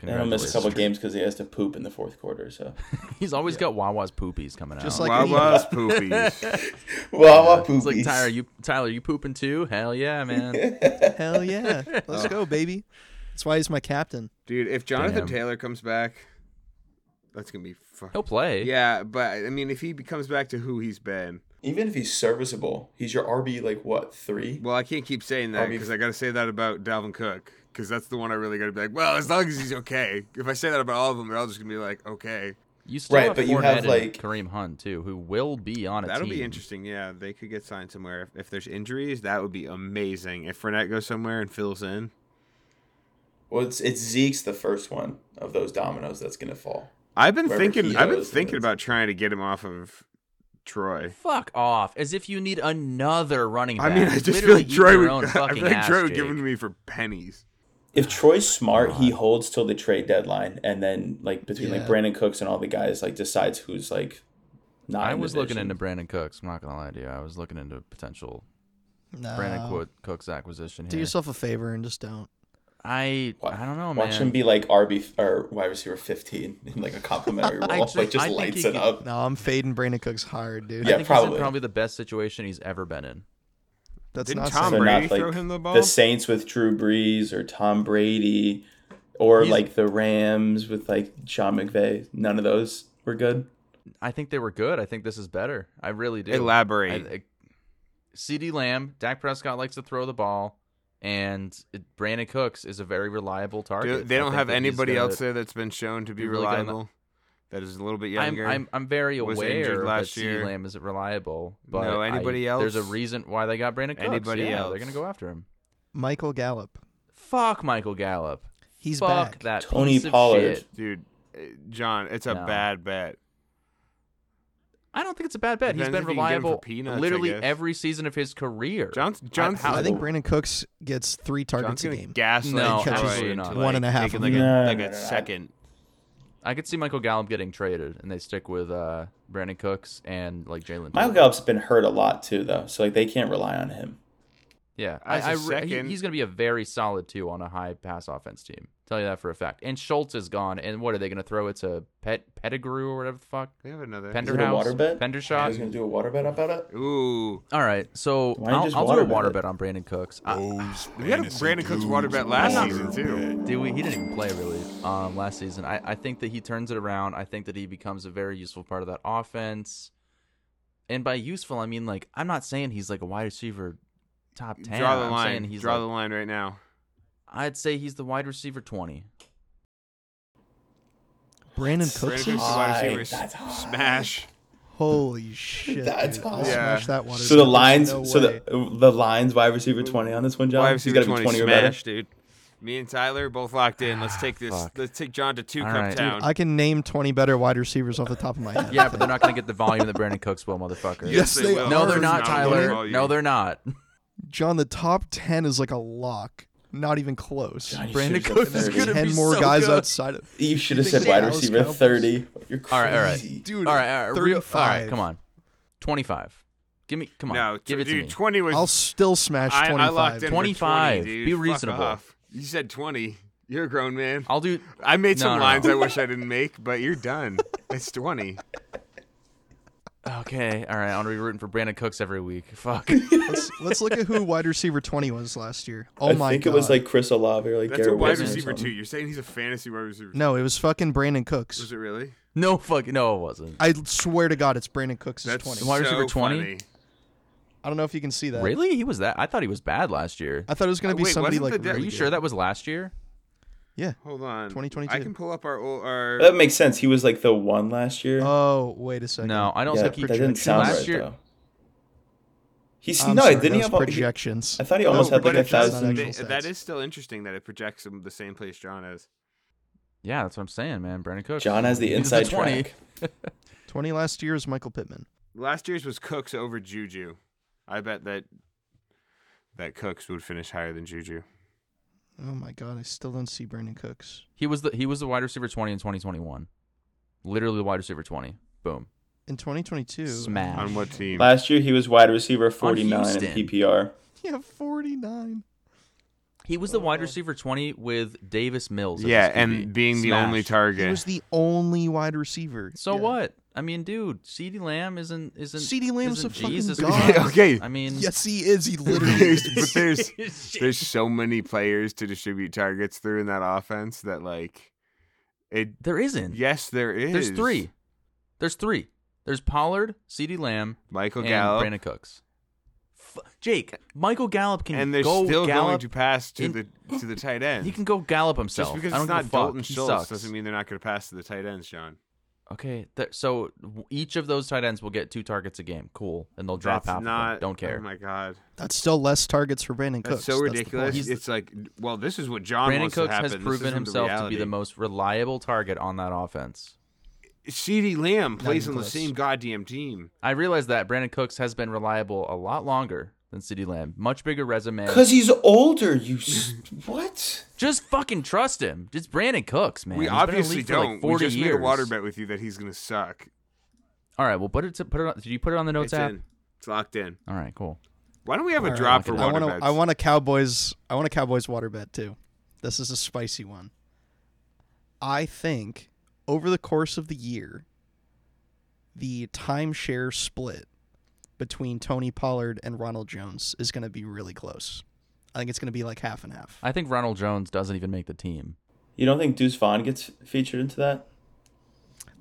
Speaker 2: And he'll miss
Speaker 1: Congratulations.
Speaker 2: a couple games because he has to poop in the fourth quarter. So,
Speaker 1: He's always got Wawa's poopies coming
Speaker 3: Just
Speaker 1: out.
Speaker 3: like-
Speaker 5: Wawa's poopies.
Speaker 2: well, I'll poop.
Speaker 1: it's like Tyler, you Tyler, you pooping too? Hell yeah, man.
Speaker 3: hell yeah, let's go, baby. That's why he's my captain.
Speaker 5: Dude, if Jonathan
Speaker 1: Damn.
Speaker 5: Taylor comes back, that's gonna be fucking.
Speaker 1: He'll play.
Speaker 5: Yeah, but I mean, if he comes back to who he's been,
Speaker 2: Even if he's serviceable, he's your RB like what three?
Speaker 5: well, I can't keep saying that
Speaker 2: I'll be-
Speaker 5: because I got to say that about Dalvin Cook because that's the one I really got to be like, well, as long as he's okay. If I say that about all of them, they're all just gonna be like, okay,
Speaker 1: You still
Speaker 2: Right,
Speaker 1: have
Speaker 2: but
Speaker 1: Fournette
Speaker 2: you have,
Speaker 1: and
Speaker 2: like-
Speaker 1: Kareem Hunt too, who will be on a
Speaker 5: that'll
Speaker 1: team.
Speaker 5: be interesting. Yeah, they could get signed somewhere. If, if there's injuries, that would be amazing. If Fournette goes somewhere and fills in,
Speaker 2: Well, it's it's Zeke's the first one of those dominoes that's gonna fall.
Speaker 5: I've been
Speaker 2: Wherever
Speaker 5: thinking.
Speaker 2: he
Speaker 5: I've been
Speaker 2: goes,
Speaker 5: thinking
Speaker 2: it's-
Speaker 5: about trying to get him off of Troy.
Speaker 1: Fuck off! As if you need another running back.
Speaker 5: I mean, I just
Speaker 1: Literally
Speaker 5: feel
Speaker 1: eat
Speaker 5: like Troy.
Speaker 1: your
Speaker 5: Would,
Speaker 1: own
Speaker 5: I
Speaker 1: fucking
Speaker 5: feel like
Speaker 1: ass,
Speaker 5: Troy would
Speaker 1: Jake.
Speaker 5: give him to me for pennies.
Speaker 2: If Troy's smart, he holds till the trade deadline, and then like between
Speaker 3: Yeah.
Speaker 2: like Brandon Cooks and all the guys, like decides who's like. Not
Speaker 1: I
Speaker 2: in the
Speaker 1: was looking
Speaker 2: division.
Speaker 1: into Brandon Cooks. I'm not gonna lie to you. I was looking into potential
Speaker 3: No.
Speaker 1: Brandon Cook- Cooks acquisition
Speaker 3: Uh, Do
Speaker 1: here.
Speaker 3: yourself a favor and just don't.
Speaker 1: I
Speaker 2: Wa-
Speaker 1: I don't know,
Speaker 2: Watch
Speaker 1: man.
Speaker 2: him be like RB f- or wide receiver fifteen in like a complimentary
Speaker 1: I
Speaker 2: role,
Speaker 1: ju-
Speaker 2: like
Speaker 1: I
Speaker 2: just
Speaker 1: think
Speaker 2: lights
Speaker 1: he
Speaker 2: it
Speaker 1: could-
Speaker 2: up.
Speaker 3: No, I'm fading Brandon Cooks hard, dude.
Speaker 1: I
Speaker 2: Yeah,
Speaker 1: think he's
Speaker 2: probably.
Speaker 1: in probably the best situation he's ever been in.
Speaker 3: That's
Speaker 5: Didn't
Speaker 3: not
Speaker 5: Tom
Speaker 2: They're
Speaker 3: saying-
Speaker 5: Brady
Speaker 2: not
Speaker 5: throw
Speaker 2: like
Speaker 5: him the
Speaker 2: the,
Speaker 5: ball?
Speaker 2: Saints with Drew Brees or Tom Brady, or
Speaker 1: He's-
Speaker 2: like the Rams with like Sean McVay. None of those were good.
Speaker 1: I think they were good. I think this is better. I really do.
Speaker 5: Elaborate.
Speaker 1: I- I- CD Lamb, Dak Prescott likes to throw the ball, and it- Brandon Cooks is a very reliable
Speaker 5: Do-
Speaker 1: target.
Speaker 5: they
Speaker 1: I
Speaker 5: don't
Speaker 1: think
Speaker 5: have
Speaker 1: that he's
Speaker 5: anybody
Speaker 1: gonna-
Speaker 5: else there that's been shown to be
Speaker 1: be really good on the-
Speaker 5: reliable. that is a little bit
Speaker 1: I'm,
Speaker 5: younger.
Speaker 1: I'm I'm very
Speaker 5: was
Speaker 1: aware
Speaker 5: injured
Speaker 1: that
Speaker 5: last
Speaker 1: CD
Speaker 5: year.
Speaker 1: Lamb isn't reliable, but
Speaker 5: No,
Speaker 1: I-
Speaker 5: anybody
Speaker 1: There's a
Speaker 5: else?
Speaker 1: reason why they got Brandon Cooks.
Speaker 5: Anybody
Speaker 1: yeah,
Speaker 5: else?
Speaker 1: They're gonna go after him.
Speaker 3: Michael Gallup.
Speaker 1: Fuck Michael Gallup.
Speaker 3: He's
Speaker 1: Fuck
Speaker 3: back.
Speaker 1: that
Speaker 2: Tony
Speaker 1: piece of
Speaker 2: Pollard.
Speaker 1: shit.
Speaker 5: Dude, uh, John, it's a
Speaker 1: No.
Speaker 5: bad bet.
Speaker 1: I don't think it's a bad bet. He's
Speaker 5: Depends
Speaker 1: been
Speaker 5: if you can get him for
Speaker 1: reliable
Speaker 5: peanuts, I
Speaker 1: literally
Speaker 5: guess.
Speaker 1: every season of his career.
Speaker 5: John's John's
Speaker 1: how-
Speaker 3: I think Brandon Cooks gets three
Speaker 5: John's
Speaker 3: targets a
Speaker 5: gonna
Speaker 3: game.
Speaker 5: gaslight
Speaker 1: No,
Speaker 5: Troy
Speaker 1: absolutely
Speaker 5: into,
Speaker 1: not.
Speaker 5: like,
Speaker 3: One and a half
Speaker 5: taking
Speaker 3: of
Speaker 5: like
Speaker 3: them.
Speaker 5: a,
Speaker 2: No,
Speaker 5: like
Speaker 2: no,
Speaker 5: a
Speaker 2: no, no.
Speaker 5: second.
Speaker 1: I could see Michael Gallup getting traded, and they stick with uh, Brandon Cooks and like Jalen.
Speaker 2: Michael
Speaker 1: Tillman.
Speaker 2: Gallup's been hurt a lot too, though, so like they can't rely on him.
Speaker 1: Yeah,
Speaker 5: As a
Speaker 1: I, I re- he-
Speaker 5: second-
Speaker 1: he's going to be a very solid two on a high pass offense team. Tell you that for a fact. And Schultz is gone. And what are they going to throw it to Pet Pettigrew or whatever the fuck?
Speaker 5: They have another.
Speaker 1: Pender-
Speaker 2: Is it a
Speaker 1: Penderhouse,
Speaker 2: water bet?
Speaker 1: Pendershot.
Speaker 2: I was gonna do a water bet about it.
Speaker 5: Ooh,
Speaker 1: All right, so
Speaker 2: Why
Speaker 1: I'll,
Speaker 2: just
Speaker 1: I'll do a
Speaker 2: waterbed
Speaker 1: water
Speaker 2: it?
Speaker 1: bet on Brandon Cooks. I,
Speaker 5: we had a Brandon Cooks water bet last season too.
Speaker 1: Dude, we, he didn't even play really um, last season. I, I think that he turns it around. I think that he becomes a very useful part of that offense. And by useful, I mean like I'm not saying he's like a wide receiver top ten.
Speaker 5: Draw the
Speaker 1: I'm
Speaker 5: line.
Speaker 1: saying he's
Speaker 5: Draw
Speaker 1: like-
Speaker 5: the line right now.
Speaker 1: I'd say he's the wide receiver twenty.
Speaker 5: Brandon
Speaker 3: Brandon Cooks
Speaker 5: Cooks
Speaker 3: is
Speaker 5: is wide receiver.
Speaker 2: That's high.
Speaker 5: Smash.
Speaker 3: holy shit.
Speaker 2: That's
Speaker 3: dude. I'll
Speaker 2: awesome.
Speaker 5: Yeah.
Speaker 3: Smash that water.
Speaker 2: So the
Speaker 3: There's
Speaker 2: lines,
Speaker 3: no
Speaker 2: so
Speaker 3: way.
Speaker 2: the the lines wide receiver twenty on this one, John.
Speaker 5: Wide
Speaker 2: Oh, He's
Speaker 5: receiver
Speaker 2: got to be
Speaker 5: twenty
Speaker 2: twenty or better.
Speaker 5: smash, dude. Me and Tyler both locked in. Let's take this.
Speaker 1: Fuck.
Speaker 5: Let's take John to two
Speaker 1: All
Speaker 5: cup
Speaker 1: right. Dude,
Speaker 5: town.
Speaker 3: I can name 20 better wide receivers off the top of my head.
Speaker 1: Yeah, but they're not going to get the volume that Brandon Cooks will, motherfucker.
Speaker 3: Yes, they
Speaker 5: will.
Speaker 1: No, they're
Speaker 3: Ours
Speaker 1: not,
Speaker 3: is
Speaker 5: gonna
Speaker 1: Tyler.
Speaker 5: volume.
Speaker 1: No, they're not.
Speaker 3: John, the top 10 is like a lock. Not even close.
Speaker 2: John, you
Speaker 1: Brandon
Speaker 2: should've said
Speaker 1: Cooks is
Speaker 2: 30.
Speaker 1: gonna be
Speaker 3: 10 more
Speaker 1: so
Speaker 3: guys
Speaker 1: good.
Speaker 3: outside of.
Speaker 2: You should have
Speaker 3: You
Speaker 2: said
Speaker 3: think
Speaker 2: wide
Speaker 3: Dallas
Speaker 2: receiver
Speaker 3: Cowboys-
Speaker 2: thirty. You're crazy.
Speaker 1: All right, all right.
Speaker 3: Dude,
Speaker 1: all right, all right, real, all right.
Speaker 3: 35.
Speaker 1: Come on, twenty-five. Give me, come on.
Speaker 5: No,
Speaker 1: give it to
Speaker 5: dude,
Speaker 1: me.
Speaker 5: twenty was
Speaker 3: I'll still smash
Speaker 5: I,
Speaker 3: 25.
Speaker 5: I locked in
Speaker 1: 25.
Speaker 5: For 20, dude.
Speaker 1: Be
Speaker 5: Fuck
Speaker 1: reasonable.
Speaker 5: off. You said 20. You're a grown man.
Speaker 1: I'll do.
Speaker 5: I made
Speaker 1: No,
Speaker 5: some
Speaker 1: no,
Speaker 5: lines
Speaker 1: no.
Speaker 5: I wish I didn't make, but you're done. It's 20.
Speaker 1: Okay, all right. I'm gonna be rooting for Brandon Cooks every week. Fuck.
Speaker 3: Let's, let's look at who wide receiver 20 was last year. Oh
Speaker 2: I
Speaker 3: my
Speaker 2: think
Speaker 3: god.
Speaker 2: it was like Chris Olave or like
Speaker 5: That's a
Speaker 2: Garrett
Speaker 5: wide
Speaker 2: Wilson or
Speaker 5: receiver,
Speaker 2: something.
Speaker 5: too. You're saying he's a fantasy wide receiver.
Speaker 3: No, it was fucking Brandon
Speaker 5: Was
Speaker 3: Cooks.
Speaker 5: it really?
Speaker 1: no, fuck. No, it wasn't.
Speaker 3: I swear to god it's Brandon Cooks is
Speaker 5: That's
Speaker 3: 20.
Speaker 1: Wide receiver
Speaker 5: so
Speaker 1: 20?
Speaker 5: funny.
Speaker 3: I don't know if you can see that.
Speaker 1: Really? He was that? I thought he was bad last year.
Speaker 3: I thought it was going to be
Speaker 5: Wait,
Speaker 3: somebody
Speaker 5: wasn't
Speaker 3: like.
Speaker 5: the
Speaker 1: Are
Speaker 5: de-
Speaker 3: really
Speaker 1: you
Speaker 3: good.
Speaker 1: sure that was last year?
Speaker 3: Yeah.
Speaker 5: Hold on.
Speaker 3: 2022.
Speaker 5: I can pull up our old our.
Speaker 2: That makes sense. He was like the one last year.
Speaker 3: Oh wait a second.
Speaker 1: No, I don't
Speaker 2: yeah,
Speaker 1: think
Speaker 2: that
Speaker 1: he
Speaker 2: didn't sound
Speaker 1: last
Speaker 2: right
Speaker 1: year.
Speaker 2: though. He's
Speaker 3: I'm
Speaker 2: no,
Speaker 3: sorry,
Speaker 2: didn't he
Speaker 3: those
Speaker 2: have? he-
Speaker 3: projections?
Speaker 2: I thought he almost
Speaker 3: No,
Speaker 2: had like
Speaker 5: but
Speaker 2: a
Speaker 5: it does-
Speaker 3: not
Speaker 2: thousand.
Speaker 3: actual
Speaker 5: they- that
Speaker 3: stats.
Speaker 5: is still interesting that it projects them the same place John is.
Speaker 1: Yeah, that's what I'm saying, man. Brandon Cooks.
Speaker 2: John has the
Speaker 1: He's a
Speaker 2: inside
Speaker 1: 20.
Speaker 2: track.
Speaker 3: Twenty last year is Michael Pittman.
Speaker 5: Last year's was Cooks over Juju. I bet that that Cooks would finish higher than Juju.
Speaker 3: Oh my god, I still don't see Brandon Cooks.
Speaker 1: He was the he was the wide receiver 20 in 2021. Literally the wide receiver 20. Boom.
Speaker 3: In 2022,
Speaker 1: Smash.
Speaker 5: On what team?
Speaker 2: Last year he was wide receiver forty nine in
Speaker 1: Houston.
Speaker 2: PPR.
Speaker 3: yeah, 49.
Speaker 1: He was the wide receiver 20 with Davis Mills. as
Speaker 5: yeah,
Speaker 1: his QB.
Speaker 5: and being the
Speaker 1: Smash.
Speaker 5: only
Speaker 3: He
Speaker 5: target.
Speaker 3: was the only wide receiver.
Speaker 1: So
Speaker 3: Yeah.
Speaker 1: what? I mean, dude, CeeDee Lamb isn't isn't
Speaker 3: CeeDee Lamb's
Speaker 1: isn't
Speaker 3: a fucking
Speaker 1: Jesus
Speaker 3: god.
Speaker 1: Christ.
Speaker 5: Okay.
Speaker 1: I mean,
Speaker 3: Yes, he is. He literally.
Speaker 5: There's-
Speaker 3: is.
Speaker 5: but there's there's so many players to distribute targets through in that offense that like it.
Speaker 1: there isn't.
Speaker 5: Yes, there is.
Speaker 1: There's three. There's three. There's Pollard, CeeDee Lamb,
Speaker 5: Michael
Speaker 1: and
Speaker 5: Gallup,
Speaker 1: Brandon Cooks. F- Jake, Michael Gallup can
Speaker 5: and they're
Speaker 1: go
Speaker 5: still going
Speaker 1: Gallup.
Speaker 5: to pass to
Speaker 1: in-
Speaker 5: the to the tight end.
Speaker 1: he can go Gallup
Speaker 5: Just
Speaker 1: himself.
Speaker 5: because
Speaker 1: I don't
Speaker 5: it's
Speaker 1: give a
Speaker 5: not
Speaker 1: fuck.
Speaker 5: Dalton
Speaker 1: He
Speaker 5: Schultz
Speaker 1: sucks.
Speaker 5: doesn't mean they're not going to pass to the tight ends, John.
Speaker 1: Okay, th- so w- each of those tight ends will get two targets a game. Cool, and they'll drop
Speaker 5: That's
Speaker 1: half.
Speaker 5: not.
Speaker 1: of them. Don't care.
Speaker 5: Oh my god.
Speaker 3: That's still less targets for Brandon
Speaker 5: That's
Speaker 3: Cooks.
Speaker 5: so
Speaker 3: the
Speaker 5: ridiculous.
Speaker 3: point.
Speaker 1: He's-
Speaker 5: it's like, well, this is what John
Speaker 1: Brandon
Speaker 5: wants
Speaker 1: Cooks
Speaker 5: to happen.
Speaker 1: has proven himself to be the most reliable target on that offense.
Speaker 5: CD Lamb plays
Speaker 3: even
Speaker 5: on the
Speaker 3: close.
Speaker 5: same goddamn team.
Speaker 1: I realize that Brandon Cooks has been reliable a lot longer than CeeDee Lamb. Much bigger resume.
Speaker 2: Cause he's older. You s- what?
Speaker 1: Just fucking trust him. It's Brandon Cooks, man.
Speaker 5: we
Speaker 1: He's been in the
Speaker 5: obviously
Speaker 1: league for
Speaker 5: don't.
Speaker 1: Like
Speaker 5: we
Speaker 1: 40
Speaker 5: just
Speaker 1: years.
Speaker 5: made a water bet with you that he's gonna suck.
Speaker 1: All right, well, put it. To, put it. On, did you put it on the notes
Speaker 5: it's
Speaker 1: app?
Speaker 5: in. It's locked in.
Speaker 1: All right, cool.
Speaker 5: Why don't we have
Speaker 3: All
Speaker 5: a
Speaker 3: right,
Speaker 5: drop for
Speaker 1: lock
Speaker 3: I
Speaker 5: water
Speaker 3: want
Speaker 5: bets?
Speaker 3: to. I want a Cowboys. I want a Cowboys water bet too. This is a spicy one. I think over the course of the year, the timeshare split between Tony Pollard and Ronald Jones is going to be really close. I think it's going to be like half and half.
Speaker 1: I think Ronald Jones doesn't even make the team.
Speaker 2: You don't think Deuce Vaughn gets featured into that?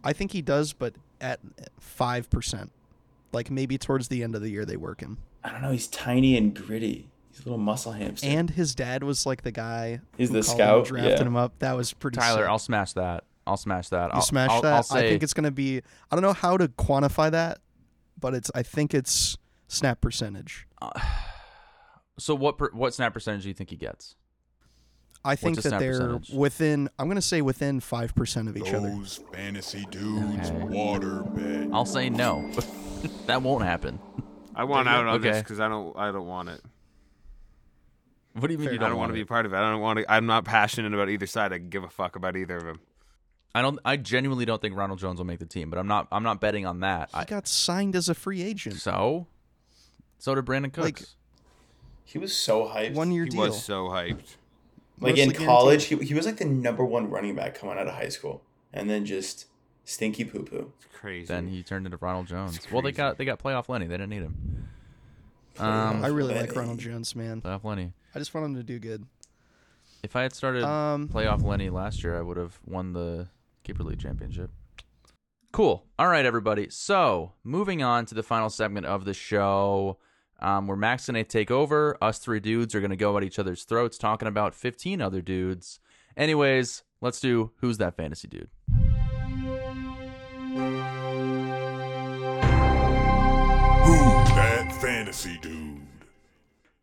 Speaker 3: I think he does, but at five percent. Like maybe towards the end of the year they work him.
Speaker 2: I don't know. He's tiny and gritty. He's a little muscle hamster.
Speaker 3: And his dad was like the guy.
Speaker 2: He's
Speaker 3: who
Speaker 2: the
Speaker 3: called him,
Speaker 2: scout,
Speaker 3: drafting
Speaker 2: yeah.
Speaker 3: him up. That was pretty.
Speaker 1: Tyler,
Speaker 3: sick.
Speaker 1: I'll smash that. I'll smash that.
Speaker 3: you
Speaker 1: I'll
Speaker 3: smash
Speaker 1: I'll-
Speaker 3: that.
Speaker 1: I'll say,
Speaker 3: I think it's going to be. I don't know how to quantify that, but it's. I think it's snap percentage.
Speaker 1: So what? Per, what snap percentage do you think he gets?
Speaker 3: I think
Speaker 1: a
Speaker 3: that
Speaker 1: snap
Speaker 3: they're
Speaker 1: percentage?
Speaker 3: within. I'm going to say within five percent of each
Speaker 2: Oh.
Speaker 3: other.
Speaker 4: Those fantasy dudes
Speaker 1: Okay.
Speaker 4: water bet.
Speaker 1: I'll say no. that won't happen.
Speaker 5: I want out on this
Speaker 1: Okay.
Speaker 5: because I don't. I don't want it.
Speaker 1: What do you mean you
Speaker 5: I don't want to be a part of it. I don't want to. I'm not passionate about either side. I give a fuck about either of them.
Speaker 1: I don't. I genuinely don't think Ronald Jones will make the team, but I'm not. I'm not betting on that.
Speaker 3: He
Speaker 1: I,
Speaker 3: got signed as a free agent.
Speaker 1: so, so did Brandon Cooks.
Speaker 3: Like,
Speaker 2: he was so hyped.
Speaker 3: One year
Speaker 5: He
Speaker 3: deal.
Speaker 5: was so hyped.
Speaker 2: like
Speaker 3: Mostly
Speaker 2: in
Speaker 3: guaranteed.
Speaker 2: college, he, he was like the number one running back coming out of high school, and then just stinky poo poo.
Speaker 5: It's crazy.
Speaker 1: then he turned into Ronald Jones. Well, they got they got playoff Lenny. They didn't need him. Um,
Speaker 3: I really like
Speaker 2: Lenny.
Speaker 3: Ronald Jones, man.
Speaker 1: playoff Lenny.
Speaker 3: I just want him to do good.
Speaker 1: If I had started
Speaker 3: Um,
Speaker 1: playoff Lenny last year, I would have won the keeper league championship. Cool. All right, everybody. So moving on to the final segment of the show, um, where Max and I take over. Us three dudes are going to go at each other's throats, talking about 15 other dudes. Anyways, let's do who's that fantasy dude.
Speaker 4: Who that fantasy dude?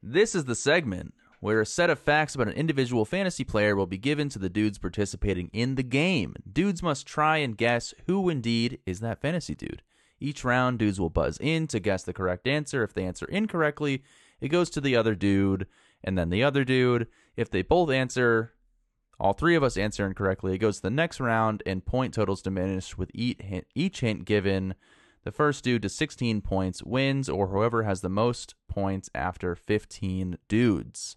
Speaker 1: This is the segment where a set of facts about an individual fantasy player will be given to the dudes participating in the game. Dudes must try and guess who indeed is that fantasy dude. Each round, dudes will buzz in to guess the correct answer. If they answer incorrectly, it goes to the other dude, and then the other dude. If they both answer, all three of us answer incorrectly, it goes to the next round, and point totals diminish with each hint, each hint given. The first dude to 16 points wins, or whoever has the most points after 15 dudes.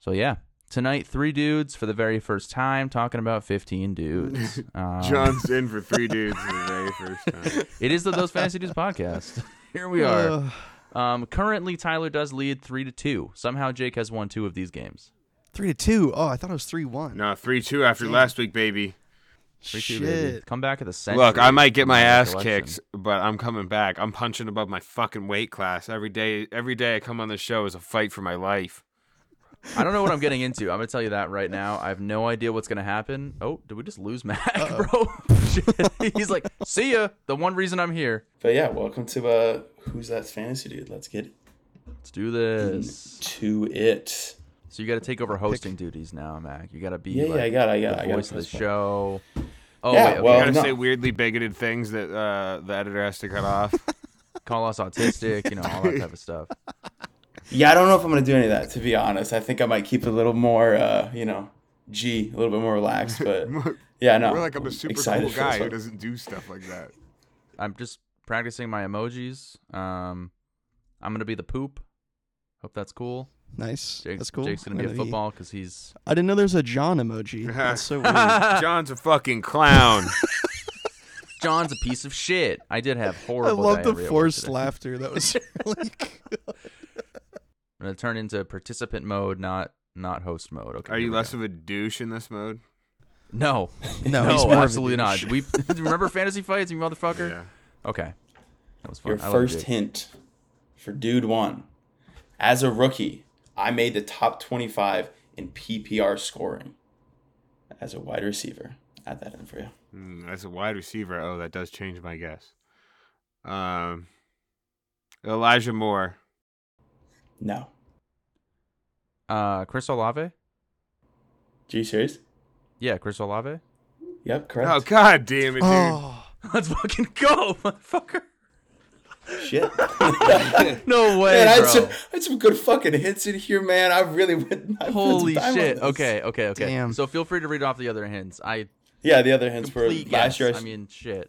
Speaker 1: So, yeah. Tonight, three dudes for the very first time talking about 15 dudes. Um,
Speaker 5: John's in for three dudes for the very first time.
Speaker 1: It is the Those Fantasy Dudes podcast. Here we are.
Speaker 3: Ugh.
Speaker 1: Um, currently, Tyler does lead three to two. Somehow, Jake has won two of these games.
Speaker 3: three to two. Oh, I thought it was three one.
Speaker 5: No, three two after last week, baby.
Speaker 1: Three
Speaker 3: Shit.
Speaker 1: two baby. Come back at the century.
Speaker 5: Look, I might get
Speaker 1: from
Speaker 5: my ass
Speaker 1: recollection.
Speaker 5: kicked, but I'm coming back. I'm punching above my fucking weight class every day. Every day I come on this show is a fight for my life.
Speaker 1: I don't know what I'm getting into. I'm gonna tell you that right now. I have no idea what's gonna happen. Oh, did we just lose Mac, bro? Shit. He's like, see ya. The one reason I'm here.
Speaker 2: But yeah, welcome to uh, Who's That Fantasy Dude? Let's get
Speaker 1: Let's do this.
Speaker 2: to it.
Speaker 1: So you got to take over hosting duties now, Mac. You got to be
Speaker 2: Yeah, yeah,
Speaker 1: like,
Speaker 2: I got it, I got it, I
Speaker 1: the
Speaker 2: got
Speaker 1: voice of the
Speaker 2: this one.
Speaker 1: show. Oh,
Speaker 2: Yeah,
Speaker 1: wait, okay.
Speaker 5: I
Speaker 2: well-
Speaker 5: gotta
Speaker 2: no.
Speaker 5: say weirdly bigoted things that uh, the editor has to cut off.
Speaker 1: call us autistic, you know, all that type of stuff.
Speaker 2: Yeah, I don't know if I'm gonna do any of that. To be honest, I think I might keep it a little more, uh, you know, G, a little bit more relaxed. But yeah, no,
Speaker 7: We're like I'm a super
Speaker 2: excited
Speaker 7: cool
Speaker 2: for
Speaker 7: guy
Speaker 2: this
Speaker 7: who
Speaker 2: one.
Speaker 7: doesn't do stuff like that.
Speaker 1: I'm just practicing my emojis. Um, I'm gonna be the poop. Hope that's cool.
Speaker 3: Nice.
Speaker 1: Jake,
Speaker 3: That's cool.
Speaker 1: Jake's gonna be
Speaker 3: I
Speaker 1: a
Speaker 3: know he-
Speaker 1: football because he's
Speaker 3: I didn't know there's a John emoji. That's so weird.
Speaker 5: John's a fucking clown.
Speaker 1: John's a piece of shit. I did have
Speaker 3: I
Speaker 1: horrible.
Speaker 3: love the
Speaker 1: diarrhea
Speaker 3: forced
Speaker 1: today.
Speaker 3: laughter. That was really good.
Speaker 1: I'm gonna turn into participant mode, not not host mode. Okay.
Speaker 5: Are
Speaker 1: here
Speaker 5: you
Speaker 1: we
Speaker 5: less
Speaker 1: go.
Speaker 5: of a douche in this mode?
Speaker 1: No,
Speaker 3: No,
Speaker 1: no,
Speaker 3: he's more of a
Speaker 1: absolutely not.
Speaker 3: douche.
Speaker 1: We remember fantasy fights, you motherfucker. Okay, that was fun.
Speaker 2: Your
Speaker 1: I love
Speaker 2: first
Speaker 1: Jake.
Speaker 2: hint for Dude One. As a rookie, I made the top 25 in PPR scoring as a wide receiver. Add that in for you.
Speaker 5: Mm, as a wide receiver, oh, that does change my guess. Um, Elijah Moore.
Speaker 2: No,
Speaker 1: Uh, Chris Olave.
Speaker 2: G serious?
Speaker 1: Yeah, Chris Olave.
Speaker 2: Yep,
Speaker 5: Oh
Speaker 2: correct.
Speaker 5: God damn it, dude!
Speaker 3: Oh,
Speaker 1: Let's fucking go, motherfucker.
Speaker 2: Shit.
Speaker 1: No way,
Speaker 2: Man, I had,
Speaker 1: bro.
Speaker 2: some, I had some good fucking hits in here, man. I really went. I put some
Speaker 1: Holy
Speaker 2: time on
Speaker 1: shit.
Speaker 2: this.
Speaker 1: Okay, okay, okay.
Speaker 3: Damn.
Speaker 1: So feel free to read off the other hints. I
Speaker 2: Yeah, the other hints were
Speaker 1: complete
Speaker 2: last
Speaker 1: guess.
Speaker 2: year. I,
Speaker 1: I mean, shit.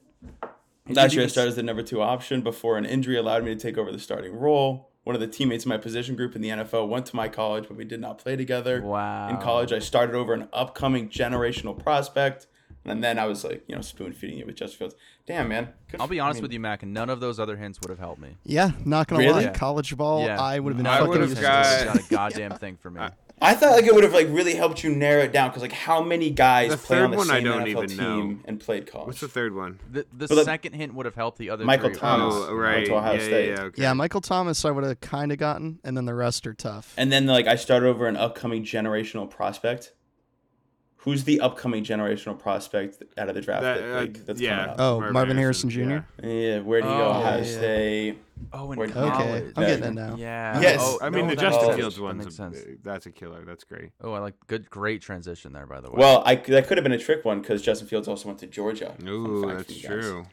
Speaker 2: Last
Speaker 1: You
Speaker 2: year, I
Speaker 1: didn't
Speaker 2: started as the number two option before an injury allowed me to take over the starting role. One of the teammates in my position group in the NFL went to my college, but we did not play together.
Speaker 1: Wow.
Speaker 2: In college, I started over an upcoming generational prospect. And then I was like, you know, spoon feeding it with Justin Fields. Damn, man. Good
Speaker 1: I'll
Speaker 2: f-
Speaker 1: be
Speaker 2: I
Speaker 1: honest
Speaker 2: mean,
Speaker 1: with you, Mac. None of those other hints would have helped me.
Speaker 3: yeah. Not gonna
Speaker 2: Really?
Speaker 3: lie, college ball.
Speaker 1: yeah,
Speaker 3: I would have been
Speaker 1: none of
Speaker 3: fucking
Speaker 1: those
Speaker 5: would've
Speaker 1: hints
Speaker 3: useless.
Speaker 5: got-
Speaker 1: would've done a goddamn thing for me.
Speaker 2: I thought like it would have like really helped you narrow it down because like how many guys
Speaker 5: The
Speaker 2: play on
Speaker 5: third
Speaker 2: the
Speaker 5: one
Speaker 2: same
Speaker 5: I don't
Speaker 2: NFL
Speaker 5: even know.
Speaker 2: team and played college?
Speaker 5: What's the third one?
Speaker 1: The, the
Speaker 2: But the-
Speaker 1: second hint would have helped the other.
Speaker 2: Michael
Speaker 1: three.
Speaker 2: Thomas.
Speaker 5: Oh,
Speaker 2: went
Speaker 5: right.
Speaker 2: to Ohio
Speaker 5: yeah,
Speaker 2: State.
Speaker 5: yeah, yeah, okay.
Speaker 3: Yeah, Michael Thomas, I would have kind of gotten, and then the rest are tough.
Speaker 2: And then like I started over an upcoming generational prospect. Who's the upcoming generational prospect out of the draft?
Speaker 5: That,
Speaker 2: that,
Speaker 5: uh,
Speaker 2: like, that's
Speaker 5: yeah.
Speaker 2: coming up?
Speaker 3: Oh, Marvin Harrison Jr.?
Speaker 2: Yeah, where do you go?
Speaker 1: Oh,
Speaker 2: Ohio
Speaker 3: yeah.
Speaker 2: State.
Speaker 1: Oh, in
Speaker 2: Where'd- Okay,
Speaker 1: college.
Speaker 3: I'm
Speaker 2: getting it
Speaker 3: now.
Speaker 1: Yeah.
Speaker 2: Yes.
Speaker 1: Oh,
Speaker 5: I mean,
Speaker 1: no,
Speaker 5: the
Speaker 1: that
Speaker 5: Justin
Speaker 1: makes
Speaker 5: Fields
Speaker 1: sense. That makes
Speaker 5: one's a,
Speaker 1: sense.
Speaker 5: that's a killer. That's great.
Speaker 1: Oh, I like good, great transition there, by the way.
Speaker 2: Well, I that could have been a trick one because Justin Fields also went to Georgia. Fun
Speaker 5: Ooh,
Speaker 2: fact for
Speaker 5: that's
Speaker 2: you guys.
Speaker 5: true.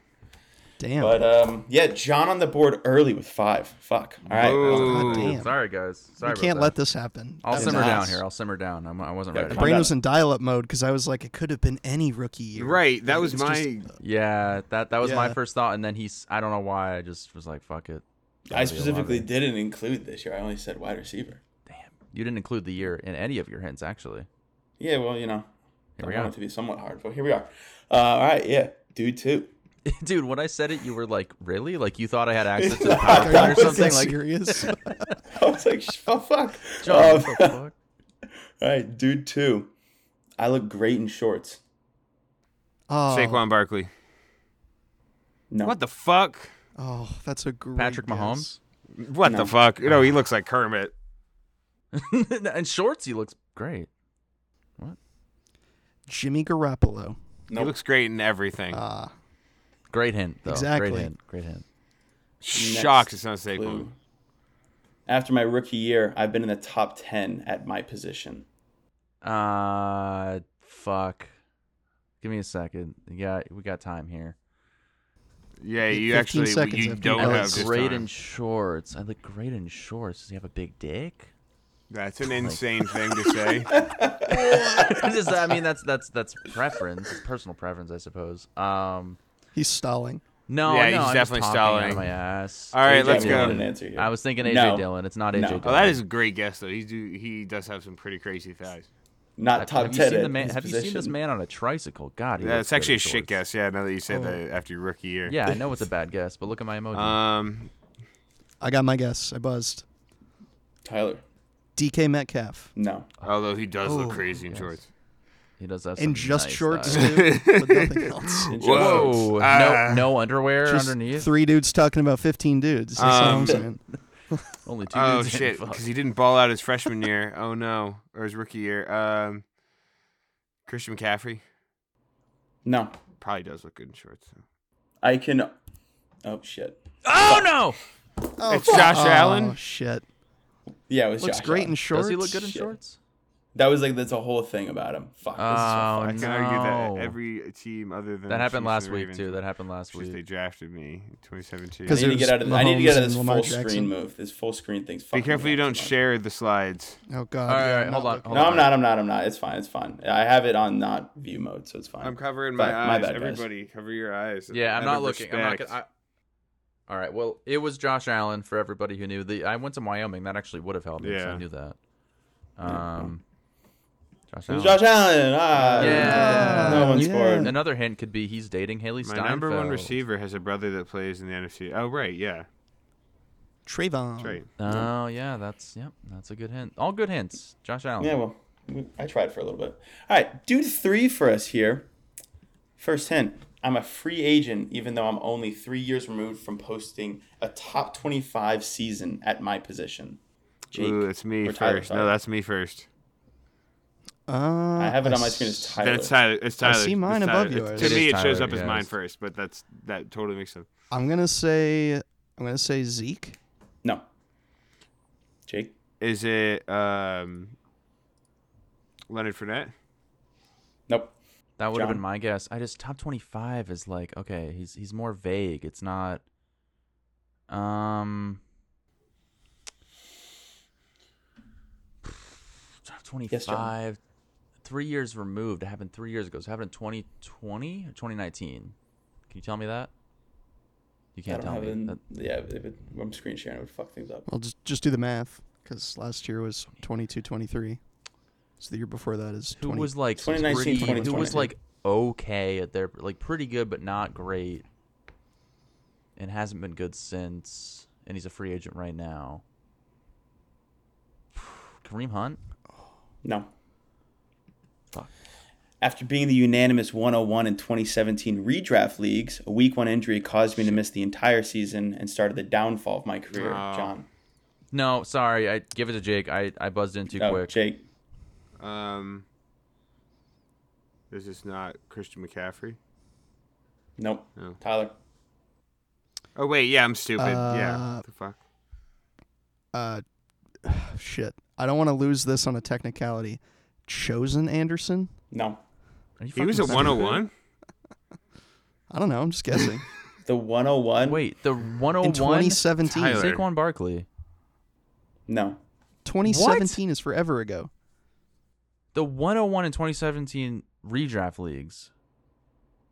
Speaker 3: Damn.
Speaker 2: But um, yeah, John on the board early with five. Fuck. All right.
Speaker 5: Ooh.
Speaker 1: oh,
Speaker 3: God damn.
Speaker 1: sorry guys. Sorry.
Speaker 3: we
Speaker 1: about
Speaker 3: can't
Speaker 1: that.
Speaker 3: let this happen.
Speaker 1: I'll
Speaker 3: That was
Speaker 1: simmer
Speaker 3: nuts.
Speaker 1: down
Speaker 2: nuts.
Speaker 1: here. I'll simmer down. I'm, I wasn't
Speaker 2: Yeah,
Speaker 1: ready.
Speaker 2: come
Speaker 3: Brain
Speaker 2: on.
Speaker 3: was in dial-up mode because I was like, it could have been any rookie year.
Speaker 5: Right. That was
Speaker 3: It's
Speaker 5: my.
Speaker 3: just-
Speaker 1: Yeah, that that was my
Speaker 3: Yeah.
Speaker 1: first thought, and then he's. I don't know why. I just was like, fuck it.
Speaker 2: I
Speaker 1: Gotta be
Speaker 2: specifically
Speaker 1: 11.
Speaker 2: didn't include this year. I only said wide receiver.
Speaker 1: You didn't include the year in any of your hints, actually.
Speaker 2: Yeah, well, you know,
Speaker 1: Here
Speaker 2: I
Speaker 1: we
Speaker 2: want
Speaker 1: are,
Speaker 2: it to be somewhat hard, but here we are. Uh, all right, yeah, dude, two.
Speaker 1: dude. When I said it, you were like, really? Like you thought I had access to the
Speaker 2: Are you
Speaker 1: PowerPoint or
Speaker 3: Are you
Speaker 1: something? Like,
Speaker 3: serious?
Speaker 2: I was like, sh- oh, fuck.
Speaker 1: John,
Speaker 2: Um,
Speaker 1: what the fuck?
Speaker 2: All right, dude two. I look great in shorts.
Speaker 3: oh,
Speaker 5: Saquon Barkley.
Speaker 2: No.
Speaker 5: What the fuck?
Speaker 3: Oh, that's a great
Speaker 1: Patrick
Speaker 3: guess.
Speaker 1: Mahomes
Speaker 5: What
Speaker 2: No.
Speaker 5: the fuck? No, he looks like Kermit.
Speaker 1: in shorts. He looks great.
Speaker 3: Jimmy Garoppolo.
Speaker 5: He
Speaker 2: Nope.
Speaker 5: looks great in everything.
Speaker 3: Ah,
Speaker 1: Great hint, though. Great
Speaker 3: Exactly.
Speaker 1: hint. Great hint.
Speaker 5: Shocked
Speaker 2: Next
Speaker 5: it's not Saquon.
Speaker 2: clue. After my rookie year, I've been in the top 10 at my position.
Speaker 1: Uh, fuck. Give me a second. We got we got time here.
Speaker 5: Yeah, you
Speaker 3: 15
Speaker 5: actually
Speaker 3: seconds
Speaker 5: you
Speaker 3: after
Speaker 5: don't
Speaker 3: you
Speaker 1: I
Speaker 5: have
Speaker 1: look
Speaker 3: this
Speaker 1: great
Speaker 5: time.
Speaker 1: in shorts. I look great in shorts. Does he have a big dick?
Speaker 5: That's an insane thing to say.
Speaker 1: Just- I mean, that's that's that's preference. It's personal preference, I suppose. Um,
Speaker 3: he's stalling.
Speaker 1: no,
Speaker 5: Yeah,
Speaker 1: no,
Speaker 5: he's
Speaker 1: I'm
Speaker 5: definitely
Speaker 1: just talking out of
Speaker 5: stalling.
Speaker 1: my ass.
Speaker 5: All right,
Speaker 2: AJ
Speaker 5: let's
Speaker 2: Dillon
Speaker 5: go.
Speaker 2: didn't answer here.
Speaker 1: I was thinking AJ
Speaker 2: No.
Speaker 1: Dillon. It's not AJ
Speaker 2: No.
Speaker 1: Dillon.
Speaker 5: Oh, that is a great guess though. He's do he does have some pretty crazy thighs.
Speaker 2: Not
Speaker 1: Have,
Speaker 2: top
Speaker 1: have you
Speaker 2: 10.
Speaker 1: seen the
Speaker 2: at
Speaker 1: man?
Speaker 2: his
Speaker 1: Have you seen this
Speaker 2: position.
Speaker 1: man on a tricycle? God, he
Speaker 5: Yeah,
Speaker 1: looks
Speaker 5: it's actually
Speaker 1: good in
Speaker 5: a shit
Speaker 1: shorts.
Speaker 5: guess. Yeah, now that you said that after your rookie year.
Speaker 1: Oh. Yeah, I know it's a bad guess, but look at my emoji.
Speaker 5: Um,
Speaker 3: I got my guess. I buzzed.
Speaker 2: Tyler.
Speaker 3: DK Metcalf.
Speaker 2: No.
Speaker 1: Oh,
Speaker 5: although he does look crazy in shorts.
Speaker 1: He does that.
Speaker 3: and
Speaker 1: some
Speaker 3: just
Speaker 1: nice
Speaker 3: shorts
Speaker 1: style.
Speaker 3: too, with nothing else.
Speaker 2: In
Speaker 5: Whoa.
Speaker 2: general.
Speaker 1: Whoa!
Speaker 5: Ah.
Speaker 1: no, no underwear
Speaker 3: Just
Speaker 1: underneath.
Speaker 3: three dudes talking about fifteen dudes. That's what I'm
Speaker 5: Um,
Speaker 3: saying.
Speaker 1: Only two.
Speaker 5: Oh
Speaker 1: dudes in.
Speaker 5: shit!
Speaker 1: Fuck.
Speaker 5: Because he didn't ball out his freshman year. Oh no, or his rookie year. Um, Christian McCaffrey
Speaker 2: No,
Speaker 5: probably does look good in shorts. though.
Speaker 2: I can. Oh shit.
Speaker 1: Oh no!
Speaker 3: Oh,
Speaker 5: It's Josh
Speaker 3: oh,
Speaker 5: Allen.
Speaker 3: Shit,
Speaker 2: Yeah, it was
Speaker 3: looks
Speaker 2: Josh
Speaker 3: great
Speaker 2: Allen.
Speaker 3: in shorts.
Speaker 1: Does he look good in
Speaker 2: Shit.
Speaker 1: shorts?
Speaker 2: That was like that's a whole thing about him. Fuck. this is so
Speaker 1: Oh
Speaker 5: I
Speaker 1: no!
Speaker 5: can argue that every team other
Speaker 1: That
Speaker 5: than the Chiefs
Speaker 1: happened
Speaker 5: and
Speaker 1: last
Speaker 5: the
Speaker 1: week
Speaker 5: Ravens,
Speaker 1: too. That happened last
Speaker 5: it's just they
Speaker 1: week.
Speaker 5: drafted me in 2017.
Speaker 3: 'Cause
Speaker 2: I need to
Speaker 3: it was
Speaker 2: get out of I need to get out
Speaker 3: Mahomes
Speaker 2: of this
Speaker 3: and
Speaker 2: full
Speaker 3: Lamar Jackson.
Speaker 2: screen move. This full screen thing's
Speaker 5: Be
Speaker 2: fucking.
Speaker 5: careful you
Speaker 2: annoying.
Speaker 5: don't share the slides.
Speaker 3: Oh god.
Speaker 1: All right,
Speaker 3: yeah,
Speaker 1: all right, hold
Speaker 3: I'm not
Speaker 1: on,
Speaker 3: looking.
Speaker 1: hold
Speaker 2: No,
Speaker 1: on.
Speaker 2: I'm not. I'm not. I'm not. It's fine. It's fine. I have it on not view mode, so it's fine.
Speaker 5: I'm covering my
Speaker 2: my- my
Speaker 5: eyes.
Speaker 2: eyes. bad, guys.
Speaker 5: Everybody,
Speaker 2: Everybody,
Speaker 5: cover your eyes.
Speaker 1: Yeah, I'm not looking. I'm not. Gonna, I, all right. Well, it was Josh Allen for everybody who knew. The I went to Wyoming. That actually would have helped me. if
Speaker 5: Yeah.
Speaker 1: I knew that. Um, Josh
Speaker 2: It
Speaker 1: Allen.
Speaker 2: was Josh Allen. Ah,
Speaker 1: Yeah.
Speaker 2: No one
Speaker 3: Yeah.
Speaker 2: scored.
Speaker 1: Another hint could be he's dating Haley
Speaker 5: My
Speaker 1: Steinfeld.
Speaker 5: number one receiver has a brother that plays in the NFC. Oh right, yeah,
Speaker 3: Trayvon.
Speaker 5: that's right.
Speaker 1: Oh yeah, that's yep. That's a good hint. All good hints. Josh Allen.
Speaker 2: Yeah. Well, I tried for a little bit. All right, dude, three for us here. First hint: I'm a free agent, even though I'm only three years removed from posting a top 25 season at my position. Jake,
Speaker 5: Ooh, it's me
Speaker 2: or Tyler,
Speaker 5: first. no,
Speaker 2: sorry.
Speaker 5: that's me first.
Speaker 3: Uh,
Speaker 2: I have it on my
Speaker 3: s-
Speaker 2: screen as Tyler.
Speaker 5: That's Tyler. It's Tyler.
Speaker 3: see mine
Speaker 5: It's
Speaker 3: above
Speaker 5: Tyler.
Speaker 3: yours.
Speaker 5: To
Speaker 1: It
Speaker 5: me,
Speaker 1: is
Speaker 5: it shows
Speaker 1: Tyler,
Speaker 5: up as
Speaker 1: yeah,
Speaker 5: mine
Speaker 1: it's-
Speaker 5: first, but that's that totally makes sense.
Speaker 3: I'm gonna say. I'm gonna say Zeke.
Speaker 2: No. Jake.
Speaker 5: Is it um, Leonard Fournette?
Speaker 2: Nope.
Speaker 1: That would have been
Speaker 2: John?
Speaker 1: my guess. I just top twenty five is like okay. He's he's more vague. It's not. Um. Top twenty five. three years removed. It happened three years ago. So it happened in twenty twenty or twenty nineteen. Can you tell me that? You
Speaker 2: I
Speaker 1: can't tell
Speaker 2: don't have
Speaker 1: me.
Speaker 2: it. in-
Speaker 1: That-
Speaker 2: Yeah, if it, I'm screen sharing. It would fuck things up.
Speaker 3: Well, just just do the math because last year was 22, 23. So the year before that is
Speaker 1: who
Speaker 3: 20.
Speaker 1: was like
Speaker 2: 2019,
Speaker 1: pretty, who was
Speaker 2: 2020.
Speaker 1: like okay at their like pretty good but not great and hasn't been good since and he's a free agent right now kareem hunt
Speaker 2: No.
Speaker 1: Fuck.
Speaker 2: After being the unanimous 101 in 2017 redraft leagues, a week one injury caused me to miss the entire season and started the downfall of my career.
Speaker 5: Oh.
Speaker 2: John.
Speaker 1: no sorry i give it to jake i, I buzzed in too
Speaker 2: Oh,
Speaker 1: quick
Speaker 2: Jake.
Speaker 5: Um, this is not Christian McCaffrey.
Speaker 2: Nope.
Speaker 5: No.
Speaker 2: Tyler.
Speaker 5: Oh wait, yeah, I'm stupid. yeah,
Speaker 3: Uh,
Speaker 5: what the fuck.
Speaker 3: uh, shit. I don't want to lose this on a technicality. Chosen Anderson?
Speaker 2: No.
Speaker 1: Are you
Speaker 5: He was a
Speaker 1: fucking stupid?
Speaker 5: 101.
Speaker 3: I don't know. I'm just guessing.
Speaker 2: The 101.
Speaker 1: wait the 101
Speaker 3: In 2017.
Speaker 5: Tyler.
Speaker 1: Saquon Barkley.
Speaker 2: No.
Speaker 3: 2017 is forever ago.
Speaker 1: The 101 in 2017 redraft leagues.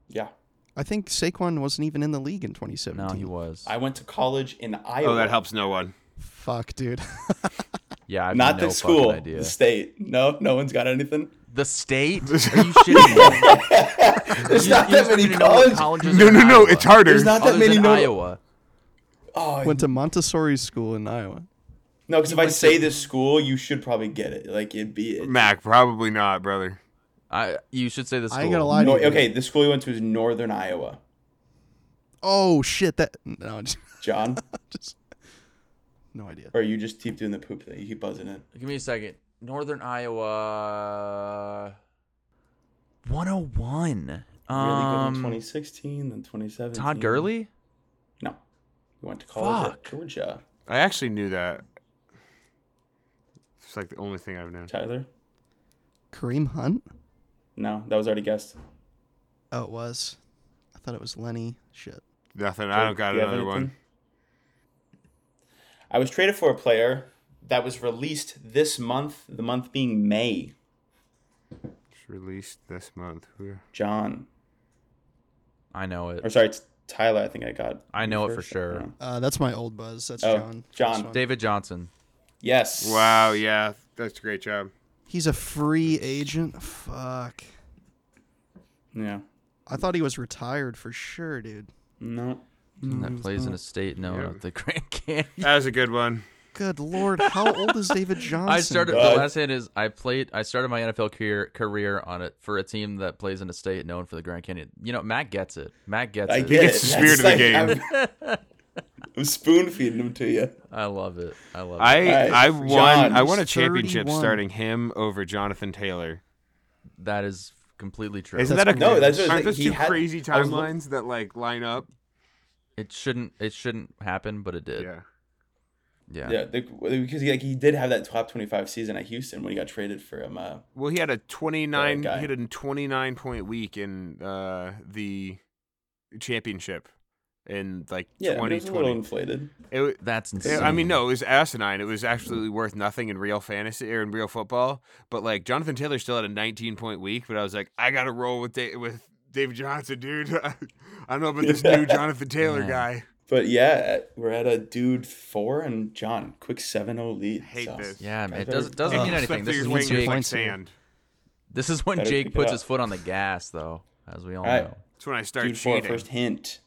Speaker 2: Yeah.
Speaker 3: I think Saquon wasn't even in the league in 2017.
Speaker 1: No, he was.
Speaker 2: I went to college in Iowa.
Speaker 5: Oh, that helps no one.
Speaker 3: Fuck, dude.
Speaker 1: yeah, I have
Speaker 2: Not
Speaker 1: no fucking
Speaker 2: the school,
Speaker 1: Idea.
Speaker 2: the state. No, no one's got anything.
Speaker 1: The state? Are you shitting me?
Speaker 2: There's
Speaker 1: You-
Speaker 2: not
Speaker 1: you
Speaker 2: that
Speaker 1: just don't
Speaker 2: many
Speaker 1: even know what
Speaker 2: colleges.
Speaker 1: colleges are in Iowa.
Speaker 5: harder.
Speaker 2: There's not that
Speaker 1: Other
Speaker 2: many.
Speaker 1: than
Speaker 2: No,
Speaker 1: Iowa.
Speaker 2: Oh,
Speaker 3: Went to Montessori school in Iowa.
Speaker 2: No, because if I say this school, you should probably get it. Like it'd be it.
Speaker 5: Mac, probably not, brother.
Speaker 1: I you should say the school.
Speaker 3: I ain't gonna lie to
Speaker 2: No,
Speaker 3: you.
Speaker 2: okay, the school you went to is Northern Iowa.
Speaker 3: Oh shit. That no, just,
Speaker 2: John,
Speaker 3: just no idea.
Speaker 2: or you just keep doing the poop thing. You keep buzzing it.
Speaker 1: Give me a second. Northern Iowa. uh, 101.
Speaker 2: Really good in
Speaker 1: Um,
Speaker 2: 2016, then 2017.
Speaker 1: Todd Gurley?
Speaker 2: No, you went to college
Speaker 1: Fuck.
Speaker 2: at Georgia.
Speaker 5: I actually knew that. It's like the only thing I've known.
Speaker 2: Tyler,
Speaker 3: Kareem Hunt?
Speaker 2: no, that was already guessed.
Speaker 3: Oh, it was. I thought it was Lenny. Shit.
Speaker 5: Nothing. I don't got
Speaker 2: Do you have
Speaker 5: another one.
Speaker 2: anything? I was traded for a player that was released this month. The month being May.
Speaker 5: It's released this month. Who-
Speaker 2: John,
Speaker 1: I know
Speaker 2: or
Speaker 1: it.
Speaker 2: sorry, it's Tyler. I think I got.
Speaker 1: I know it for
Speaker 2: first.
Speaker 1: sure.
Speaker 3: Uh, that's my old buzz. That's
Speaker 2: Oh,
Speaker 3: John.
Speaker 2: John.
Speaker 3: That's one.
Speaker 1: David Johnson.
Speaker 2: Yes.
Speaker 5: Wow. Oh, Yeah, that's a great job.
Speaker 3: He's a free agent. Fuck.
Speaker 2: Yeah.
Speaker 3: I thought he was retired for sure, dude.
Speaker 2: No. Mm-hmm.
Speaker 1: That plays in a state known
Speaker 5: Yeah.
Speaker 1: as the Grand Canyon.
Speaker 5: That was a good one.
Speaker 3: Good lord, how old is David Johnson?
Speaker 1: I started.
Speaker 2: Uh,
Speaker 1: the last hit is I played. I started my NFL career career on it for a team that plays in a state known for the Grand Canyon. You know, Matt gets it. Matt gets
Speaker 2: I
Speaker 1: it.
Speaker 2: get
Speaker 5: gets the
Speaker 2: it.
Speaker 5: spirit of the game.
Speaker 2: I'm, I'm spoon feeding them to you.
Speaker 1: I love it. I love it.
Speaker 5: I
Speaker 2: Alright,
Speaker 5: I won
Speaker 2: John,
Speaker 5: I won a
Speaker 3: he's
Speaker 5: championship
Speaker 3: 31.
Speaker 5: starting him over Jonathan Taylor.
Speaker 1: That is completely true.
Speaker 5: Isn't that a
Speaker 2: No, that's what I
Speaker 5: aren't
Speaker 2: was
Speaker 5: those
Speaker 2: thinking.
Speaker 5: two
Speaker 2: He had-
Speaker 5: crazy
Speaker 2: I was look-
Speaker 5: timelines that like line up?
Speaker 1: it shouldn't. It shouldn't happen, but it did.
Speaker 5: yeah.
Speaker 1: Yeah.
Speaker 2: Yeah, the, because he, like he did have that top twenty-five season at Houston when he got traded for um. Uh,
Speaker 5: Well, he had a twenty nine. He
Speaker 2: guy.
Speaker 5: had a twenty nine point week in uh, the championship in like
Speaker 2: yeah, it
Speaker 5: twenty
Speaker 2: was a little
Speaker 5: twenty.
Speaker 2: inflated.
Speaker 5: It, wa-
Speaker 1: That's
Speaker 5: it-
Speaker 1: insane.
Speaker 5: I mean, no, it was asinine. It was absolutely worth nothing in real fantasy or in real football. But like Jonathan Taylor still had a nineteen point week. But I was like, I gotta roll with da- with David Johnson, dude. I don't know about this new Jonathan Taylor
Speaker 1: Man.
Speaker 5: guy.
Speaker 2: But yeah, we're at a dude four and John quick 7-0 lead.
Speaker 5: Hate
Speaker 2: so.
Speaker 5: this.
Speaker 1: Yeah,
Speaker 2: Guys
Speaker 1: it
Speaker 2: are-
Speaker 1: doesn't doesn't
Speaker 3: uh,
Speaker 1: mean
Speaker 5: Stuff
Speaker 1: anything.
Speaker 5: through
Speaker 1: This
Speaker 5: your
Speaker 1: is when
Speaker 5: wings
Speaker 3: Jake-
Speaker 5: like
Speaker 3: Points here.
Speaker 5: sand.
Speaker 1: This is when
Speaker 2: Better
Speaker 1: Jake
Speaker 2: pick it
Speaker 1: puts
Speaker 2: up.
Speaker 1: his foot on the gas, though, as we all,
Speaker 2: All right.
Speaker 1: know.
Speaker 5: That's when I start
Speaker 2: Dude four,
Speaker 5: cheating.
Speaker 2: first hint.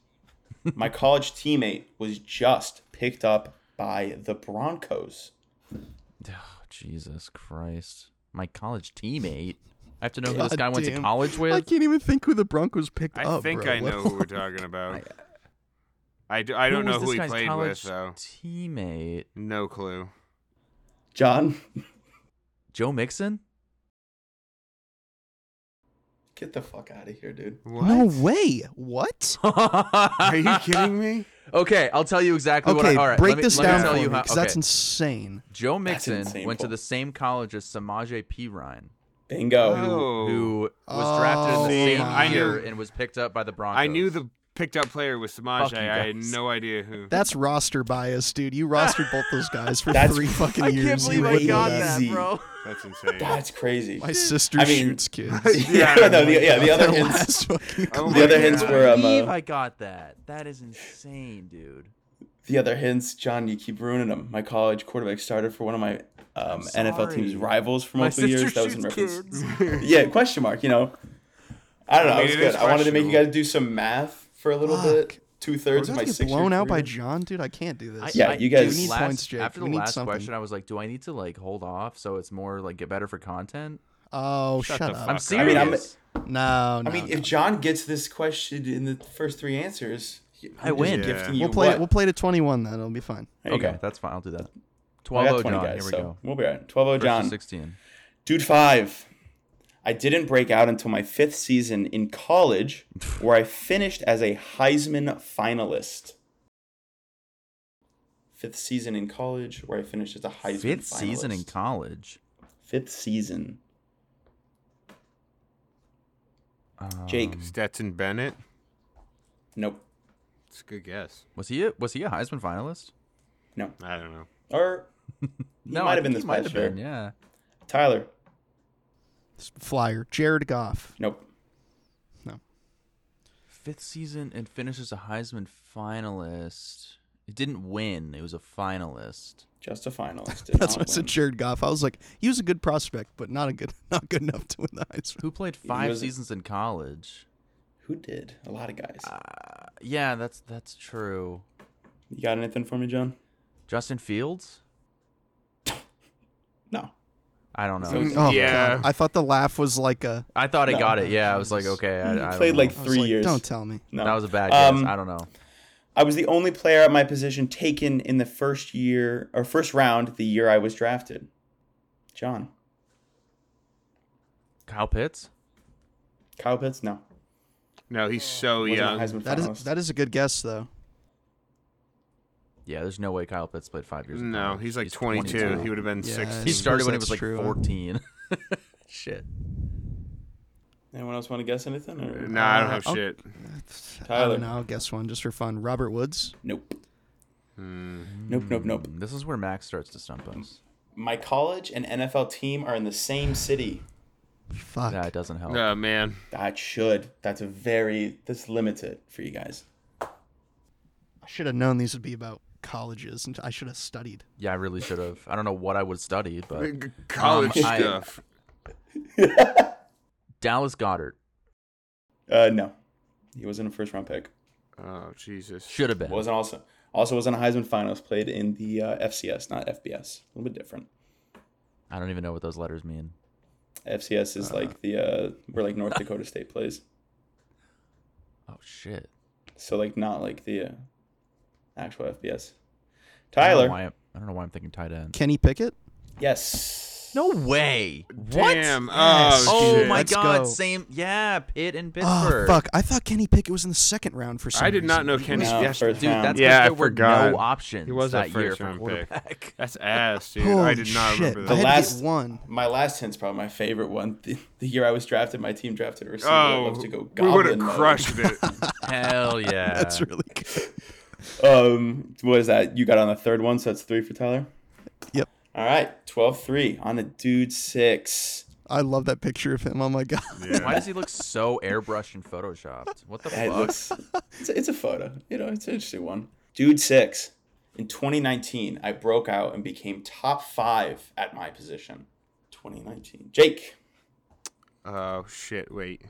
Speaker 2: My college teammate was just picked up by the Broncos.
Speaker 1: Oh, Jesus Christ! My college teammate. I have to know who this
Speaker 3: God
Speaker 1: guy went to
Speaker 3: damn.
Speaker 1: college
Speaker 3: I
Speaker 1: with.
Speaker 3: can't even think who the Broncos picked
Speaker 5: I
Speaker 3: up.
Speaker 5: think
Speaker 3: Oh, bro.
Speaker 5: I
Speaker 3: What
Speaker 5: know
Speaker 3: the-
Speaker 5: who we're talking about. I, do, I
Speaker 1: Who
Speaker 5: don't
Speaker 1: was
Speaker 5: know
Speaker 1: this
Speaker 5: who he
Speaker 1: guy's
Speaker 5: played
Speaker 1: college
Speaker 5: with though.
Speaker 1: Teammate
Speaker 5: No clue.
Speaker 2: John,
Speaker 1: Joe Mixon.
Speaker 2: get the fuck out of here, dude.
Speaker 5: What?
Speaker 3: No way. What?
Speaker 5: Are you kidding me?
Speaker 1: Okay, I'll tell you exactly what.
Speaker 3: Okay,
Speaker 1: I, all right,
Speaker 3: break
Speaker 1: let me,
Speaker 3: this
Speaker 1: let me
Speaker 3: down
Speaker 1: tell
Speaker 3: for me
Speaker 1: you how,
Speaker 3: because
Speaker 1: okay.
Speaker 3: that's insane.
Speaker 1: Joe
Speaker 2: That's
Speaker 1: Mixon
Speaker 2: insane,
Speaker 1: went to
Speaker 2: Paul.
Speaker 1: the same college as Samaje Perine,
Speaker 2: Bingo.
Speaker 5: Oh,
Speaker 1: who was drafted in
Speaker 5: Oh
Speaker 1: the
Speaker 5: my. I
Speaker 1: same
Speaker 5: knew-
Speaker 1: year and was picked up by the Broncos.
Speaker 5: I knew the picked up player was Samaj.
Speaker 1: Fuck you
Speaker 5: I had
Speaker 1: guys.
Speaker 5: no idea who.
Speaker 3: That's roster bias, dude. You rostered both those guys for
Speaker 2: That's-
Speaker 3: three fucking
Speaker 1: I
Speaker 3: years.
Speaker 1: can't
Speaker 3: you
Speaker 1: believe I
Speaker 3: hate
Speaker 1: got
Speaker 3: that.
Speaker 1: that,
Speaker 2: Easy.
Speaker 1: bro.
Speaker 5: That's insane.
Speaker 2: That's crazy.
Speaker 3: My sister
Speaker 2: I mean-
Speaker 3: shoots kids.
Speaker 2: yeah,
Speaker 5: Yeah,
Speaker 2: no, the, yeah, the other
Speaker 3: That
Speaker 2: hints,
Speaker 3: last fucking-
Speaker 5: Oh
Speaker 2: the
Speaker 5: my
Speaker 2: other hints
Speaker 5: God.
Speaker 2: were um,
Speaker 1: believe
Speaker 2: uh,
Speaker 1: I got that. That is insane, dude.
Speaker 2: the other hints. John, you keep ruining them. My college quarterback started for one of my um, NFL team's
Speaker 1: sorry.
Speaker 2: rivals for
Speaker 1: My
Speaker 2: multiple
Speaker 1: sister
Speaker 2: years. That was in
Speaker 1: shoots
Speaker 2: reference.
Speaker 1: kids.
Speaker 2: yeah, question mark. You know, I don't know.
Speaker 5: I mean,
Speaker 2: I was
Speaker 5: it
Speaker 2: good.
Speaker 5: is
Speaker 2: I wanted to make you
Speaker 5: questionable.
Speaker 2: guys do some math for a little
Speaker 3: Fuck.
Speaker 2: bit. Two
Speaker 3: We're
Speaker 2: thirds of
Speaker 3: about
Speaker 2: my
Speaker 3: to get
Speaker 2: six.
Speaker 3: blown out by John, dude. I can't do
Speaker 1: I-
Speaker 3: this.
Speaker 2: Yeah,
Speaker 1: I-
Speaker 2: you guys-
Speaker 1: dude,
Speaker 2: We
Speaker 3: need
Speaker 1: last-
Speaker 3: points, Jake.
Speaker 1: After the
Speaker 3: We need
Speaker 1: last
Speaker 3: something.
Speaker 1: question, I was like, "Do I need to like hold off so it's more like get better for content?"
Speaker 3: oh, shut,
Speaker 5: Shut the
Speaker 3: up.
Speaker 5: fuck
Speaker 1: I'm
Speaker 5: up.
Speaker 1: serious.
Speaker 2: mean, I'm-
Speaker 3: No, no.
Speaker 2: I mean,
Speaker 3: no.
Speaker 2: if John gets this question in the first three answers, I'm
Speaker 1: I
Speaker 2: just
Speaker 1: win.
Speaker 2: Gifting
Speaker 5: Yeah.
Speaker 2: you
Speaker 3: we'll play it.
Speaker 2: what?
Speaker 3: We'll play to 21 then. It'll be fine.
Speaker 2: There you
Speaker 1: okay,
Speaker 2: go.
Speaker 1: that's fine. I'll do that.
Speaker 2: I got
Speaker 1: 12
Speaker 2: twenty
Speaker 1: oh, John.
Speaker 2: guys.
Speaker 1: Here we
Speaker 2: so
Speaker 1: go.
Speaker 2: we'll be all right. Twelve zero
Speaker 1: Versus
Speaker 2: John.
Speaker 1: 16.
Speaker 2: Dude five. I didn't break out until my fifth season in college, where I finished as a Heisman finalist. Fifth season in college, where I finished as a Heisman
Speaker 1: Fifth
Speaker 2: finalist.
Speaker 1: season in college.
Speaker 2: Fifth season. Jake.
Speaker 1: Um,
Speaker 5: Stetson Bennett.
Speaker 2: Nope.
Speaker 5: It's a good guess.
Speaker 1: was he a, was he a Heisman finalist?
Speaker 2: No.
Speaker 5: I don't know.
Speaker 2: Or he
Speaker 1: no,
Speaker 2: might
Speaker 1: I
Speaker 2: have been
Speaker 1: think
Speaker 2: this
Speaker 1: he might
Speaker 2: past
Speaker 1: have
Speaker 2: year.
Speaker 1: been. Yeah.
Speaker 2: Tyler.
Speaker 3: Flyer. Jared Goff.
Speaker 2: Nope.
Speaker 1: Fifth season and finishes a Heisman finalist. It didn't win. It was a finalist.
Speaker 2: Just a finalist. Did
Speaker 3: That's
Speaker 2: not
Speaker 3: why I said
Speaker 2: win.
Speaker 3: Jared Goff. I was like, he was a good prospect, but not a good, not good enough to win the Heisman.
Speaker 1: Who played five
Speaker 2: was-
Speaker 1: seasons in college?
Speaker 2: Who did? A lot of guys.
Speaker 1: Uh, Yeah, that's that's true.
Speaker 2: you got anything for me, John?
Speaker 1: Justin Fields?
Speaker 2: No.
Speaker 1: I don't know.
Speaker 2: So-
Speaker 3: Oh,
Speaker 5: Yeah.
Speaker 3: God. I thought the laugh was like a.
Speaker 1: I thought I
Speaker 2: No.
Speaker 1: got it. Yeah, I was like, okay. I, I
Speaker 2: He
Speaker 1: don't
Speaker 2: played
Speaker 1: know.
Speaker 2: like
Speaker 3: I was
Speaker 2: three
Speaker 3: like,
Speaker 2: years.
Speaker 3: Don't tell me.
Speaker 2: No.
Speaker 1: that was a bad guess.
Speaker 2: Um,
Speaker 1: I don't know.
Speaker 2: I was the only player at my position taken in the first year or first round the year I was drafted. John.
Speaker 1: Kyle Pitts?
Speaker 2: Kyle Pitts? No.
Speaker 5: No, he's so young.
Speaker 2: Wasn't a Heisman
Speaker 3: That
Speaker 2: finalist.
Speaker 3: is that is a good guess though.
Speaker 1: Yeah, there's no way Kyle Pitts played five years. in
Speaker 5: No,
Speaker 1: college.
Speaker 5: he's like 22. He would have been
Speaker 3: Yeah,
Speaker 5: 16.
Speaker 1: He
Speaker 3: He's-
Speaker 1: started when he
Speaker 3: That's
Speaker 1: was like
Speaker 3: true.
Speaker 1: 14. Shit.
Speaker 2: Anyone else want to guess anything? Or?
Speaker 5: No, I don't have
Speaker 3: Uh, oh.
Speaker 5: shit.
Speaker 3: I
Speaker 2: Tyler.
Speaker 3: don't know. I'll guess one just for fun. Robert Woods.
Speaker 2: Nope. Nope, nope, nope.
Speaker 1: This is where Max starts to stump us.
Speaker 2: My college and NFL team are in the same city.
Speaker 3: Fuck.
Speaker 1: That doesn't help.
Speaker 5: Oh man,
Speaker 2: That should. That's a very. That's limited for you guys.
Speaker 3: I should have known these would be about colleges, and I should have studied.
Speaker 1: Yeah, I really should have. I don't know what I would study, but
Speaker 5: G- college
Speaker 1: I-
Speaker 5: stuff.
Speaker 1: Dallas Goddard
Speaker 2: Uh, no, he wasn't a first round pick.
Speaker 5: Oh Jesus.
Speaker 1: should have been.
Speaker 2: Wasn't also Also was on a Heisman finals, played in the uh, FCS, not FBS. A little bit different.
Speaker 1: I don't even know what those letters mean.
Speaker 2: FCS
Speaker 1: Uh-huh.
Speaker 2: is like the uh, where like North Dakota State plays.
Speaker 1: Oh shit.
Speaker 2: So like not like the uh, actual
Speaker 1: I
Speaker 2: FBS.
Speaker 1: don't know
Speaker 2: Tyler,
Speaker 1: why I'm- I don't know why I'm thinking tight end.
Speaker 3: Kenny Pickett?
Speaker 2: yes.
Speaker 1: No way.
Speaker 5: Damn.
Speaker 3: Yes.
Speaker 5: Oh,
Speaker 1: Oh
Speaker 5: shit.
Speaker 1: my
Speaker 3: Let's
Speaker 1: god.
Speaker 3: go.
Speaker 1: Same. Yeah, Pitt and
Speaker 3: Oh
Speaker 1: Pittsburgh.
Speaker 3: fuck! I thought Kenny Pickett was in the second round for some.
Speaker 5: I did not
Speaker 3: reason.
Speaker 5: know Kenny.
Speaker 2: No,
Speaker 5: yes,
Speaker 2: first
Speaker 1: Dude,
Speaker 5: dude,
Speaker 1: that's
Speaker 2: round.
Speaker 1: because
Speaker 5: Yeah, I
Speaker 1: there were
Speaker 5: forgot.
Speaker 1: no options
Speaker 5: He was
Speaker 1: that
Speaker 5: a
Speaker 1: year
Speaker 5: first
Speaker 1: for
Speaker 5: round pick.
Speaker 1: quarterback.
Speaker 5: That's ass, dude.
Speaker 3: Holy
Speaker 5: I did not
Speaker 3: shit.
Speaker 5: remember
Speaker 3: I
Speaker 5: that.
Speaker 3: had
Speaker 2: The
Speaker 3: to get
Speaker 2: last-
Speaker 3: one.
Speaker 2: My last hint's probably my favorite one. The, the year I was drafted, my team drafted a receiver. I
Speaker 5: Oh,
Speaker 2: love to go
Speaker 5: we would
Speaker 2: goblin
Speaker 5: have
Speaker 2: mode.
Speaker 5: crushed it.
Speaker 1: Hell yeah.
Speaker 3: That's
Speaker 2: Uh,
Speaker 3: really good.
Speaker 2: Um, what is that? You got on the third one, so that's three for Tyler.
Speaker 3: Yep.
Speaker 2: All right, 12-3 on the dude six.
Speaker 3: I love that picture of him. Oh my god.
Speaker 1: Why does he look so airbrushed and photoshopped? What the
Speaker 2: That
Speaker 1: fuck?
Speaker 2: looks. It's a, it's a photo. You know, it's an interesting one. Dude six. In 2019, I broke out and became top five at my position. 2019. Jake.
Speaker 5: Oh shit! Wait,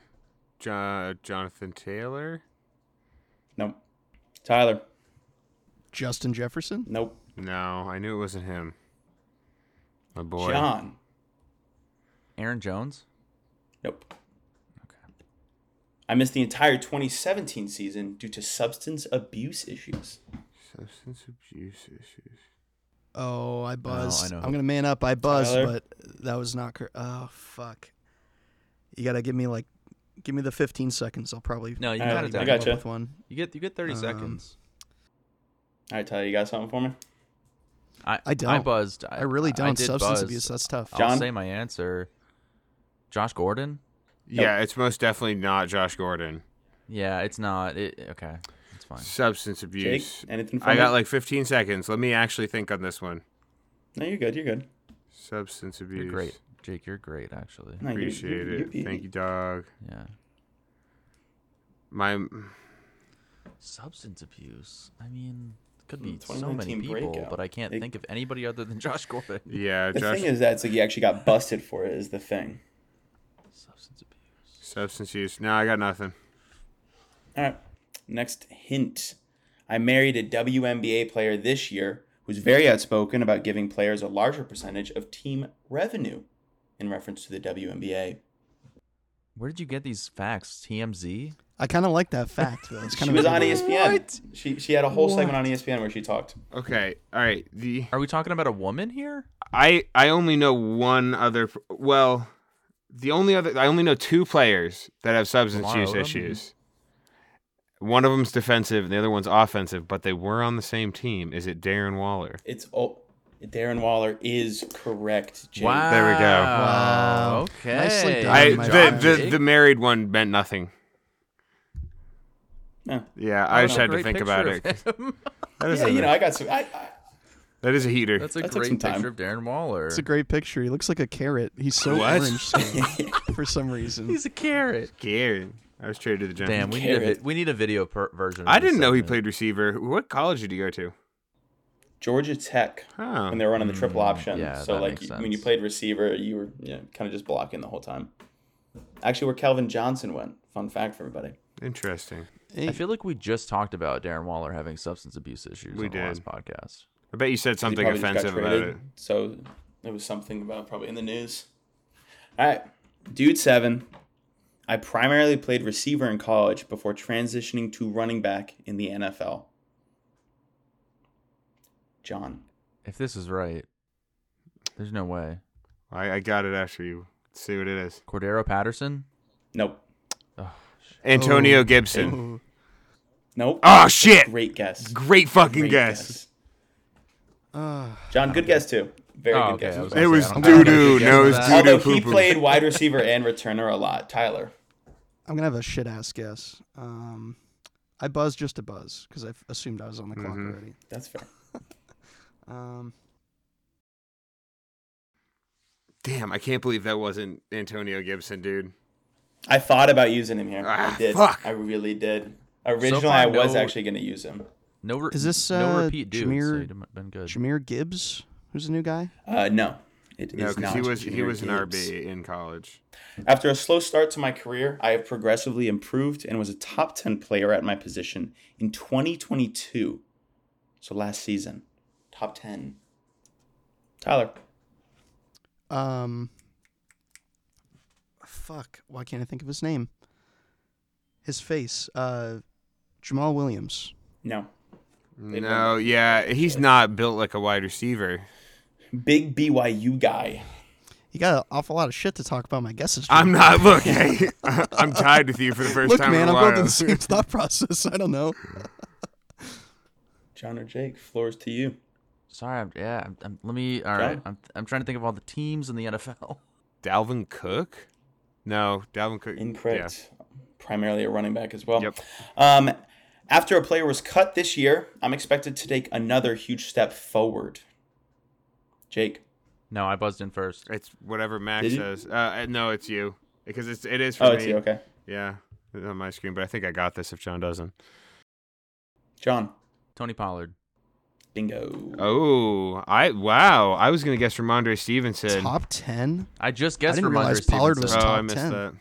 Speaker 5: jo- Jonathan Taylor?
Speaker 2: Nope. Tyler.
Speaker 3: Justin Jefferson?
Speaker 2: Nope.
Speaker 5: No, I knew it wasn't him. My boy.
Speaker 2: John.
Speaker 1: Aaron Jones?
Speaker 2: Nope. I missed the entire 2017 season due to substance abuse issues.
Speaker 5: Substance abuse issues.
Speaker 3: Oh, I buzzed.
Speaker 1: know.
Speaker 3: I'm gonna man up. I buzzed,
Speaker 2: Tyler?
Speaker 3: but that was not. Cor- oh fuck! You gotta give me like, give me the 15 seconds. I'll probably.
Speaker 1: No, you
Speaker 2: All right,
Speaker 1: got
Speaker 2: I
Speaker 1: it. down.
Speaker 3: come up
Speaker 2: gotcha.
Speaker 3: With one.
Speaker 1: You get you get 30
Speaker 3: Um,
Speaker 1: seconds.
Speaker 2: All right, Tyler, you got something for me?
Speaker 3: I
Speaker 1: I
Speaker 3: don't.
Speaker 1: buzzed. I,
Speaker 3: I really don't.
Speaker 1: did
Speaker 3: Substance
Speaker 1: buzz.
Speaker 3: abuse. That's tough.
Speaker 1: I'll
Speaker 2: John?
Speaker 1: say my answer. Josh Gordon?
Speaker 5: Yeah, it's most definitely not Josh Gordon.
Speaker 1: Yeah, it's not. It, okay, it's fine.
Speaker 5: Substance
Speaker 2: Jake,
Speaker 5: abuse.
Speaker 2: anything for
Speaker 5: I
Speaker 2: me?
Speaker 5: got like 15 seconds. Let me actually think on this one.
Speaker 2: No, you're good. You're good.
Speaker 5: Substance abuse.
Speaker 1: You're great, Jake. You're great, actually.
Speaker 2: No, you- you-
Speaker 5: Appreciate
Speaker 2: you-
Speaker 5: it. Thank you, dog.
Speaker 1: Yeah.
Speaker 5: My
Speaker 1: Substance abuse. I mean, it could
Speaker 2: Hmm,
Speaker 1: be so
Speaker 2: 2019
Speaker 1: many people,
Speaker 2: breakout.
Speaker 1: but I can't
Speaker 2: It-
Speaker 1: think of anybody other than Josh Gordon.
Speaker 5: yeah,
Speaker 2: The
Speaker 5: Josh.
Speaker 2: thing is that it's like you actually got busted for it is the thing.
Speaker 1: Substance abuse.
Speaker 5: substance use. No, I got nothing.
Speaker 2: All right. Next hint. I married a WNBA player this year who's very outspoken about giving players a larger percentage of team revenue in reference to the WNBA.
Speaker 1: Where did you get these facts? TMZ?
Speaker 3: I kind of like that fact though. It's kind
Speaker 2: She
Speaker 3: of
Speaker 2: was on E ESPN. She she had a whole segment on E ESPN where she talked.
Speaker 5: Okay. All right. The
Speaker 1: Are we talking about a woman here?
Speaker 5: I I only know one other. Well, the only other I only know two players that have substance
Speaker 1: Lamar
Speaker 5: use
Speaker 1: Odom?
Speaker 5: issues. One of them's defensive, and the other one's offensive, but they were on the same team. Is it Darren Waller?
Speaker 2: It's oh, Darren Waller is correct. Jake.
Speaker 1: Wow.
Speaker 5: There we go.
Speaker 3: Wow.
Speaker 1: Okay.
Speaker 3: Nicely done,
Speaker 5: I
Speaker 3: my
Speaker 5: the,
Speaker 3: God.
Speaker 5: the the married one meant nothing.
Speaker 2: Yeah.
Speaker 5: Yeah, I just had to think about it. That is,
Speaker 2: Yeah,
Speaker 5: a,
Speaker 2: you know I got some. I, I,
Speaker 5: that is a heater.
Speaker 1: That's a
Speaker 2: That took
Speaker 1: great
Speaker 2: some
Speaker 1: picture
Speaker 2: time.
Speaker 1: of Darren Waller.
Speaker 3: It's a great picture. He looks like a carrot. He's so
Speaker 5: What?
Speaker 3: orange skin for some reason.
Speaker 1: a carrot.
Speaker 5: Gary. I was traded to the Giants.
Speaker 1: Damn, we need a, vi-
Speaker 2: Carrot.
Speaker 1: we need a video per- version. of
Speaker 5: I
Speaker 1: this
Speaker 5: didn't know he
Speaker 1: segment.
Speaker 5: played receiver. What college did he go to?
Speaker 2: Georgia Tech
Speaker 5: Huh.
Speaker 2: when they were running the triple option.
Speaker 1: Hmm. yeah,
Speaker 2: so
Speaker 1: that
Speaker 2: like
Speaker 1: makes
Speaker 2: y- when you
Speaker 1: sense.
Speaker 2: played receiver, you were you know, kind of just blocking the whole time. Actually, where Calvin Johnson went. Fun fact for everybody.
Speaker 5: Interesting.
Speaker 1: I feel like we just talked about Darren Waller having substance abuse issues
Speaker 5: We
Speaker 1: on the last
Speaker 5: did.
Speaker 1: podcast.
Speaker 5: I bet you said
Speaker 2: He
Speaker 5: something
Speaker 2: probably just got
Speaker 5: offensive about
Speaker 2: traded,
Speaker 5: it.
Speaker 2: So it was something about probably in the news. All right, dude seven. I primarily played receiver in college before transitioning to running back in the NFL. John.
Speaker 1: If this is right, there's no way.
Speaker 5: I, I got it after you. Let's see what it is.
Speaker 1: Cordero Patterson?
Speaker 2: Nope.
Speaker 5: Antonio
Speaker 3: Oh.
Speaker 5: Gibson.
Speaker 3: Ooh.
Speaker 2: Nope.
Speaker 5: Oh shit!
Speaker 2: Great guess.
Speaker 5: Great fucking
Speaker 2: Great
Speaker 5: guess.
Speaker 3: Ah,
Speaker 2: John, good guess too. Very
Speaker 1: Oh,
Speaker 2: good
Speaker 1: okay, I
Speaker 2: guess. as
Speaker 1: was
Speaker 2: well.
Speaker 5: It was
Speaker 1: I don't
Speaker 5: doo
Speaker 1: think I
Speaker 5: doo.
Speaker 1: could guess
Speaker 5: No, it was
Speaker 1: that.
Speaker 5: doo
Speaker 2: Although
Speaker 5: doo
Speaker 2: he
Speaker 5: poo poo.
Speaker 2: played wide receiver and returner a lot. Tyler.
Speaker 3: I'm gonna have a shit ass guess. Um, I buzzed just a buzz because I f- assumed I was on the clock
Speaker 5: Mhm.
Speaker 3: already.
Speaker 2: That's fair.
Speaker 3: Um,
Speaker 5: Damn, I can't believe that wasn't Antonio Gibson, dude.
Speaker 2: I thought about using him here.
Speaker 5: Ah,
Speaker 2: I did.
Speaker 5: fuck.
Speaker 2: I really did. Originally,
Speaker 1: far,
Speaker 2: I was
Speaker 1: no-
Speaker 2: actually going to use him.
Speaker 1: No, re-
Speaker 3: Is this,
Speaker 1: no
Speaker 3: uh,
Speaker 1: repeat dudes.
Speaker 3: Jameer-
Speaker 1: so he'd have been good.
Speaker 3: Jameer Gibbs, who's the new guy?
Speaker 2: Uh, no, it
Speaker 5: No,
Speaker 2: is
Speaker 5: because
Speaker 2: not.
Speaker 5: he was he
Speaker 2: Jameer
Speaker 5: was an
Speaker 2: Gibbs.
Speaker 5: RB in college.
Speaker 2: After a slow start to my career, I have progressively improved and was a top ten player at my position in 2022. So last season, top 10. Tyler.
Speaker 3: Um, fuck. Why can't I think of his name? His face. Uh, Jamal Williams.
Speaker 2: No.
Speaker 5: No, yeah, he's not built like a wide receiver.
Speaker 2: Big BYU guy.
Speaker 3: You got an awful lot of shit to talk about. My guesses. Drew.
Speaker 5: I'm not. Look, hey, I'm tied with you for the first
Speaker 3: Look,
Speaker 5: time
Speaker 3: man,
Speaker 5: in a
Speaker 3: I'm
Speaker 5: while.
Speaker 3: going through the same thought process. I don't know.
Speaker 2: John or Jake, floors to you.
Speaker 1: Sorry, I'm, yeah. I'm, I'm, let me. All right,
Speaker 2: Yeah.
Speaker 1: I'm, I'm trying to think of all the teams in the NFL.
Speaker 5: Dalvin Cook? No, Dalvin Cook. Yeah.
Speaker 2: Incorrect. Primarily a running back as well.
Speaker 5: Yep.
Speaker 2: Um, after a player was cut this year, I'm expected to take another huge step forward. Jake.
Speaker 1: No, I buzzed in first.
Speaker 5: It's whatever Max
Speaker 2: Did you-
Speaker 5: says. Uh, Uh, no, it's you because it's it is for
Speaker 2: Oh,
Speaker 5: me.
Speaker 2: it's you. Okay.
Speaker 5: Yeah, it's on my screen. But I think I got this. If John doesn't.
Speaker 2: John.
Speaker 1: Tony Pollard.
Speaker 2: Bingo.
Speaker 5: Oh, I wow. I was gonna guess Ramondre Stevenson.
Speaker 3: Top ten.
Speaker 1: I just guessed
Speaker 3: I didn't
Speaker 1: Ramondre
Speaker 3: realize Pollard
Speaker 5: oh,
Speaker 1: Stevenson.
Speaker 3: was- top
Speaker 5: I missed
Speaker 3: 10.
Speaker 5: that.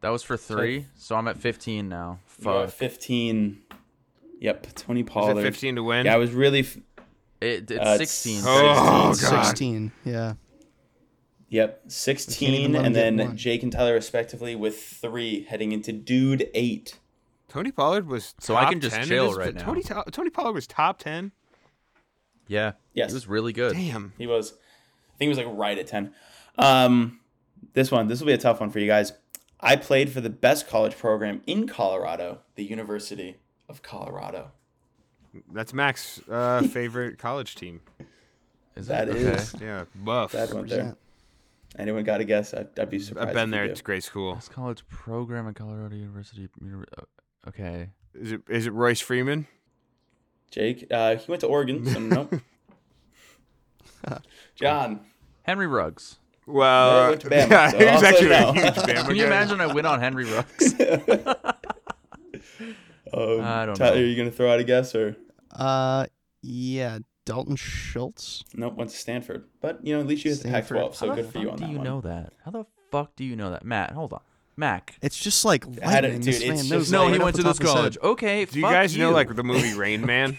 Speaker 1: That was for three, so I'm at 15 now.
Speaker 2: You are
Speaker 1: Fuck.
Speaker 2: 15. Yep. Tony Pollard.
Speaker 5: Was it 15 to win?
Speaker 2: Yeah, I was really. F-
Speaker 1: It, it's
Speaker 2: Uh, it's-
Speaker 1: 16.
Speaker 5: Oh, God.
Speaker 3: Sixteen. Yeah.
Speaker 2: Yep,
Speaker 3: even
Speaker 2: 16,
Speaker 3: let him
Speaker 2: and
Speaker 3: get
Speaker 2: then
Speaker 3: one.
Speaker 2: Jake and Tyler respectively with three, heading into Dude Eight.
Speaker 5: Tony Pollard was.
Speaker 1: So I
Speaker 5: top
Speaker 1: can just
Speaker 5: 10 in
Speaker 1: chill
Speaker 5: this-
Speaker 1: right now.
Speaker 5: Tony, To- Tony Pollard was top 10.
Speaker 1: Yeah.
Speaker 2: Yes.
Speaker 1: It was really good.
Speaker 5: Damn.
Speaker 2: He was, I think he was like right at 10. Um, this one, this will be a tough one for you guys. I played for the best college program in Colorado, the University of Colorado.
Speaker 5: That's Max's uh, favorite college team.
Speaker 1: Is
Speaker 2: That
Speaker 1: it?
Speaker 2: is
Speaker 1: Okay.
Speaker 5: Yeah, buff.
Speaker 2: that one there. Anyone got a guess? I'd, I'd be surprised.
Speaker 5: I've
Speaker 2: if
Speaker 5: been there.
Speaker 2: you
Speaker 5: It's a great school.
Speaker 1: Best college program at Colorado University. Univer- uh, Okay.
Speaker 5: Is it, is it Royce Freeman?
Speaker 2: do. Jake, uh, he went to Oregon, so no. John,
Speaker 1: Henry Ruggs.
Speaker 5: Well,
Speaker 2: I went to Bama,
Speaker 5: yeah,
Speaker 2: so
Speaker 5: he's
Speaker 2: also
Speaker 5: actually
Speaker 2: no.
Speaker 5: a huge Bama
Speaker 1: Can you
Speaker 5: guy.
Speaker 1: imagine I win on Henry Ruggs?
Speaker 2: um,
Speaker 1: I don't
Speaker 2: Tyler,
Speaker 1: know.
Speaker 2: are you going to throw out a guess or?
Speaker 3: Uh, yeah. Dalton Schultz.
Speaker 2: Nope, went to Stanford. But, you know, at least you hit the
Speaker 3: Stanford.
Speaker 2: Pac 12, so
Speaker 1: How the
Speaker 2: good for you
Speaker 1: fuck
Speaker 2: on
Speaker 1: do
Speaker 2: that
Speaker 1: you
Speaker 2: one.
Speaker 1: know that? How the fuck do you know that? Matt, hold on. Mac.
Speaker 3: It's just like
Speaker 2: I had it,
Speaker 3: lightning.
Speaker 2: dude,
Speaker 3: This
Speaker 2: it's
Speaker 3: man
Speaker 2: just
Speaker 3: knows
Speaker 2: like-
Speaker 1: No,
Speaker 3: right
Speaker 1: he
Speaker 3: off
Speaker 1: went
Speaker 3: the
Speaker 1: to
Speaker 3: top
Speaker 1: this
Speaker 3: of his head.
Speaker 1: college. Okay.
Speaker 5: Do you
Speaker 1: fuck
Speaker 5: guys know like the movie Rain Man?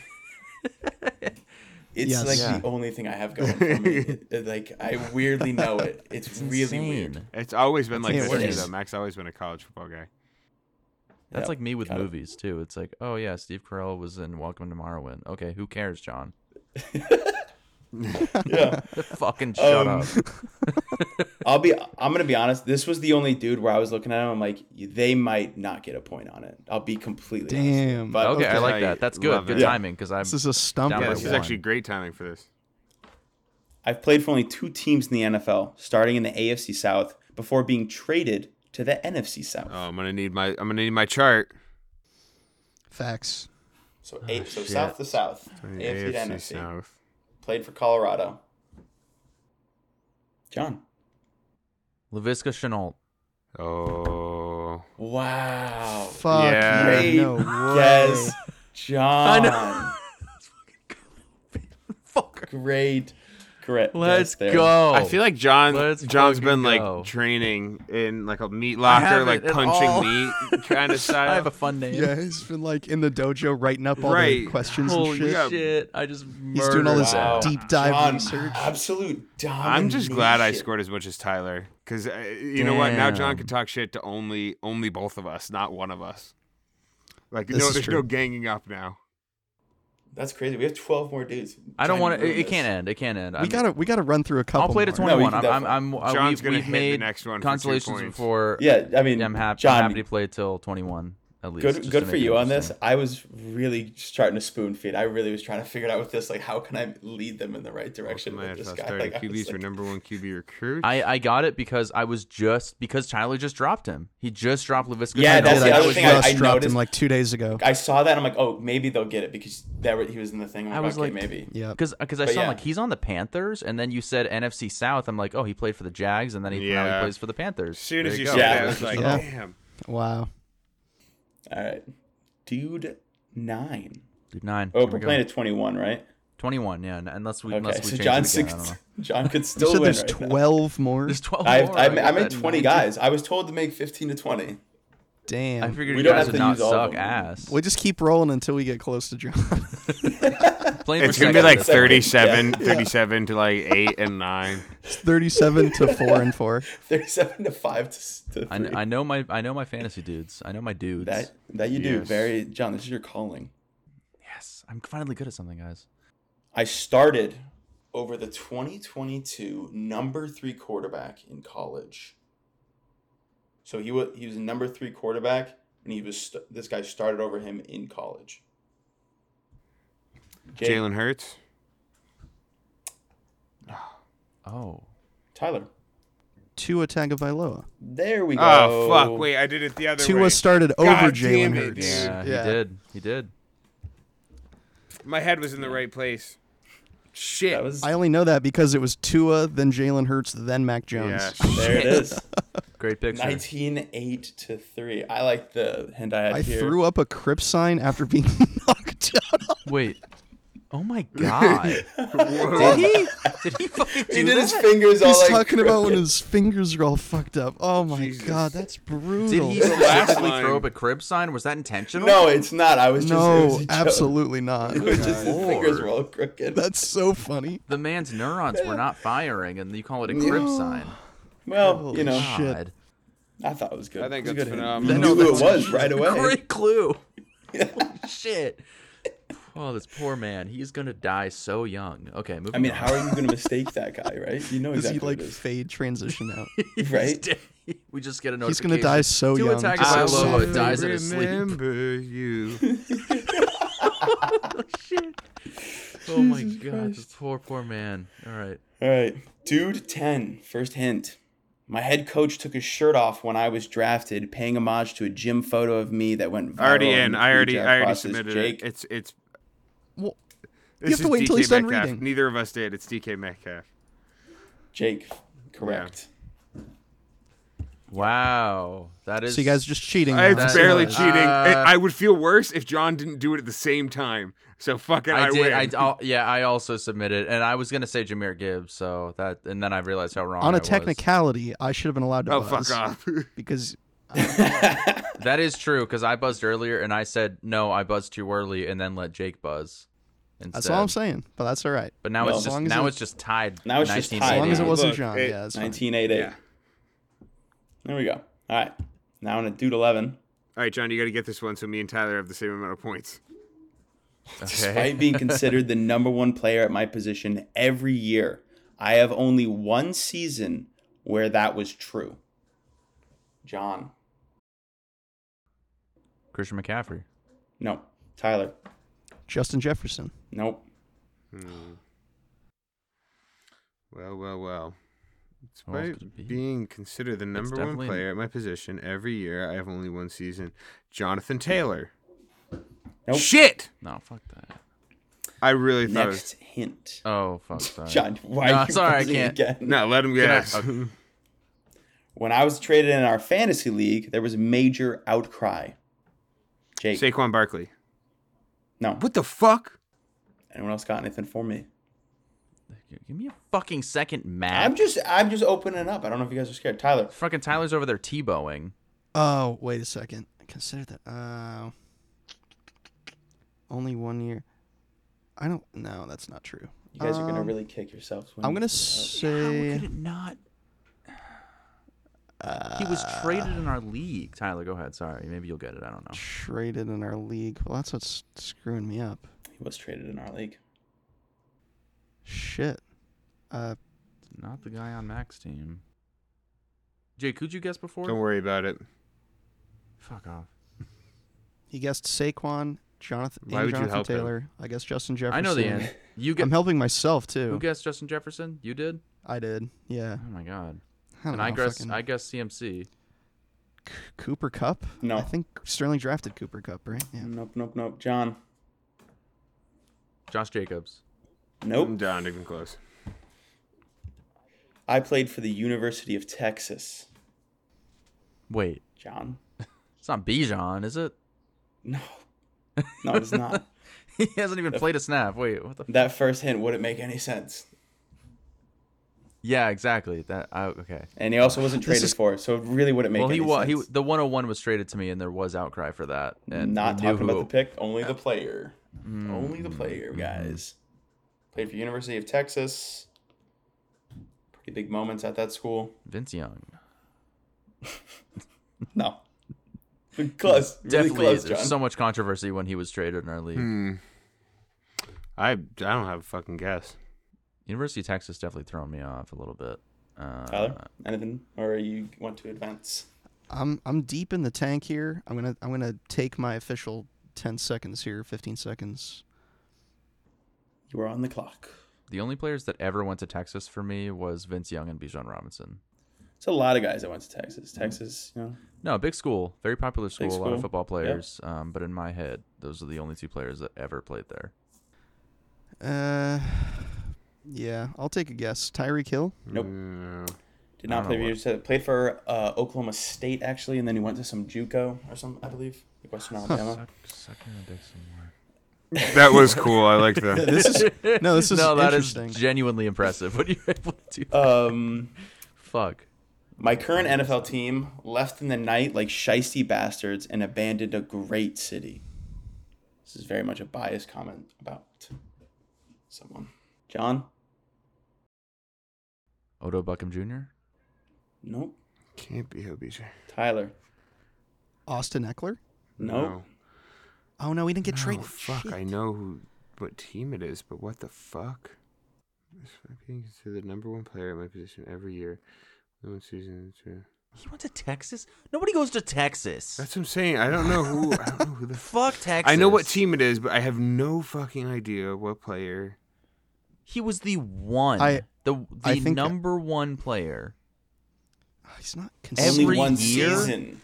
Speaker 2: It's
Speaker 3: Yes.
Speaker 2: like
Speaker 1: Yeah.
Speaker 2: the only thing I have going for me. It- it- like I weirdly know it. It's, really weird.
Speaker 1: Insane.
Speaker 5: It's always been like
Speaker 3: Yeah,
Speaker 5: this
Speaker 3: what
Speaker 5: too,
Speaker 2: is-
Speaker 5: though. Mac's always been a college football guy.
Speaker 1: That's
Speaker 2: Yeah,
Speaker 1: like me with
Speaker 2: got it.
Speaker 1: movies too. It's like, oh yeah, Steve Carell was in Welcome to Morrowind. Okay, who cares, John?
Speaker 2: Yeah.
Speaker 1: Fucking shut
Speaker 2: Um,
Speaker 1: up.
Speaker 2: I'll be. I'm gonna be honest. This was the only dude where I was looking at him. I'm like, they might not get a point on it. I'll be completely. honest.
Speaker 3: Damn.
Speaker 2: But
Speaker 1: Okay, I
Speaker 5: okay.
Speaker 1: like that. That's good.
Speaker 5: Love
Speaker 1: Good
Speaker 5: it. Yeah.
Speaker 1: timing because I'm
Speaker 3: This is a stump.
Speaker 1: Down
Speaker 5: Yeah,
Speaker 1: by
Speaker 5: this is
Speaker 1: one.
Speaker 5: actually great timing for this.
Speaker 2: I've played for only two teams in the NFL, starting in the AFC South before being traded to the NFC South.
Speaker 5: Oh, I'm gonna need my I'm gonna need my chart.
Speaker 3: Facts.
Speaker 2: so eight. so
Speaker 1: shit.
Speaker 2: South to South, AFC, to
Speaker 5: AFC
Speaker 2: NFC.
Speaker 5: South.
Speaker 2: Played for Colorado. John.
Speaker 1: Lavisca Chenault.
Speaker 5: Oh,
Speaker 2: Wow.
Speaker 3: Fuck.
Speaker 5: Yeah.
Speaker 2: Great
Speaker 3: No way.
Speaker 2: guess, John.
Speaker 1: Fucker.
Speaker 2: Great, great.
Speaker 1: Let's
Speaker 2: guess there.
Speaker 1: go.
Speaker 5: I feel like John
Speaker 1: Oh. Let's
Speaker 5: John's
Speaker 1: fucking
Speaker 5: been
Speaker 1: go.
Speaker 5: like training in like a meat
Speaker 1: I
Speaker 5: locker,
Speaker 1: haven't
Speaker 5: like
Speaker 1: at
Speaker 5: punching
Speaker 1: all.
Speaker 5: meat kind of style.
Speaker 1: I have a fun name.
Speaker 3: Yeah, he's been like in the dojo writing up all
Speaker 5: Right.
Speaker 3: the questions
Speaker 1: Holy
Speaker 3: and shit.
Speaker 5: yeah.
Speaker 1: shit! I just
Speaker 3: He's doing all
Speaker 1: murdered
Speaker 3: this
Speaker 1: that.
Speaker 3: deep dive
Speaker 2: John,
Speaker 3: research.
Speaker 2: Absolute domination.
Speaker 5: I'm just glad I scored as much as Tyler, because uh, you know what? Now John can talk shit to only only both of us, not one of us. Like
Speaker 3: This
Speaker 5: no,
Speaker 3: is
Speaker 5: there's
Speaker 3: true.
Speaker 5: no ganging up now.
Speaker 2: That's crazy. We have 12 more dudes.
Speaker 1: I don't
Speaker 2: trying
Speaker 1: want to.
Speaker 2: ruin
Speaker 1: It, it
Speaker 2: this.
Speaker 1: can't end. It can't end.
Speaker 3: We
Speaker 1: I'm-
Speaker 3: gotta we gotta run through a couple.
Speaker 1: I'll play to
Speaker 3: more.
Speaker 2: No, we can
Speaker 1: 21. I'm, I'm, I'm, uh,
Speaker 5: John's
Speaker 1: we've,
Speaker 5: gonna
Speaker 1: we've
Speaker 5: hit the
Speaker 1: made
Speaker 5: next one for two
Speaker 1: Consolations
Speaker 5: points.
Speaker 1: before.
Speaker 2: Yeah, I mean,
Speaker 1: Yeah, I'm happy.
Speaker 2: John,
Speaker 1: I'm happy to play till 21 at least.
Speaker 2: good,
Speaker 1: just
Speaker 2: good
Speaker 1: to
Speaker 2: for
Speaker 1: make it
Speaker 2: you on this.
Speaker 1: interesting.
Speaker 2: I was really just starting to spoon feed. I really was trying to figure it out with this, like, how can I lead them in the right direction
Speaker 5: Ultimate
Speaker 2: with this
Speaker 5: NFL
Speaker 2: guy?
Speaker 5: starting
Speaker 2: Like, I was
Speaker 5: QBs were
Speaker 2: like-
Speaker 5: number one QB recruit.
Speaker 1: I, I got it because I was just because Tyler just dropped him. He just dropped Lavisca.
Speaker 2: Yeah,
Speaker 1: Chenault.
Speaker 2: that's the
Speaker 3: I
Speaker 1: I
Speaker 2: other
Speaker 1: was
Speaker 3: just
Speaker 2: thing I-
Speaker 1: like-
Speaker 3: Russ
Speaker 2: I
Speaker 3: dropped him
Speaker 2: noticed-
Speaker 3: like two days ago.
Speaker 2: I saw that. I'm like, oh, maybe they'll get it because that he was in the thing. I'm
Speaker 1: I was
Speaker 2: okay,
Speaker 1: like,
Speaker 2: maybe.
Speaker 3: yeah.
Speaker 1: Because uh, I
Speaker 2: But
Speaker 1: saw
Speaker 2: yeah.
Speaker 1: like he's on the Panthers, and then you said NFC South. I'm like, oh, he played for the Jags, and then he now
Speaker 5: Yeah.
Speaker 1: he plays for the Panthers.
Speaker 5: as soon
Speaker 1: There
Speaker 5: as you
Speaker 1: go.
Speaker 5: said
Speaker 2: Yeah.
Speaker 5: that, I was like,
Speaker 3: Yeah.
Speaker 5: damn.
Speaker 3: Wow.
Speaker 2: All right. Dude, nine.
Speaker 1: Dude, nine.
Speaker 2: Oh,
Speaker 1: Here
Speaker 2: we're
Speaker 1: we go.
Speaker 2: playing at 21, right?
Speaker 1: 21. Yeah, n- unless we
Speaker 2: Okay,
Speaker 1: unless we
Speaker 2: so
Speaker 1: change
Speaker 2: John
Speaker 1: it again, I
Speaker 2: six,
Speaker 1: don't know.
Speaker 2: John could
Speaker 3: You
Speaker 2: still
Speaker 3: said
Speaker 2: win.
Speaker 3: there's
Speaker 2: right now.
Speaker 3: twelve more.
Speaker 1: There's 12.
Speaker 2: I've,
Speaker 1: more.
Speaker 2: I, ma-
Speaker 1: got
Speaker 2: I made
Speaker 1: that
Speaker 2: 20
Speaker 1: nine.
Speaker 2: guys. I was told to make 15 to 20.
Speaker 3: Damn.
Speaker 1: I figured
Speaker 2: We
Speaker 1: you
Speaker 2: don't
Speaker 1: guys would
Speaker 2: have to
Speaker 1: not
Speaker 2: use all of
Speaker 1: suck
Speaker 2: them.
Speaker 1: ass.
Speaker 3: we just keep rolling until we get close to John.
Speaker 1: Blame
Speaker 5: It's
Speaker 1: for
Speaker 5: gonna be like
Speaker 1: seconds.
Speaker 5: 37, 37 to like eight and nine.
Speaker 3: It's 37 to 4 and 4.
Speaker 2: Thirty-seven to five to, s- to three.
Speaker 1: I, kn- I know my I know my fantasy dudes. I know my dudes.
Speaker 2: that that you do
Speaker 5: Yes.
Speaker 2: very John. This is your calling.
Speaker 1: yes, I'm finally good at something, guys.
Speaker 2: I started over the 2022 number three quarterback in college. So he was he was a number three quarterback, and he was st- this guy started over him in college. Jay-
Speaker 5: Jalen Hurts.
Speaker 1: Oh,
Speaker 2: Tyler.
Speaker 3: Tua Tagovailoa.
Speaker 2: There we go.
Speaker 5: Oh fuck! Wait, I did it the other way.
Speaker 3: Tua started over
Speaker 5: God
Speaker 3: Jalen
Speaker 5: damn it,
Speaker 3: Hurts.
Speaker 5: dude.
Speaker 1: yeah, he did. He did.
Speaker 5: My head was in the right place. Shit.
Speaker 2: That was
Speaker 3: I only know that because it was Tua, then Jalen Hurts, then Mac Jones.
Speaker 5: yeah.
Speaker 2: there. It is
Speaker 1: Great picture.
Speaker 2: 19 8 to three. I like the hand I had
Speaker 3: I
Speaker 2: here.
Speaker 3: threw up a crip sign after being knocked out.
Speaker 1: Wait. Oh my god. did he? Did he fucking do
Speaker 2: he did his
Speaker 1: that?
Speaker 2: fingers all
Speaker 3: He's
Speaker 2: like
Speaker 3: talking about when
Speaker 2: crooked.
Speaker 3: his fingers are all fucked up. Oh my
Speaker 5: Jesus.
Speaker 3: god, that's brutal.
Speaker 1: Did he
Speaker 5: last
Speaker 1: specifically
Speaker 5: line.
Speaker 1: throw up a crib sign? Was that intentional?
Speaker 2: No, it's not. I was just it was
Speaker 3: no,
Speaker 2: a joke.
Speaker 3: absolutely not.
Speaker 2: It was just his fingers
Speaker 1: Lord.
Speaker 2: were all crooked.
Speaker 3: That's so funny.
Speaker 1: The man's neurons were not firing, and you call it a crib sign.
Speaker 2: well, you know,
Speaker 3: shit.
Speaker 1: God.
Speaker 2: I thought it was good.
Speaker 5: I think
Speaker 2: it was a
Speaker 5: that's
Speaker 2: good hit.
Speaker 5: phenomenal.
Speaker 2: You
Speaker 5: No,
Speaker 2: knew who it was right away.
Speaker 1: Great clue. Holy shit. Oh, this poor man. He's gonna die so young. Okay, moving
Speaker 2: I mean,
Speaker 1: on.
Speaker 2: how are you going to mistake that guy, right? You know
Speaker 3: Does he
Speaker 2: exactly
Speaker 3: like
Speaker 2: what it is,
Speaker 3: fade transition out?
Speaker 2: right?
Speaker 1: we just get a
Speaker 3: He's
Speaker 1: notification.
Speaker 3: gonna die so
Speaker 1: Tua
Speaker 3: young.
Speaker 5: I
Speaker 1: Tagovailoa
Speaker 3: So
Speaker 5: will
Speaker 3: soon.
Speaker 1: dies in his sleep.
Speaker 5: remember you.
Speaker 1: Oh my god, this poor, poor man. All right.
Speaker 2: All right. Dude 10, first hint. My head coach took his shirt off when I was drafted, paying homage to a gym photo of me that went viral.
Speaker 5: already
Speaker 2: the
Speaker 5: in. I already.
Speaker 2: pre-draft
Speaker 5: I already
Speaker 2: process.
Speaker 5: submitted
Speaker 2: Jake,
Speaker 5: it. It's. It's.
Speaker 3: Well,
Speaker 5: This
Speaker 3: have to
Speaker 5: is
Speaker 3: wait until
Speaker 5: DK
Speaker 3: he's done
Speaker 5: Metcalf.
Speaker 3: reading.
Speaker 5: Neither of us did. It's DK Metcalf.
Speaker 2: Jake, correct.
Speaker 1: Wow, that is.
Speaker 3: So you guys are just cheating. now.
Speaker 5: It's
Speaker 1: That-
Speaker 5: barely
Speaker 1: uh,
Speaker 5: cheating. I I would feel worse if John didn't do it at the same time. So fucking I,
Speaker 1: I did.
Speaker 5: win.
Speaker 1: I, I'll- yeah, I also submitted, and I was gonna say Jameer Gibbs, so that, and then I realized how wrong.
Speaker 3: on
Speaker 1: I
Speaker 3: a
Speaker 1: was.
Speaker 3: technicality, I should have been allowed to
Speaker 5: oh
Speaker 3: buzz
Speaker 5: fuck off.
Speaker 3: because
Speaker 1: That is true because I buzzed earlier, and I said no, I buzzed too early, and then let Jake buzz. Instead.
Speaker 3: that's all I'm saying. But that's all right.
Speaker 1: But now
Speaker 2: Well,
Speaker 1: it's
Speaker 2: as
Speaker 1: just
Speaker 3: long as
Speaker 1: now
Speaker 3: it-
Speaker 1: it's just tied.
Speaker 2: Now it's just tied.
Speaker 3: As long as it
Speaker 5: Look,
Speaker 3: wasn't John,
Speaker 5: it-
Speaker 3: yeah, that's fine.
Speaker 2: 1988.
Speaker 5: Yeah.
Speaker 2: There we go. All right. Now on a dude 11.
Speaker 5: All right, John, you got to get this one so me and Tyler have the same amount of points.
Speaker 2: Despite being considered the number one player at my position every year, I have only one season where that was true. John.
Speaker 1: Christian McCaffrey.
Speaker 2: No. Tyler.
Speaker 3: Justin Jefferson.
Speaker 2: Nope.
Speaker 5: Well, well, well.
Speaker 1: Who else
Speaker 5: Despite
Speaker 1: could it be?
Speaker 5: being considered the number one
Speaker 1: definitely-
Speaker 5: player at my position every year, I have only one season. Jonathan Taylor.
Speaker 2: Nope.
Speaker 5: Shit!
Speaker 1: No, fuck that.
Speaker 5: I really thought. it was-
Speaker 2: Next hint.
Speaker 1: Oh fuck, sorry.
Speaker 2: John, why
Speaker 1: No,
Speaker 2: are you
Speaker 1: sorry, I
Speaker 2: buzzing
Speaker 1: can't.
Speaker 2: again?
Speaker 5: No, let him Uh, guess.
Speaker 2: When I was traded in our fantasy league, there was major outcry. Jake.
Speaker 5: Saquon Barkley.
Speaker 2: No.
Speaker 5: What the fuck?
Speaker 2: Anyone else got anything for me?
Speaker 1: G- Give me a fucking second, Matt.
Speaker 2: I'm just I'm just opening up. I don't know if you guys are scared. Tyler.
Speaker 1: fucking Tyler's over there T-bowing.
Speaker 3: Oh, wait a second. Consider that. Uh, only one year. I don't. No, that's not true.
Speaker 2: You guys are gonna
Speaker 3: Um,
Speaker 2: really kick yourselves. when
Speaker 3: I'm
Speaker 2: you
Speaker 3: gonna
Speaker 2: figure
Speaker 1: How could
Speaker 3: say
Speaker 1: it not? he was
Speaker 3: uh,
Speaker 1: traded in our league. Tyler, go ahead. Sorry, maybe you'll get it. I don't know.
Speaker 3: traded in our league. Well, that's what's screwing me up.
Speaker 2: out. He was traded in our league.
Speaker 3: Shit. Uh,
Speaker 1: Not the guy on Mac's team. Jake, who'd you guess before?
Speaker 5: Don't worry about it.
Speaker 1: Fuck off.
Speaker 3: he guessed Saquon, Jonathan,
Speaker 5: Why
Speaker 3: and
Speaker 5: would you
Speaker 3: Jonathan
Speaker 5: help him?
Speaker 3: Taylor. I guess Justin Jefferson.
Speaker 1: I know the end. You get
Speaker 3: I'm helping myself
Speaker 1: who
Speaker 3: too.
Speaker 1: guessed Justin Jefferson? You did.
Speaker 3: I did. Yeah.
Speaker 1: Oh my god.
Speaker 3: I don't
Speaker 1: And
Speaker 3: know,
Speaker 1: I guess
Speaker 3: fucking
Speaker 1: I guess CMC.
Speaker 3: C- Cooper Cup.
Speaker 2: No.
Speaker 3: I think Sterling drafted Cooper Cup, right? Yeah.
Speaker 1: Mm.
Speaker 2: Nope, nope, nope. John.
Speaker 1: Josh Jacobs.
Speaker 2: Nope.
Speaker 5: I'm done. Even close.
Speaker 2: I played for the University of Texas.
Speaker 1: Wait,
Speaker 2: John.
Speaker 1: it's not Bijan, is it?
Speaker 2: No. No, it's not.
Speaker 1: he hasn't even played a snap. Wait, what the? F-
Speaker 2: that first hint wouldn't make any sense.
Speaker 1: Yeah, exactly. That I, okay.
Speaker 2: and he also wasn't traded
Speaker 3: is-
Speaker 2: for, so it really wouldn't make
Speaker 1: well, he
Speaker 2: any
Speaker 1: wa- he
Speaker 2: sense.
Speaker 1: the 101 was traded to me, and there was outcry for that. And
Speaker 2: Not
Speaker 1: we knew
Speaker 2: talking
Speaker 1: who Hmm.
Speaker 2: about the
Speaker 1: it-
Speaker 2: pick, only the player, only the player, guys. Played for University of Texas. Pretty big moments at that school.
Speaker 1: Vince Young.
Speaker 2: No, close, really
Speaker 1: Definitely,
Speaker 2: close, John. Hmm.
Speaker 1: there's so much controversy when he was traded in our league.
Speaker 5: I I don't have a fucking guess.
Speaker 1: University of Texas definitely thrown me off a little bit. Uh,
Speaker 2: Tyler, anything, or you want to advance?
Speaker 3: I'm I'm deep in the tank here. I'm gonna I'm gonna take my official ten seconds here, fifteen seconds.
Speaker 2: You are on the clock.
Speaker 1: the only players that ever went to Texas for me was Vince Young and Bijan Robinson.
Speaker 2: It's a lot of guys that went to Texas.
Speaker 1: Hmm.
Speaker 2: Texas, you know,
Speaker 1: No, big school, very popular school, a lot
Speaker 2: school,
Speaker 1: of football
Speaker 2: yeah.
Speaker 1: players. Um, but in my head, those are the only two players that ever played there.
Speaker 3: Uh, yeah, I'll take a guess. Tyreek Hill.
Speaker 1: Hmm.
Speaker 2: Nope.
Speaker 5: Mm,
Speaker 2: did
Speaker 1: I
Speaker 2: not
Speaker 1: don't
Speaker 2: play for
Speaker 1: know
Speaker 2: University. Played for uh, Oklahoma State actually, and then he went to some JUCO or some, I believe, like Western Alabama.
Speaker 1: Suck, suck your dick some more.
Speaker 5: that was cool. I liked that.
Speaker 3: This is no, this is
Speaker 1: no, that is
Speaker 3: interesting.
Speaker 1: genuinely impressive. What are you able to do?
Speaker 2: Um,
Speaker 1: Fuck.
Speaker 2: my current NFL team left in the night like shisty bastards and abandoned a great city. This is very much a biased comment about someone. John?
Speaker 1: Odo Buckham Jr.
Speaker 2: Nope.
Speaker 5: Can't be OBJ.
Speaker 2: Tyler?
Speaker 3: Austin Eckler.
Speaker 2: Nope.
Speaker 3: Oh no, he didn't get
Speaker 5: Oh
Speaker 3: traded.
Speaker 5: fuck!
Speaker 3: Shit.
Speaker 5: I know who, what team it is, but what the fuck? This might be considered the number one player at my position every year. No one season. it's, uh,
Speaker 6: He went to Texas? Nobody goes to Texas.
Speaker 5: That's what I'm saying. I don't know who. I don't know who the. F-
Speaker 6: Fuck Texas.
Speaker 5: I know what team it is, but I have no fucking idea what player.
Speaker 6: He was the one.
Speaker 3: I-
Speaker 1: The the
Speaker 3: I think-
Speaker 1: number one player.
Speaker 3: He's not
Speaker 1: Every
Speaker 2: Only
Speaker 3: considered.
Speaker 2: one
Speaker 1: year?
Speaker 2: season.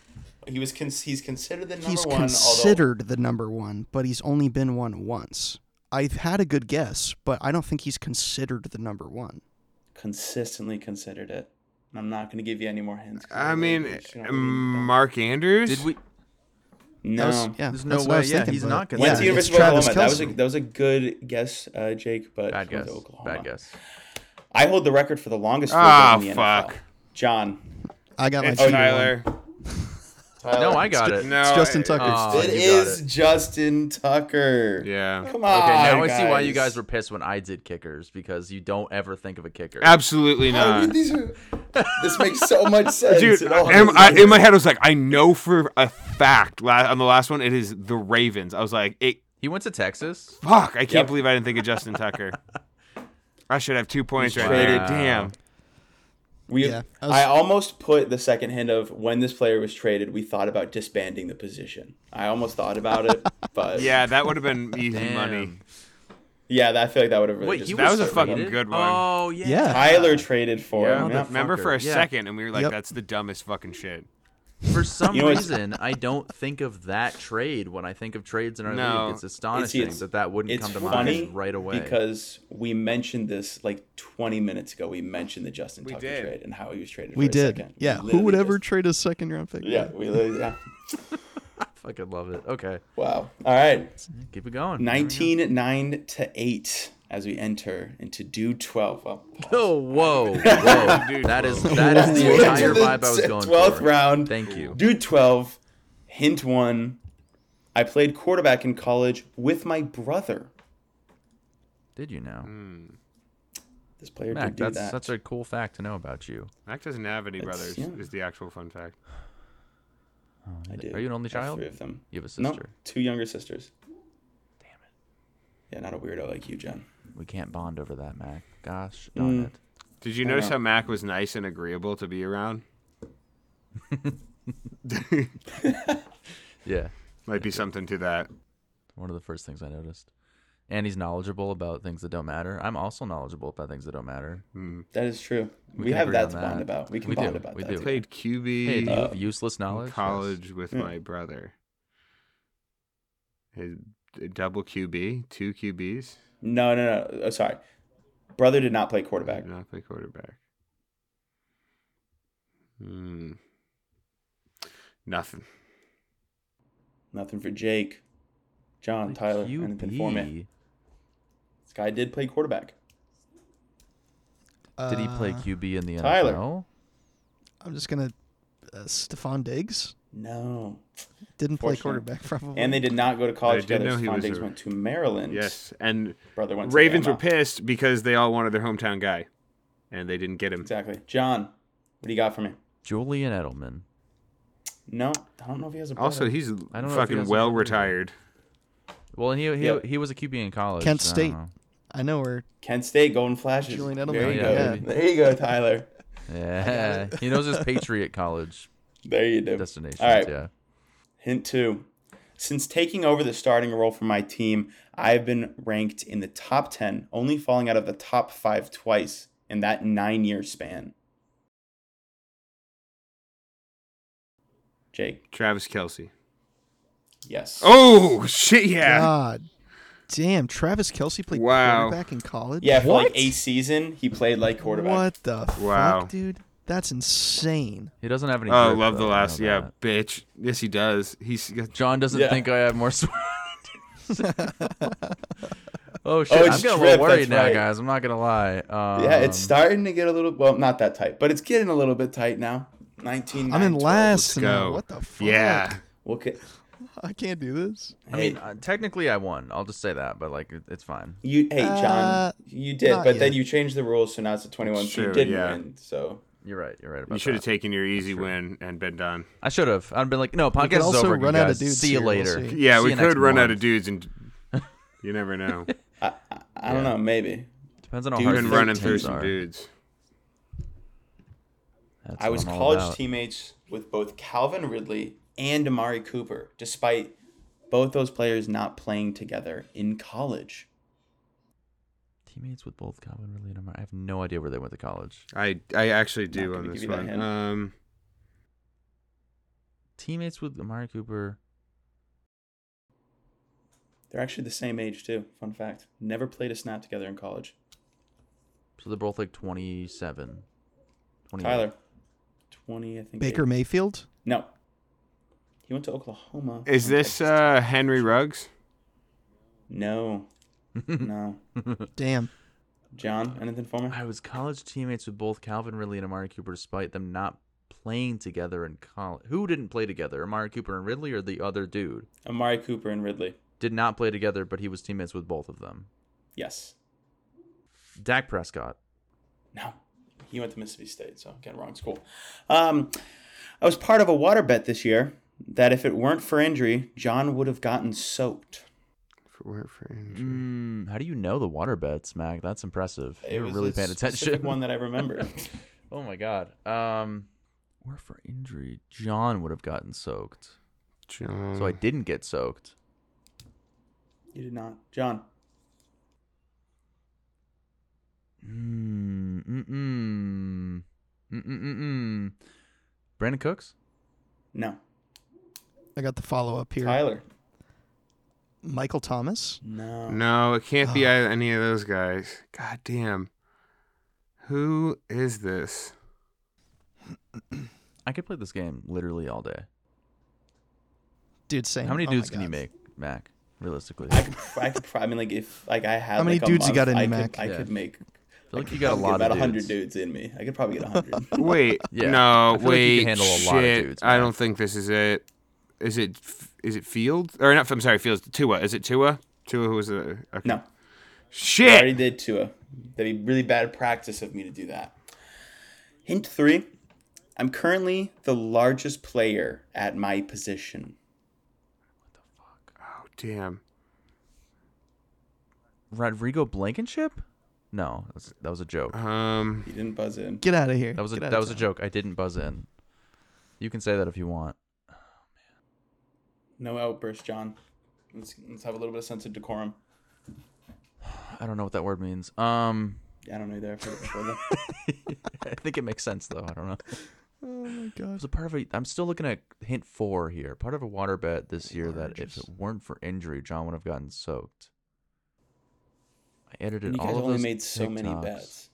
Speaker 2: He was con- he's considered the number
Speaker 3: He's
Speaker 2: one. although
Speaker 3: considered the number one, but he's only been one once. I've had a good guess, but I don't think he's considered the number one.
Speaker 2: consistently considered it. And I'm not going to give you any more hints. 'cause
Speaker 5: I
Speaker 2: really
Speaker 5: mean, uh,
Speaker 2: just
Speaker 1: mm,
Speaker 2: don't really know.
Speaker 5: Mark Andrews.
Speaker 1: Did we?
Speaker 3: That
Speaker 2: No.
Speaker 3: was- yeah,
Speaker 1: There's
Speaker 3: that's
Speaker 1: no
Speaker 3: what
Speaker 1: way.
Speaker 3: I was
Speaker 1: Yeah,
Speaker 3: thinking,
Speaker 1: he's
Speaker 3: but-
Speaker 1: not gonna-
Speaker 2: Went
Speaker 1: Yeah,
Speaker 2: to
Speaker 1: it's
Speaker 2: University of
Speaker 3: Travis
Speaker 2: Oklahoma. That was a
Speaker 3: Kelce.
Speaker 2: that was a good guess, uh, Jake. But
Speaker 1: Bad
Speaker 2: he went
Speaker 1: guess.
Speaker 2: to Oklahoma.
Speaker 1: Bad guess.
Speaker 2: I hold the record for the longest field
Speaker 5: Ah,
Speaker 2: goal in the
Speaker 5: fuck.
Speaker 2: NFL. John.
Speaker 3: I got my
Speaker 5: It's
Speaker 3: cheater one.
Speaker 5: Tyler.
Speaker 2: Uh,
Speaker 1: No, I got it.
Speaker 5: No,
Speaker 3: It's
Speaker 5: I-
Speaker 3: Justin
Speaker 5: uh,
Speaker 3: Tucker.
Speaker 1: Oh,
Speaker 2: it
Speaker 1: you got
Speaker 2: is Justin Tucker.
Speaker 5: Yeah.
Speaker 2: Come on.
Speaker 1: Okay, now I see why you guys were pissed when I did kickers because you don't ever think of a kicker.
Speaker 5: Absolutely
Speaker 2: I mean,
Speaker 5: not.
Speaker 2: these are- this makes so much sense.
Speaker 5: Dude,
Speaker 2: It all
Speaker 5: in,
Speaker 2: has
Speaker 5: I,
Speaker 2: to
Speaker 5: in
Speaker 2: do-
Speaker 5: my head, I was like, I know for a fact la- on the last one, it is the Ravens. I was like, it,
Speaker 1: He went to Texas.
Speaker 5: fuck, I can't
Speaker 2: Yep.
Speaker 5: believe I didn't think of Justin Tucker. I should have two points right
Speaker 2: traded-
Speaker 5: there. Damn.
Speaker 2: we,
Speaker 3: Yeah, I
Speaker 2: I,
Speaker 3: was-
Speaker 2: almost put the second hint of when this player was traded. We thought about disbanding the position. I almost thought about it, but
Speaker 5: Yeah, that would have been easy
Speaker 1: Damn.
Speaker 5: money.
Speaker 2: yeah, that, I feel like that would have really.
Speaker 1: Wait,
Speaker 2: just
Speaker 1: he
Speaker 5: That was a
Speaker 1: traded?
Speaker 5: fucking good one.
Speaker 1: Oh yeah.
Speaker 3: Yeah.
Speaker 2: Tyler traded for
Speaker 5: Yeah,
Speaker 2: him. Yep.
Speaker 5: remember for a
Speaker 1: Yeah.
Speaker 5: second, and we were like,
Speaker 3: Yep.
Speaker 5: that's the dumbest fucking shit.
Speaker 1: For some
Speaker 2: You know what's-
Speaker 1: reason, I don't think of that trade when I think of trades in our
Speaker 5: No.
Speaker 1: league. It's astonishing
Speaker 2: it's-
Speaker 1: that that wouldn't
Speaker 2: It's
Speaker 1: come to
Speaker 2: funny
Speaker 1: mind right away.
Speaker 2: because we mentioned this like 20 minutes ago. We mentioned the Justin
Speaker 5: We
Speaker 2: Tucker
Speaker 5: did.
Speaker 2: trade and how he was traded.
Speaker 3: We
Speaker 2: for a
Speaker 3: did.
Speaker 2: second.
Speaker 3: Yeah.
Speaker 2: We
Speaker 3: Who would
Speaker 2: literally
Speaker 3: ever
Speaker 2: just-
Speaker 3: trade a second round pick?
Speaker 2: yeah. We. literally- Yeah.
Speaker 1: fucking love it. Okay,
Speaker 2: Wow. All right.
Speaker 1: keep it going.
Speaker 2: 19 9 to 8 as we enter into do 12. Well,
Speaker 1: Oh whoa, whoa!
Speaker 5: Dude,
Speaker 1: that is that is the entire
Speaker 2: Into
Speaker 1: vibe I was going
Speaker 2: 12th
Speaker 1: for.
Speaker 2: round.
Speaker 1: Thank you.
Speaker 2: Do 12. Hint 1. I played quarterback in college with my brother.
Speaker 1: Did you know,
Speaker 2: This player
Speaker 1: Mac?
Speaker 2: did Mm, do
Speaker 1: That's
Speaker 2: that.
Speaker 1: such a cool fact to know about you.
Speaker 5: Mac doesn't have any brothers,
Speaker 2: yeah.
Speaker 5: is the actual fun fact.
Speaker 2: I do.
Speaker 1: Are you an only
Speaker 2: I have
Speaker 1: child?
Speaker 2: Three of them.
Speaker 1: You have a
Speaker 2: No,
Speaker 1: sister.
Speaker 2: two younger sisters. Damn it. Yeah, not a weirdo like you, John.
Speaker 1: We can't bond over that, Mac. Gosh
Speaker 2: Mm.
Speaker 1: darn it.
Speaker 5: Did you notice
Speaker 2: know.
Speaker 5: how Mac was nice and agreeable to be around?
Speaker 1: Yeah,
Speaker 5: Might be something to that.
Speaker 1: one of the first things I noticed. And he's knowledgeable about things that don't matter. I'm also knowledgeable about things that don't matter.
Speaker 5: Hmm.
Speaker 2: That is true. We,
Speaker 1: can
Speaker 2: have
Speaker 1: agree
Speaker 2: that
Speaker 1: on
Speaker 2: to bond
Speaker 1: that.
Speaker 2: about. We can
Speaker 1: We do,
Speaker 2: bond about
Speaker 1: we
Speaker 2: that.
Speaker 1: do.
Speaker 2: too.
Speaker 5: Played QB.
Speaker 1: Hey, do you
Speaker 2: uh,
Speaker 1: have useless knowledge?
Speaker 5: in
Speaker 1: Yes.
Speaker 5: college with my brother. His a double QB, two QBs.
Speaker 2: No, no, no. Oh, sorry. Brother did not play quarterback.
Speaker 5: Did not play quarterback. Hmm. Nothing.
Speaker 2: Nothing for Jake, John, Tyler, anything for me.
Speaker 1: QB.
Speaker 2: This guy did play quarterback.
Speaker 1: Did he play
Speaker 3: Uh,
Speaker 1: QB in the
Speaker 2: Tyler.
Speaker 1: NFL?
Speaker 3: I'm just gonna. Uh, Stephon Diggs
Speaker 2: No.
Speaker 3: didn't play
Speaker 2: Fortunate.
Speaker 3: quarterback
Speaker 1: Oh.
Speaker 3: probably.
Speaker 2: And they did not go to college
Speaker 5: did
Speaker 2: together.
Speaker 5: know he
Speaker 2: Stephon
Speaker 5: was
Speaker 2: Diggs
Speaker 5: a-
Speaker 2: went to Maryland.
Speaker 5: Yes, and
Speaker 2: Brother went to
Speaker 5: Ravens were
Speaker 2: Bama.
Speaker 5: pissed because they all wanted their hometown guy, and they didn't get him.
Speaker 2: Exactly. John, what do you got for me?
Speaker 1: Julian Edelman.
Speaker 2: No, I don't know if he has a brother.
Speaker 5: Also,
Speaker 1: I
Speaker 5: he's
Speaker 1: don't know if he
Speaker 5: fucking
Speaker 1: has a
Speaker 5: well
Speaker 1: brother.
Speaker 5: retired.
Speaker 1: Well, and he he,
Speaker 2: Yep.
Speaker 1: he was a QB in college.
Speaker 3: Kent
Speaker 1: so I don't
Speaker 3: State.
Speaker 1: know.
Speaker 3: I know where.
Speaker 2: Kent State Golden Flashes.
Speaker 3: Julian Edelman,
Speaker 2: There you go.
Speaker 1: yeah.
Speaker 2: There you go, Tyler.
Speaker 1: Yeah, he knows his Patriot college
Speaker 2: There you do.
Speaker 1: destinations.
Speaker 2: All right.
Speaker 1: Yeah,
Speaker 2: Hint two. Since taking over the starting role for my team, I've been ranked in the top 10, only falling out of the top five twice in that nine year span. Jake,
Speaker 5: Travis Kelsey.
Speaker 2: yes.
Speaker 5: Oh shit! Yeah,
Speaker 3: God, damn. Travis Kelsey played
Speaker 5: Wow.
Speaker 3: quarterback in college.
Speaker 2: yeah, for like
Speaker 1: What?
Speaker 2: a season, he played like quarterback.
Speaker 3: What the
Speaker 5: Wow.
Speaker 3: fuck, dude? That's insane.
Speaker 1: he doesn't have any.
Speaker 5: oh,
Speaker 1: grip,
Speaker 5: love
Speaker 1: though,
Speaker 5: the
Speaker 1: I
Speaker 5: last.
Speaker 1: know
Speaker 5: Yeah,
Speaker 1: that.
Speaker 5: bitch. Yes, he does. He's got
Speaker 1: John doesn't
Speaker 2: Yeah.
Speaker 1: think I have more. Sw- oh shit!
Speaker 2: Oh,
Speaker 1: I'm
Speaker 2: it's
Speaker 1: getting a
Speaker 2: drip,
Speaker 1: little worried
Speaker 2: that's
Speaker 1: now,
Speaker 2: right.
Speaker 1: guys. I'm not gonna lie. Um,
Speaker 2: Yeah, it's starting to get a little, well, not that tight, but it's getting a little bit tight now. 19.
Speaker 3: I'm in
Speaker 2: 9, 12.
Speaker 3: last
Speaker 5: Let's
Speaker 3: now.
Speaker 5: go.
Speaker 3: What the fuck?
Speaker 5: Yeah.
Speaker 2: We'll get-
Speaker 3: I can't do this.
Speaker 1: I mean, uh, technically I won. I'll just say that, but like it- it's fine.
Speaker 2: You hey John,
Speaker 3: Uh,
Speaker 2: you did,
Speaker 3: not
Speaker 2: but then
Speaker 3: yet.
Speaker 2: you changed the rules, so now it's a twenty-one. so
Speaker 5: True,
Speaker 2: you didn't
Speaker 5: yeah.
Speaker 2: win, so
Speaker 1: You're right. You're right about
Speaker 5: You should have
Speaker 1: that.
Speaker 5: taken your easy win and been done.
Speaker 1: I should have. I'd been like, no, podcast is
Speaker 3: also
Speaker 1: over.
Speaker 3: run
Speaker 1: you
Speaker 3: out
Speaker 1: guys.
Speaker 3: of dudes
Speaker 1: See you
Speaker 3: here, we'll
Speaker 1: later.
Speaker 3: see.
Speaker 5: Yeah,
Speaker 1: See
Speaker 5: we
Speaker 1: you next
Speaker 5: could run out
Speaker 1: month.
Speaker 5: of dudes, and you never know.
Speaker 2: I I, I don't know, maybe.
Speaker 1: Depends on how
Speaker 2: Dude,
Speaker 1: hard
Speaker 5: We've been
Speaker 1: these
Speaker 5: running
Speaker 1: teams
Speaker 5: through some
Speaker 1: are.
Speaker 5: dudes.
Speaker 1: That's
Speaker 2: I
Speaker 1: what
Speaker 2: was
Speaker 1: I'm all
Speaker 2: college
Speaker 1: about.
Speaker 2: teammates with both Calvin Ridley and Amari Cooper, despite both those players not playing together in college.
Speaker 1: Teammates with both Calvin Ridley and Amari. I have no idea where they went to college.
Speaker 5: I I actually
Speaker 2: Not
Speaker 5: do on
Speaker 2: gonna
Speaker 5: this
Speaker 2: give you that
Speaker 5: one.
Speaker 2: hint.
Speaker 5: Um,
Speaker 1: Teammates with Amari Cooper.
Speaker 2: They're actually the same age too. Fun fact: never played a snap together in college.
Speaker 1: So they're both like 27. 28.
Speaker 2: Tyler, twenty, I think.
Speaker 3: Baker
Speaker 2: eight.
Speaker 3: Mayfield?
Speaker 2: No, he went to Oklahoma.
Speaker 5: is
Speaker 2: from Texas
Speaker 5: this
Speaker 2: Tech.
Speaker 5: uh, Henry Ruggs?
Speaker 2: No, no.
Speaker 1: Uh.
Speaker 3: Damn.
Speaker 2: John, anything for me?
Speaker 1: I was college teammates with both Calvin Ridley and Amari Cooper despite them not playing together in college. Who didn't play together? Amari Cooper and Ridley or the other dude?
Speaker 2: Amari Cooper and Ridley.
Speaker 1: Did not play together, but he was teammates with both of them.
Speaker 2: Yes.
Speaker 1: Dak Prescott.
Speaker 2: No, he went to Mississippi State, so again, wrong school. Um, I was part of a water bet this year that if it weren't for injury, John would have gotten soaked.
Speaker 5: For, where- for
Speaker 2: Hmm.
Speaker 5: injury.
Speaker 1: Mm, how do you know the water bets, Mac? That's impressive.
Speaker 2: It
Speaker 1: You're
Speaker 2: was
Speaker 1: really
Speaker 2: a
Speaker 1: paying
Speaker 2: specific
Speaker 1: attention.
Speaker 2: One that I remember.
Speaker 1: Oh my god. Um, or for injury, John would have gotten soaked.
Speaker 5: John.
Speaker 2: Hmm.
Speaker 1: So I didn't get soaked.
Speaker 2: you did not, John.
Speaker 1: Mm, mm, mm, mm, mm, mm, mm. Brandon Cooks.
Speaker 2: No,
Speaker 3: I got the follow up here.
Speaker 2: Tyler.
Speaker 3: Michael Thomas?
Speaker 2: No.
Speaker 5: No, it can't be
Speaker 3: Ah.
Speaker 5: ei- any of those guys. God damn. Who is this?
Speaker 1: I could play this game literally all day.
Speaker 3: Dude, same.
Speaker 1: How many
Speaker 3: Oh my
Speaker 1: dudes can you
Speaker 3: God.
Speaker 1: make, Mac? Realistically,
Speaker 2: I
Speaker 1: I
Speaker 2: could, I could probably I mean, like if like I had
Speaker 3: How many
Speaker 2: like, a
Speaker 3: dudes you
Speaker 2: month,
Speaker 3: got in
Speaker 2: I
Speaker 3: you,
Speaker 2: could,
Speaker 3: Mac?
Speaker 2: I
Speaker 1: Yeah.
Speaker 2: could make
Speaker 1: feel like you
Speaker 2: I
Speaker 1: got a
Speaker 2: could
Speaker 1: lot
Speaker 2: about
Speaker 1: of
Speaker 2: hundred
Speaker 1: dudes.
Speaker 2: dudes in me. I could probably get hundred.
Speaker 5: Wait.
Speaker 1: Yeah,
Speaker 5: No,
Speaker 1: I feel like you
Speaker 5: wait.
Speaker 1: can handle a
Speaker 5: shit.
Speaker 1: lot of dudes,
Speaker 5: I
Speaker 1: man.
Speaker 5: don't think this is it. Is it F- is it Field? Or not, I'm sorry, Fields. Tua. Is it Tua? Tua who was the okay.
Speaker 2: no, I already
Speaker 5: Shit.
Speaker 2: did Tua. That'd be really bad practice of me to do that. Hint three I'm currently the largest player at my position.
Speaker 5: Oh damn.
Speaker 1: Rodrigo Blankenship. No, that's, that was a joke.
Speaker 5: Um
Speaker 2: He didn't buzz in.
Speaker 3: Get out of here.
Speaker 1: That was a
Speaker 3: Get outta
Speaker 1: that was a
Speaker 3: town.
Speaker 1: joke. I didn't buzz in. You can say that if you want.
Speaker 2: No outburst, John. Let's, let's have a little bit of sense of decorum.
Speaker 1: I don't know what that word means. Um,
Speaker 2: I don't know either. I've heard it before, though.
Speaker 1: I think it makes sense though. I don't know.
Speaker 3: Oh my
Speaker 1: It was
Speaker 3: God.
Speaker 1: a part of a. I'm still looking at hint four here. Part of a water bet this year that if it
Speaker 3: Largest.
Speaker 1: weren't for injury, John would have gotten soaked. I edited
Speaker 2: And you guys
Speaker 1: all of
Speaker 2: only
Speaker 1: those
Speaker 2: made so many
Speaker 1: TikToks.
Speaker 2: bets.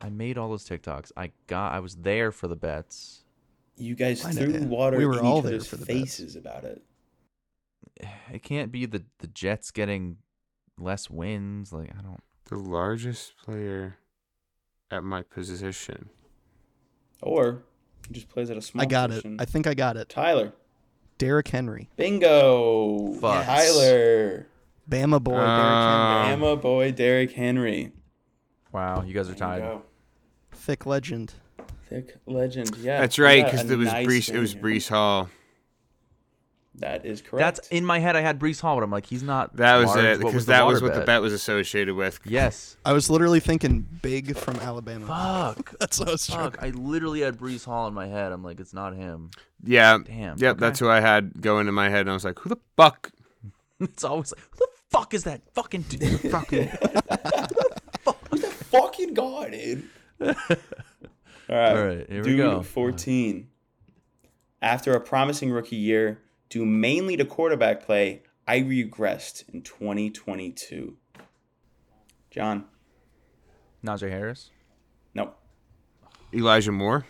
Speaker 1: I made all those TikToks. I got. I was there for the bets.
Speaker 2: You guys
Speaker 3: I know,
Speaker 2: threw
Speaker 3: yeah.
Speaker 2: water
Speaker 3: We were
Speaker 2: in
Speaker 3: all
Speaker 2: each
Speaker 3: there
Speaker 2: other's
Speaker 3: for the bets.
Speaker 2: faces about it.
Speaker 1: It can't be the the Jets getting less wins. Like I don't.
Speaker 5: the largest player at my position.
Speaker 7: Or he just plays at a small
Speaker 3: I got it.
Speaker 7: position.
Speaker 3: I think I got it.
Speaker 7: Tyler.
Speaker 3: Derrick Henry,
Speaker 2: Bingo.
Speaker 1: Fucks.
Speaker 2: Tyler.
Speaker 3: Bama boy. Derrick
Speaker 5: Uh,
Speaker 3: Henry,
Speaker 5: Um,
Speaker 2: Bama boy Derrick Henry.
Speaker 1: Wow, you guys are
Speaker 2: There
Speaker 1: tied.
Speaker 2: you go.
Speaker 3: thick legend.
Speaker 2: Thick legend. Yeah.
Speaker 5: That's
Speaker 2: we
Speaker 5: right,
Speaker 2: got
Speaker 5: because
Speaker 2: a
Speaker 5: it was
Speaker 2: nice
Speaker 5: Brees.
Speaker 2: thing
Speaker 5: It was
Speaker 2: here.
Speaker 5: Brees Hall.
Speaker 2: That is correct.
Speaker 1: That's in my head. I had Brees Hall, but I'm like, he's not.
Speaker 5: That was
Speaker 1: large.
Speaker 5: it,
Speaker 1: What
Speaker 5: because
Speaker 1: the
Speaker 5: that was
Speaker 1: water
Speaker 5: what the bet was associated with.
Speaker 1: Yes.
Speaker 3: I was literally thinking big from Alabama.
Speaker 1: Fuck.
Speaker 3: That's what I was trying.
Speaker 1: Fuck. I literally had Brees Hall in my head. I'm like, it's not him.
Speaker 5: Yeah.
Speaker 1: Damn,
Speaker 5: Yep.
Speaker 1: okay.
Speaker 5: That's who I had go into my head, and I was like, "Who the fuck?"
Speaker 1: It's always like, who the fuck is that fucking dude? fucking.
Speaker 2: fucking god, dude. All right.
Speaker 1: All right, here we
Speaker 2: dude
Speaker 1: go.
Speaker 2: 14. After a promising rookie year, due mainly to quarterback play, I regressed in 2022. John,
Speaker 1: Najee Harris.
Speaker 2: no.
Speaker 5: Elijah Moore.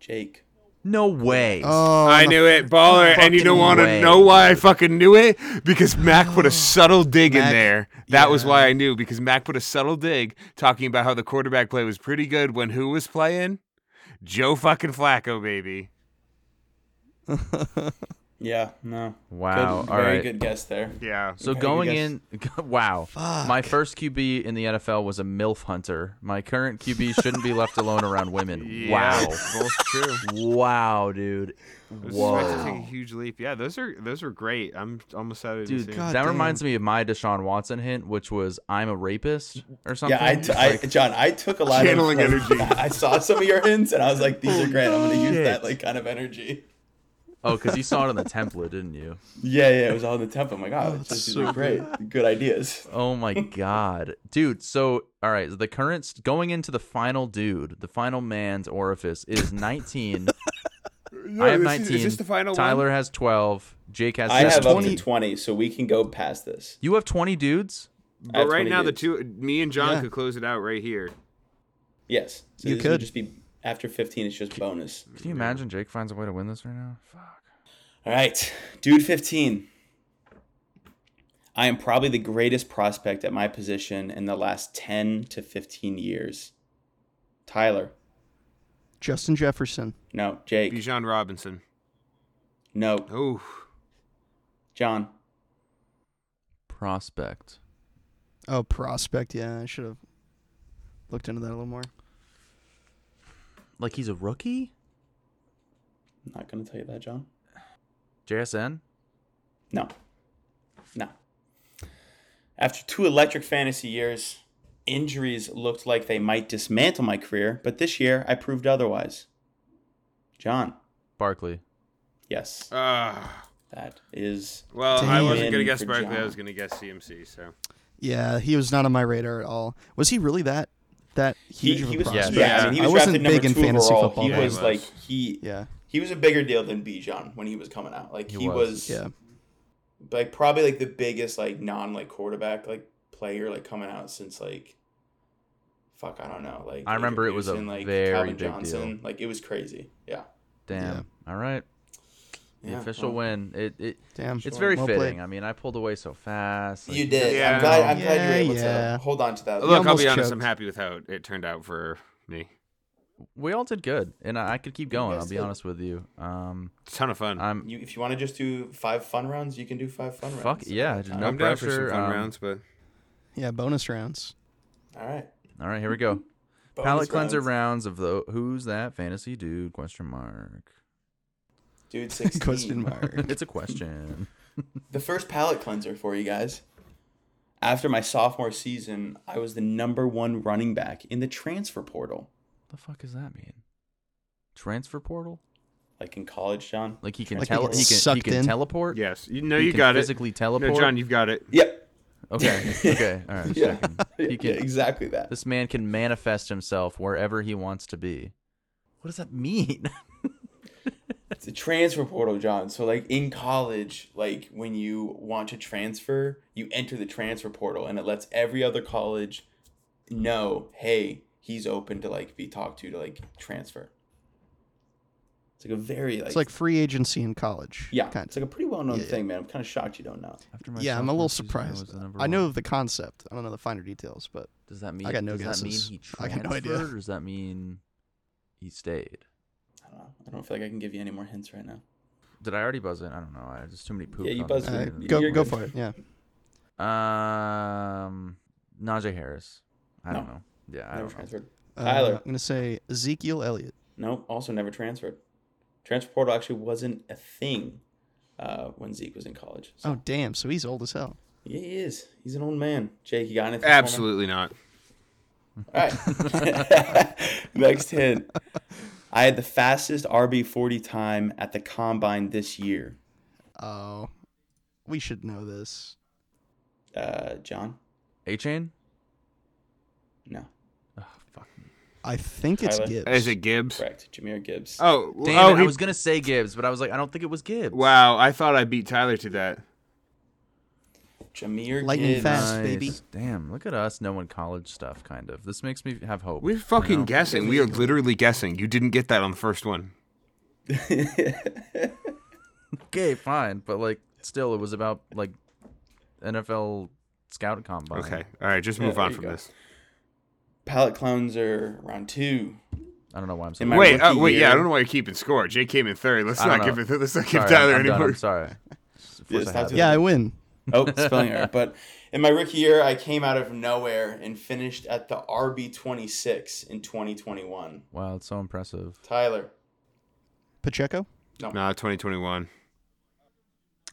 Speaker 2: Jake.
Speaker 1: No way.
Speaker 3: Oh,
Speaker 5: I knew it, baller. And you
Speaker 1: fucking
Speaker 5: don't want to
Speaker 1: way.
Speaker 5: know why I fucking knew it because Mac put a subtle dig in
Speaker 3: Mac-
Speaker 5: there. That was
Speaker 3: yeah.
Speaker 5: why I knew because Mac put a subtle dig talking about how the quarterback play was pretty good when who was playing? Joe fucking Flacco, baby.
Speaker 2: Yeah, no.
Speaker 1: Wow,
Speaker 2: Good,
Speaker 1: all
Speaker 2: very
Speaker 1: right.
Speaker 2: good guess there.
Speaker 5: Yeah.
Speaker 1: so
Speaker 2: okay,
Speaker 1: going
Speaker 2: you
Speaker 1: in, wow. My first QB in the NFL was a MILF hunter. My current QB shouldn't be left alone around women.
Speaker 5: Yeah, Both true.
Speaker 1: Wow. Wow, dude.
Speaker 5: I was about to
Speaker 1: Whoa.
Speaker 5: take a huge leap. Yeah, those are those are great. I'm almost excited to
Speaker 1: Dude,
Speaker 5: see.
Speaker 3: God
Speaker 1: that
Speaker 3: damn.
Speaker 1: reminds me of my Deshaun Watson hint, which was "I'm a rapist" or something.
Speaker 2: Yeah, I, t- I-
Speaker 1: Like,
Speaker 2: John, I took a lot
Speaker 5: Channeling
Speaker 2: of
Speaker 5: energy.
Speaker 2: I saw some of your hints, and I was like, "These are great. I'm gonna use that like kind of energy."
Speaker 1: oh, because you saw it on the template, didn't you?
Speaker 2: Yeah, yeah, it was all in the tempo. I'm like, "Oh, this is great, good ideas."
Speaker 1: Oh my god, dude. So, all right, the current going into the final dude, the final man's orifice is 19. I have 19. Tyler has 12. Jake has.
Speaker 2: I have
Speaker 1: 17.
Speaker 2: up to 20, so we can go past this.
Speaker 1: You have 20 dudes.
Speaker 2: At
Speaker 5: But right
Speaker 2: 20
Speaker 5: now, the
Speaker 2: dudes.
Speaker 5: two, me and John
Speaker 3: Yeah.
Speaker 5: could close it out right here.
Speaker 2: Yes, so
Speaker 3: You
Speaker 2: this would
Speaker 3: could.
Speaker 2: just be after 15. It's just bonus.
Speaker 1: Can you imagine Jake finds a way to win this right now? Fuck.
Speaker 2: All right, dude 15. I am probably the greatest prospect at my position in the last 10 to 15 years. Tyler.
Speaker 3: Justin Jefferson.
Speaker 2: No, Jake.
Speaker 5: Bijan Robinson.
Speaker 2: No,
Speaker 5: Oh,
Speaker 2: John.
Speaker 1: Prospect.
Speaker 3: Oh, prospect. Yeah, I should have looked into that a little more.
Speaker 1: Like he's a rookie.
Speaker 2: I'm not going to tell you that, John.
Speaker 1: JSN.
Speaker 2: No. No. After two electric fantasy years, injuries looked like they might dismantle my career, but this year I proved otherwise. John.
Speaker 1: Barkley.
Speaker 2: Yes.
Speaker 5: Ah.
Speaker 2: That is
Speaker 5: well, I wasn't gonna
Speaker 2: Damn.
Speaker 5: guess
Speaker 2: For
Speaker 5: Barkley. I
Speaker 2: John.
Speaker 5: was gonna guess CMC. So
Speaker 3: Yeah, he was not on my radar at all. Was he really that that
Speaker 2: he,
Speaker 3: huge of
Speaker 2: he
Speaker 3: a
Speaker 2: was
Speaker 3: prospect?
Speaker 2: yeah, I
Speaker 5: Yeah.
Speaker 2: mean he
Speaker 3: I
Speaker 2: was drafted
Speaker 3: wasn't
Speaker 2: number
Speaker 3: big in
Speaker 2: two
Speaker 3: fantasy
Speaker 2: overall.
Speaker 3: football.
Speaker 2: He
Speaker 5: Yeah, he
Speaker 2: was
Speaker 5: was.
Speaker 2: like he
Speaker 3: Yeah,
Speaker 2: he was a bigger deal than Bijan when he was coming out. Like he,
Speaker 1: He
Speaker 2: was,
Speaker 1: was.
Speaker 3: yeah.
Speaker 2: like probably like the biggest like non like quarterback like player like coming out since like fuck I don't know like
Speaker 1: I remember it was a very big deal.
Speaker 2: like it was crazy yeah
Speaker 1: Damn. All right. The
Speaker 2: Yeah,
Speaker 1: official
Speaker 2: well,
Speaker 1: win. It it
Speaker 3: Damn.
Speaker 1: it's very
Speaker 3: well
Speaker 1: fitting.
Speaker 3: played.
Speaker 1: I mean, I pulled away so fast. like-
Speaker 2: you did
Speaker 5: Yeah.
Speaker 2: I'm glad I'm glad you
Speaker 3: Yeah,
Speaker 2: were able
Speaker 3: yeah.
Speaker 2: to hold on to that
Speaker 5: look, I'll
Speaker 3: almost
Speaker 5: be honest. I'm
Speaker 3: choked.
Speaker 5: happy with how it, it turned out for me.
Speaker 1: We all did good, and I, I could keep going.
Speaker 2: guys
Speaker 1: I'll be
Speaker 2: did.
Speaker 1: honest with you. Um,
Speaker 5: It's a ton of fun.
Speaker 1: I'm
Speaker 2: you if you want to just do five fun rounds you can do five fun
Speaker 1: fuck
Speaker 2: rounds
Speaker 1: yeah, just no
Speaker 5: I'm down
Speaker 1: pressure.
Speaker 5: for some fun
Speaker 1: um,
Speaker 5: rounds, but
Speaker 3: Yeah, bonus rounds.
Speaker 2: all right
Speaker 1: All right, here we go.
Speaker 2: Bonus
Speaker 1: Palette cleanser rounds
Speaker 2: rounds.
Speaker 1: of the who's that fantasy dude question mark.
Speaker 2: dude 16
Speaker 3: Question mark.
Speaker 1: it's a question.
Speaker 2: the first palate cleanser for you guys. After my sophomore season, I was the number one running back in the transfer portal.
Speaker 1: the fuck does that mean? Transfer portal?
Speaker 2: Like in college, John?
Speaker 1: Like he can
Speaker 3: Like he
Speaker 1: tele-
Speaker 3: gets
Speaker 1: he can he
Speaker 3: sucked
Speaker 1: can
Speaker 3: in?
Speaker 1: teleport?
Speaker 5: yes, you know
Speaker 1: He
Speaker 5: you
Speaker 1: can
Speaker 5: got
Speaker 1: physically
Speaker 5: it.
Speaker 1: teleport?
Speaker 5: No, John, you've got it.
Speaker 2: Yep.
Speaker 1: Okay. Okay. All right.
Speaker 2: Yeah.
Speaker 1: checking. He
Speaker 2: yeah,
Speaker 1: can,
Speaker 2: exactly that.
Speaker 1: this man can manifest himself wherever he wants to be. What does that mean?
Speaker 2: It's the transfer portal, John. So, like in college, like when you want to transfer, you enter the transfer portal and it lets every other college know, hey, he's open to like be talked to to like transfer. It's like a very like,
Speaker 3: It's like free agency in college.
Speaker 2: yeah,
Speaker 3: Kind
Speaker 2: it's like a pretty well known
Speaker 3: Yeah, yeah.
Speaker 2: thing, man. I'm kind of shocked you don't know.
Speaker 1: After
Speaker 3: of.
Speaker 1: my
Speaker 3: Yeah, I'm a
Speaker 1: sophomore
Speaker 3: little
Speaker 1: season,
Speaker 3: surprised.
Speaker 1: was the number
Speaker 3: I
Speaker 1: one.
Speaker 3: know of the concept. I don't know the finer details, but uh,
Speaker 1: Does that mean
Speaker 3: got no
Speaker 1: does that mean
Speaker 3: guesses.
Speaker 1: he
Speaker 3: I
Speaker 1: transferred
Speaker 3: got no idea.
Speaker 1: or does that mean he stayed?
Speaker 2: I don't know. I don't feel like I can give you any more hints right now.
Speaker 1: Did I already buzz it? I don't know. I there's too many poops.
Speaker 2: Yeah, you
Speaker 1: on
Speaker 2: buzzed
Speaker 1: there.
Speaker 3: uh,
Speaker 2: You're
Speaker 3: go
Speaker 2: good.
Speaker 3: go for it. Yeah.
Speaker 1: Um, Najee Harris. I don't
Speaker 2: No.
Speaker 1: know. Yeah, I
Speaker 2: Never
Speaker 1: don't know.
Speaker 2: transferred.
Speaker 3: Uh,
Speaker 2: Tyler.
Speaker 3: I'm gonna say Ezekiel Elliott.
Speaker 2: Nope. Also never transferred. Transfer portal actually wasn't a thing uh, when Zeke was in college. So.
Speaker 3: Oh damn! So he's old as hell.
Speaker 2: Yeah, he is. He's an old man. Jake, you got anything? for me?
Speaker 5: Absolutely not.
Speaker 2: All right. Next hint. I had the fastest RB40 time at the combine this year.
Speaker 3: Oh, we should know this.
Speaker 2: Uh, John?
Speaker 1: A chain.
Speaker 2: No.
Speaker 1: Oh, fuck. me.
Speaker 3: I think it's
Speaker 2: Tyler.
Speaker 3: Gibbs.
Speaker 5: Is it Gibbs?
Speaker 2: Correct. Jameer Gibbs.
Speaker 5: Oh,
Speaker 1: Damn
Speaker 5: oh,
Speaker 1: it,
Speaker 5: he-
Speaker 1: I was gonna say Gibbs, but I was like, I don't think it was Gibbs.
Speaker 5: wow. I thought I beat Tyler to that.
Speaker 2: Jameer
Speaker 3: Lightning
Speaker 2: Gibbs.
Speaker 3: fast. baby.
Speaker 1: Damn, look at us knowing college stuff. Kind of. This makes me have hope.
Speaker 5: We're
Speaker 1: you
Speaker 5: fucking
Speaker 1: know?
Speaker 5: guessing. We are literally guessing. You didn't get that on the first one.
Speaker 1: Okay, fine, but like, still, it was about like NFL scout combine.
Speaker 5: Okay. All right. Just
Speaker 2: Yeah,
Speaker 5: move
Speaker 2: there
Speaker 5: on
Speaker 2: you
Speaker 5: from
Speaker 2: go.
Speaker 5: this.
Speaker 2: Palette cleanser, round two.
Speaker 1: I don't know why I'm.
Speaker 2: Am
Speaker 1: saying
Speaker 2: My I-
Speaker 5: wait. Oh,
Speaker 2: rookie
Speaker 5: wait. Yeah. I
Speaker 2: year-
Speaker 5: don't know why you're keeping score. Jake came in third. Let's
Speaker 1: I don't
Speaker 5: not give
Speaker 1: know.
Speaker 5: it. Let's not give
Speaker 1: Sorry,
Speaker 5: Tyler
Speaker 1: I'm,
Speaker 5: any
Speaker 1: done.
Speaker 5: more.
Speaker 1: I'm sorry. Of course I had
Speaker 2: stop doing
Speaker 1: it.
Speaker 3: yeah, I win.
Speaker 2: Oh, spelling error. But in my rookie year, I came out of nowhere and finished at the RB26 in 2021.
Speaker 1: Wow, it's so impressive.
Speaker 2: Tyler.
Speaker 3: Pacheco.
Speaker 5: Nah. 2021.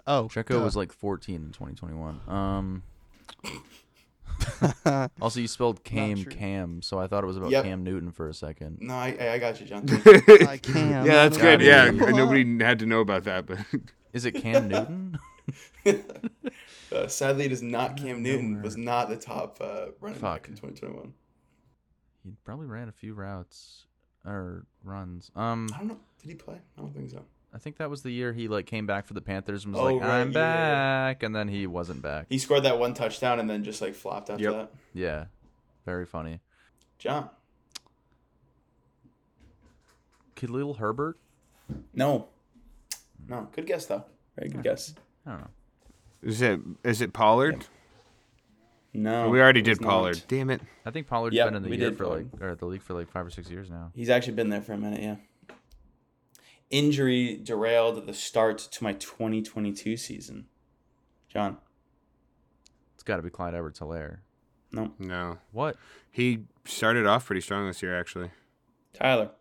Speaker 3: Oh,
Speaker 1: Checo
Speaker 3: duh.
Speaker 1: was like 14 in 2021. Um. also, you spelled Cam
Speaker 3: true.
Speaker 1: Cam, so I thought it was about
Speaker 2: Yep.
Speaker 1: Cam Newton for a second.
Speaker 2: No, I, I- I got you, John.
Speaker 3: I can.
Speaker 5: Yeah, that's
Speaker 3: Gotta
Speaker 5: good.
Speaker 1: be.
Speaker 5: Yeah,
Speaker 3: Come
Speaker 5: nobody had to know about that, but
Speaker 1: Is it Cam Newton?
Speaker 2: Uh, sadly, it is not Cam Newton. Was not the top uh, running
Speaker 1: Fuck.
Speaker 2: back in 2021.
Speaker 1: he probably ran a few routes or runs. Um,
Speaker 2: I don't know. Did he play? I don't think so.
Speaker 1: I think that was the year he like came back for the Panthers and was
Speaker 2: Oh,
Speaker 1: like,
Speaker 2: right,
Speaker 1: "I'm
Speaker 2: yeah.
Speaker 1: back," and then he wasn't back.
Speaker 2: He scored that one touchdown and then just like flopped after
Speaker 5: Yep.
Speaker 2: that.
Speaker 1: Yeah, very funny.
Speaker 2: John.
Speaker 1: Khalil Herbert.
Speaker 2: No. No. Good guess though. Very good guess.
Speaker 1: I don't know.
Speaker 5: is it is it Pollard?
Speaker 2: No.
Speaker 5: we already
Speaker 2: it
Speaker 5: did
Speaker 2: was not.
Speaker 5: Pollard. Damn it!
Speaker 1: I think Pollard's
Speaker 2: Yep,
Speaker 1: been in the
Speaker 2: we
Speaker 1: year
Speaker 2: did
Speaker 1: for like
Speaker 2: Pollard.
Speaker 1: or the league for like five or six years now.
Speaker 2: He's actually been there for a minute. Yeah. Injury derailed the start to my 2022 season. John.
Speaker 1: It's got to be Clyde Edwards Hilaire.
Speaker 2: No.
Speaker 5: No,
Speaker 1: What?
Speaker 5: he started off pretty strong this year. Actually,
Speaker 2: Tyler.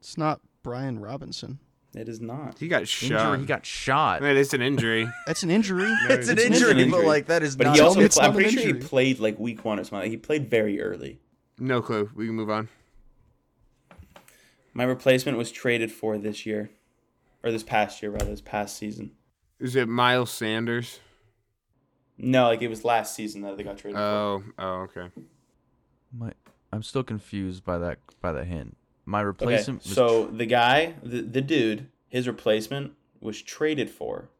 Speaker 3: It's not Brian Robinson.
Speaker 2: It is not.
Speaker 5: he got
Speaker 1: Injury?
Speaker 5: shot.
Speaker 1: He got shot.
Speaker 5: Wait, it's an injury.
Speaker 3: That's an injury.
Speaker 5: It's an
Speaker 2: injury, but, like,
Speaker 1: that is
Speaker 2: But he also.
Speaker 3: it's
Speaker 2: Played, I'm
Speaker 3: not an
Speaker 2: pretty sure he
Speaker 3: injury.
Speaker 2: played like week one or something. He played very early.
Speaker 5: no clue. We can move on.
Speaker 2: My replacement was traded for this year, or this past year rather, this past season.
Speaker 5: Is it Miles Sanders?
Speaker 2: No, like it was last season that they got traded.
Speaker 5: Oh, oh, okay.
Speaker 1: My, I'm still confused by that by that hint. My replacement.
Speaker 2: okay,
Speaker 1: was
Speaker 2: so the guy, the, the dude, his replacement was traded for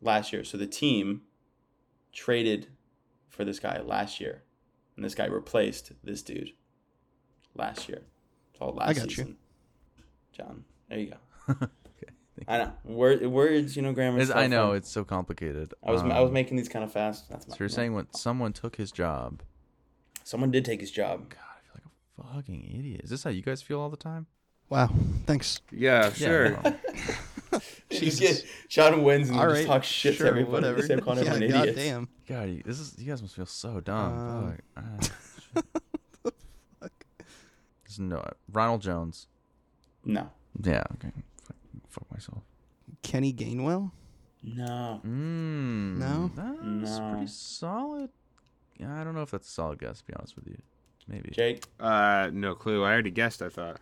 Speaker 2: last year. So the team traded for this guy last year, and this guy replaced this dude last year. It's all last
Speaker 3: got you.
Speaker 2: season. John, there you go. I know Word, words, you know, grammar.
Speaker 1: Is-
Speaker 2: stuff,
Speaker 1: I know
Speaker 2: I'm-
Speaker 1: it's so complicated.
Speaker 2: I was I was
Speaker 1: Um,
Speaker 2: making these kind of fast. That's
Speaker 1: So
Speaker 2: my,
Speaker 1: you're
Speaker 2: no.
Speaker 1: saying when someone took his job?
Speaker 2: someone did take his job.
Speaker 1: God, I feel like a fucking idiot. Is this how you guys feel all the time?
Speaker 3: Wow. Thanks.
Speaker 5: Yeah,
Speaker 1: Yeah,
Speaker 5: sure.
Speaker 1: no.
Speaker 2: You just get John wins and
Speaker 3: All
Speaker 2: then
Speaker 3: right,
Speaker 2: just talks shit
Speaker 3: sure,
Speaker 2: to everybody.
Speaker 3: Whatever.
Speaker 2: Instead of calling
Speaker 3: yeah,
Speaker 2: everyone idiots.
Speaker 3: goddamn.
Speaker 1: God, you, this is you guys must feel so dumb.
Speaker 3: Um,
Speaker 1: Fuck. Ah, shit. There's no Ronald Jones.
Speaker 2: No.
Speaker 1: Yeah. Okay. Fuck, fuck myself.
Speaker 3: Kenny Gainwell.
Speaker 2: No.
Speaker 1: Mm,
Speaker 3: No?
Speaker 1: That's
Speaker 2: No.
Speaker 1: pretty solid. I don't know if that's a solid guess. To be honest with you, maybe.
Speaker 2: Jake.
Speaker 5: Uh, no clue. I already guessed. I thought.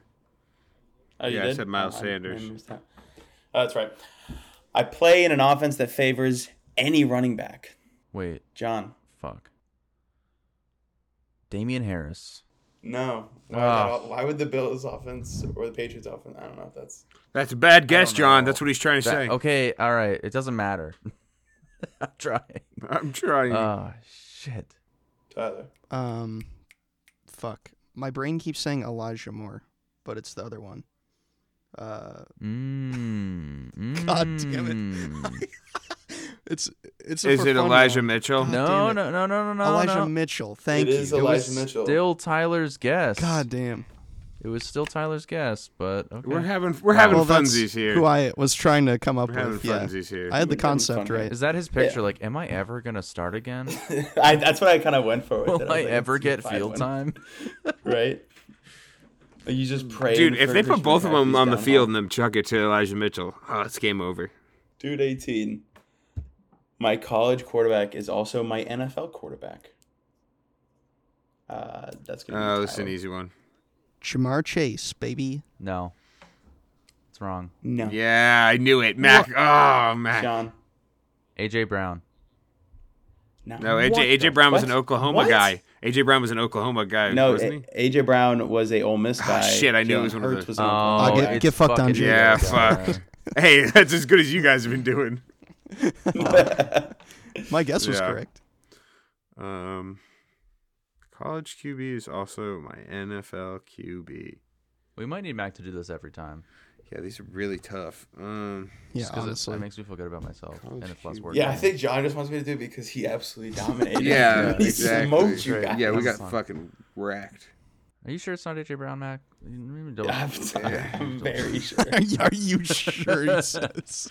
Speaker 2: Oh, you
Speaker 5: Yeah, I
Speaker 2: did?
Speaker 5: said Miles
Speaker 2: Oh, I- I
Speaker 5: Sanders.
Speaker 2: missed that. Oh, that's right. I play in an offense that favors any running back.
Speaker 1: Wait.
Speaker 2: John.
Speaker 1: Fuck. Damian Harris.
Speaker 2: No. Why,
Speaker 1: Ah.
Speaker 2: would that- why would the Bills offense or the Patriots offense? I don't know if that's.
Speaker 5: That's a bad guess,
Speaker 1: don't
Speaker 5: John.
Speaker 1: know.
Speaker 5: That's what he's trying to
Speaker 1: That-
Speaker 5: say.
Speaker 1: okay. All right. It doesn't matter. I'm trying.
Speaker 5: I'm trying.
Speaker 1: Oh shit.
Speaker 2: Tyler.
Speaker 3: Um, fuck. My brain keeps saying Elijah Moore, but it's the other one. Uh,
Speaker 1: Mm,
Speaker 3: God damn it.
Speaker 1: mm.
Speaker 3: it's it's a
Speaker 5: Is it
Speaker 3: Forfonia.
Speaker 5: Elijah Mitchell?
Speaker 3: God
Speaker 1: no,
Speaker 3: damn
Speaker 1: no,
Speaker 3: it.
Speaker 1: no, no, no, no.
Speaker 3: Elijah
Speaker 1: no.
Speaker 3: Mitchell. Thank
Speaker 8: it
Speaker 3: you.
Speaker 8: is
Speaker 3: It
Speaker 8: Elijah
Speaker 3: was-
Speaker 8: Mitchell.
Speaker 1: Still Tyler's guess.
Speaker 3: God damn.
Speaker 1: It was still Tyler's guess, but okay.
Speaker 5: We're having we're having
Speaker 3: well, that's
Speaker 5: funsies here.
Speaker 3: Who I was trying to come up
Speaker 5: we're having
Speaker 3: with. Yeah.
Speaker 5: funsies here.
Speaker 3: I had the
Speaker 8: We're having
Speaker 3: concept
Speaker 8: fun.
Speaker 3: right.
Speaker 1: Is that his picture? Like, am I ever gonna start again?
Speaker 2: I, that's what I kind of went for. With it.
Speaker 1: Will
Speaker 2: was
Speaker 1: I
Speaker 2: like,
Speaker 1: ever
Speaker 2: let's
Speaker 1: get
Speaker 2: find
Speaker 1: field
Speaker 2: one,
Speaker 1: time?
Speaker 2: Right. Are you just praying?
Speaker 5: Dude, if
Speaker 2: for
Speaker 5: they put
Speaker 2: Christian
Speaker 5: both of them
Speaker 2: McCaffrey's
Speaker 5: on the
Speaker 2: downfall?
Speaker 5: field and then chuck it to Elijah Mitchell, oh, it's game over.
Speaker 2: dude, eighteen. My college quarterback is also my NFL quarterback. Uh, that's gonna.
Speaker 5: Oh,
Speaker 2: be
Speaker 5: this is an
Speaker 2: Tyler.
Speaker 5: easy one.
Speaker 3: Jamar Chase, baby.
Speaker 1: No, it's wrong.
Speaker 2: No,
Speaker 5: Yeah, I knew it. Mac. Oh, Mac.
Speaker 2: John.
Speaker 1: AJ Brown.
Speaker 5: No, AJ
Speaker 2: What the-
Speaker 5: AJ Brown was an
Speaker 2: what?
Speaker 5: Oklahoma
Speaker 2: What?
Speaker 5: guy. AJ Brown was an Oklahoma guy,
Speaker 2: No,
Speaker 5: wasn't he?
Speaker 2: A- AJ Brown was a Ole Miss
Speaker 5: Ah,
Speaker 2: guy.
Speaker 5: shit, I knew it was
Speaker 2: Jalen
Speaker 5: one of
Speaker 2: Hurts
Speaker 5: those.
Speaker 2: was an
Speaker 1: Oh,
Speaker 2: Oklahoma
Speaker 3: get-
Speaker 2: guy.
Speaker 1: it's
Speaker 3: get fucked on
Speaker 1: fucking-
Speaker 3: Jimmy.
Speaker 5: Yeah,
Speaker 1: Yeah.
Speaker 5: fuck. Hey, that's as good as you guys have been doing.
Speaker 3: My guess was
Speaker 5: Yeah.
Speaker 3: correct.
Speaker 5: Um, college QB is also my NFL QB.
Speaker 1: We might need Mac to do this every time.
Speaker 5: Yeah, these are really tough. Um,
Speaker 3: Yeah,
Speaker 1: Just 'cause it,
Speaker 3: honestly. Oh,
Speaker 1: it makes me feel good about myself, and it's less work.
Speaker 8: Yeah, I think John just wants me to do it because he absolutely dominated.
Speaker 5: yeah,
Speaker 8: he
Speaker 5: exactly.
Speaker 8: smoked you guys.
Speaker 5: Yeah, we got
Speaker 1: Fun.
Speaker 5: fucking wrecked.
Speaker 1: Are you sure it's not AJ Brown, Mac? Double-
Speaker 8: I'm, I'm very sure.
Speaker 3: Are you- Are you sure? he says?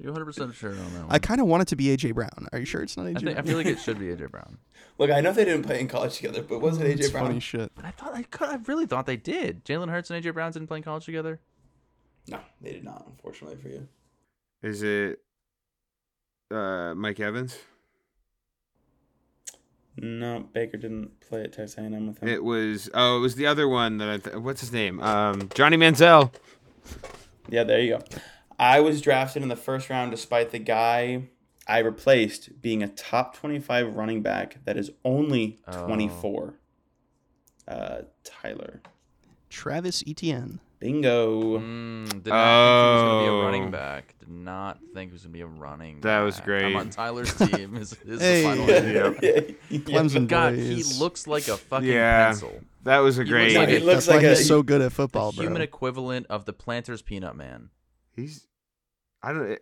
Speaker 1: You're 100 percent sure on that one.
Speaker 3: I kind of want it to be AJ Brown. Are you sure it's not
Speaker 1: I,
Speaker 3: AJ?
Speaker 1: think, I
Speaker 3: Brown?
Speaker 1: feel like it should be AJ Brown.
Speaker 8: Look, I know they didn't play in college together, but wasn't AJ
Speaker 3: It's
Speaker 8: Brown?
Speaker 3: funny shit.
Speaker 1: But I thought I could. I really thought they did. Jalen Hurts and AJ Brown didn't play in college together.
Speaker 8: No, they did not. Unfortunately for you,
Speaker 5: Is it uh Mike Evans?
Speaker 2: No, Baker didn't play at Texas A&M with him.
Speaker 5: It was. Oh, it was the other one that I. Th- what's his name? Um, Johnny Manziel.
Speaker 2: Yeah, there you go. I was drafted in the first round despite the guy I replaced being a top 25 running back that is only 24. Uh, Tyler.
Speaker 3: Travis Etienne.
Speaker 2: Bingo.
Speaker 1: Mm, did not think he was going to be a
Speaker 5: Oh.
Speaker 1: running back. Did not think he was going to be a running.
Speaker 5: That
Speaker 1: back.
Speaker 5: was great.
Speaker 1: I'm on Tyler's team. Is, is the
Speaker 3: Hey.
Speaker 1: final
Speaker 5: Yeah.
Speaker 1: answer.
Speaker 3: Clemson
Speaker 1: God, he
Speaker 3: boys.
Speaker 1: looks like a fucking
Speaker 5: Yeah.
Speaker 1: pencil.
Speaker 5: That was a
Speaker 1: He
Speaker 5: great.
Speaker 1: looks like
Speaker 2: He
Speaker 1: a-
Speaker 2: looks
Speaker 3: That's
Speaker 2: like
Speaker 3: why
Speaker 2: a
Speaker 3: he's so good at football,
Speaker 1: the
Speaker 3: bro.
Speaker 1: human equivalent of the Planters Peanut Man.
Speaker 5: he's. I don't.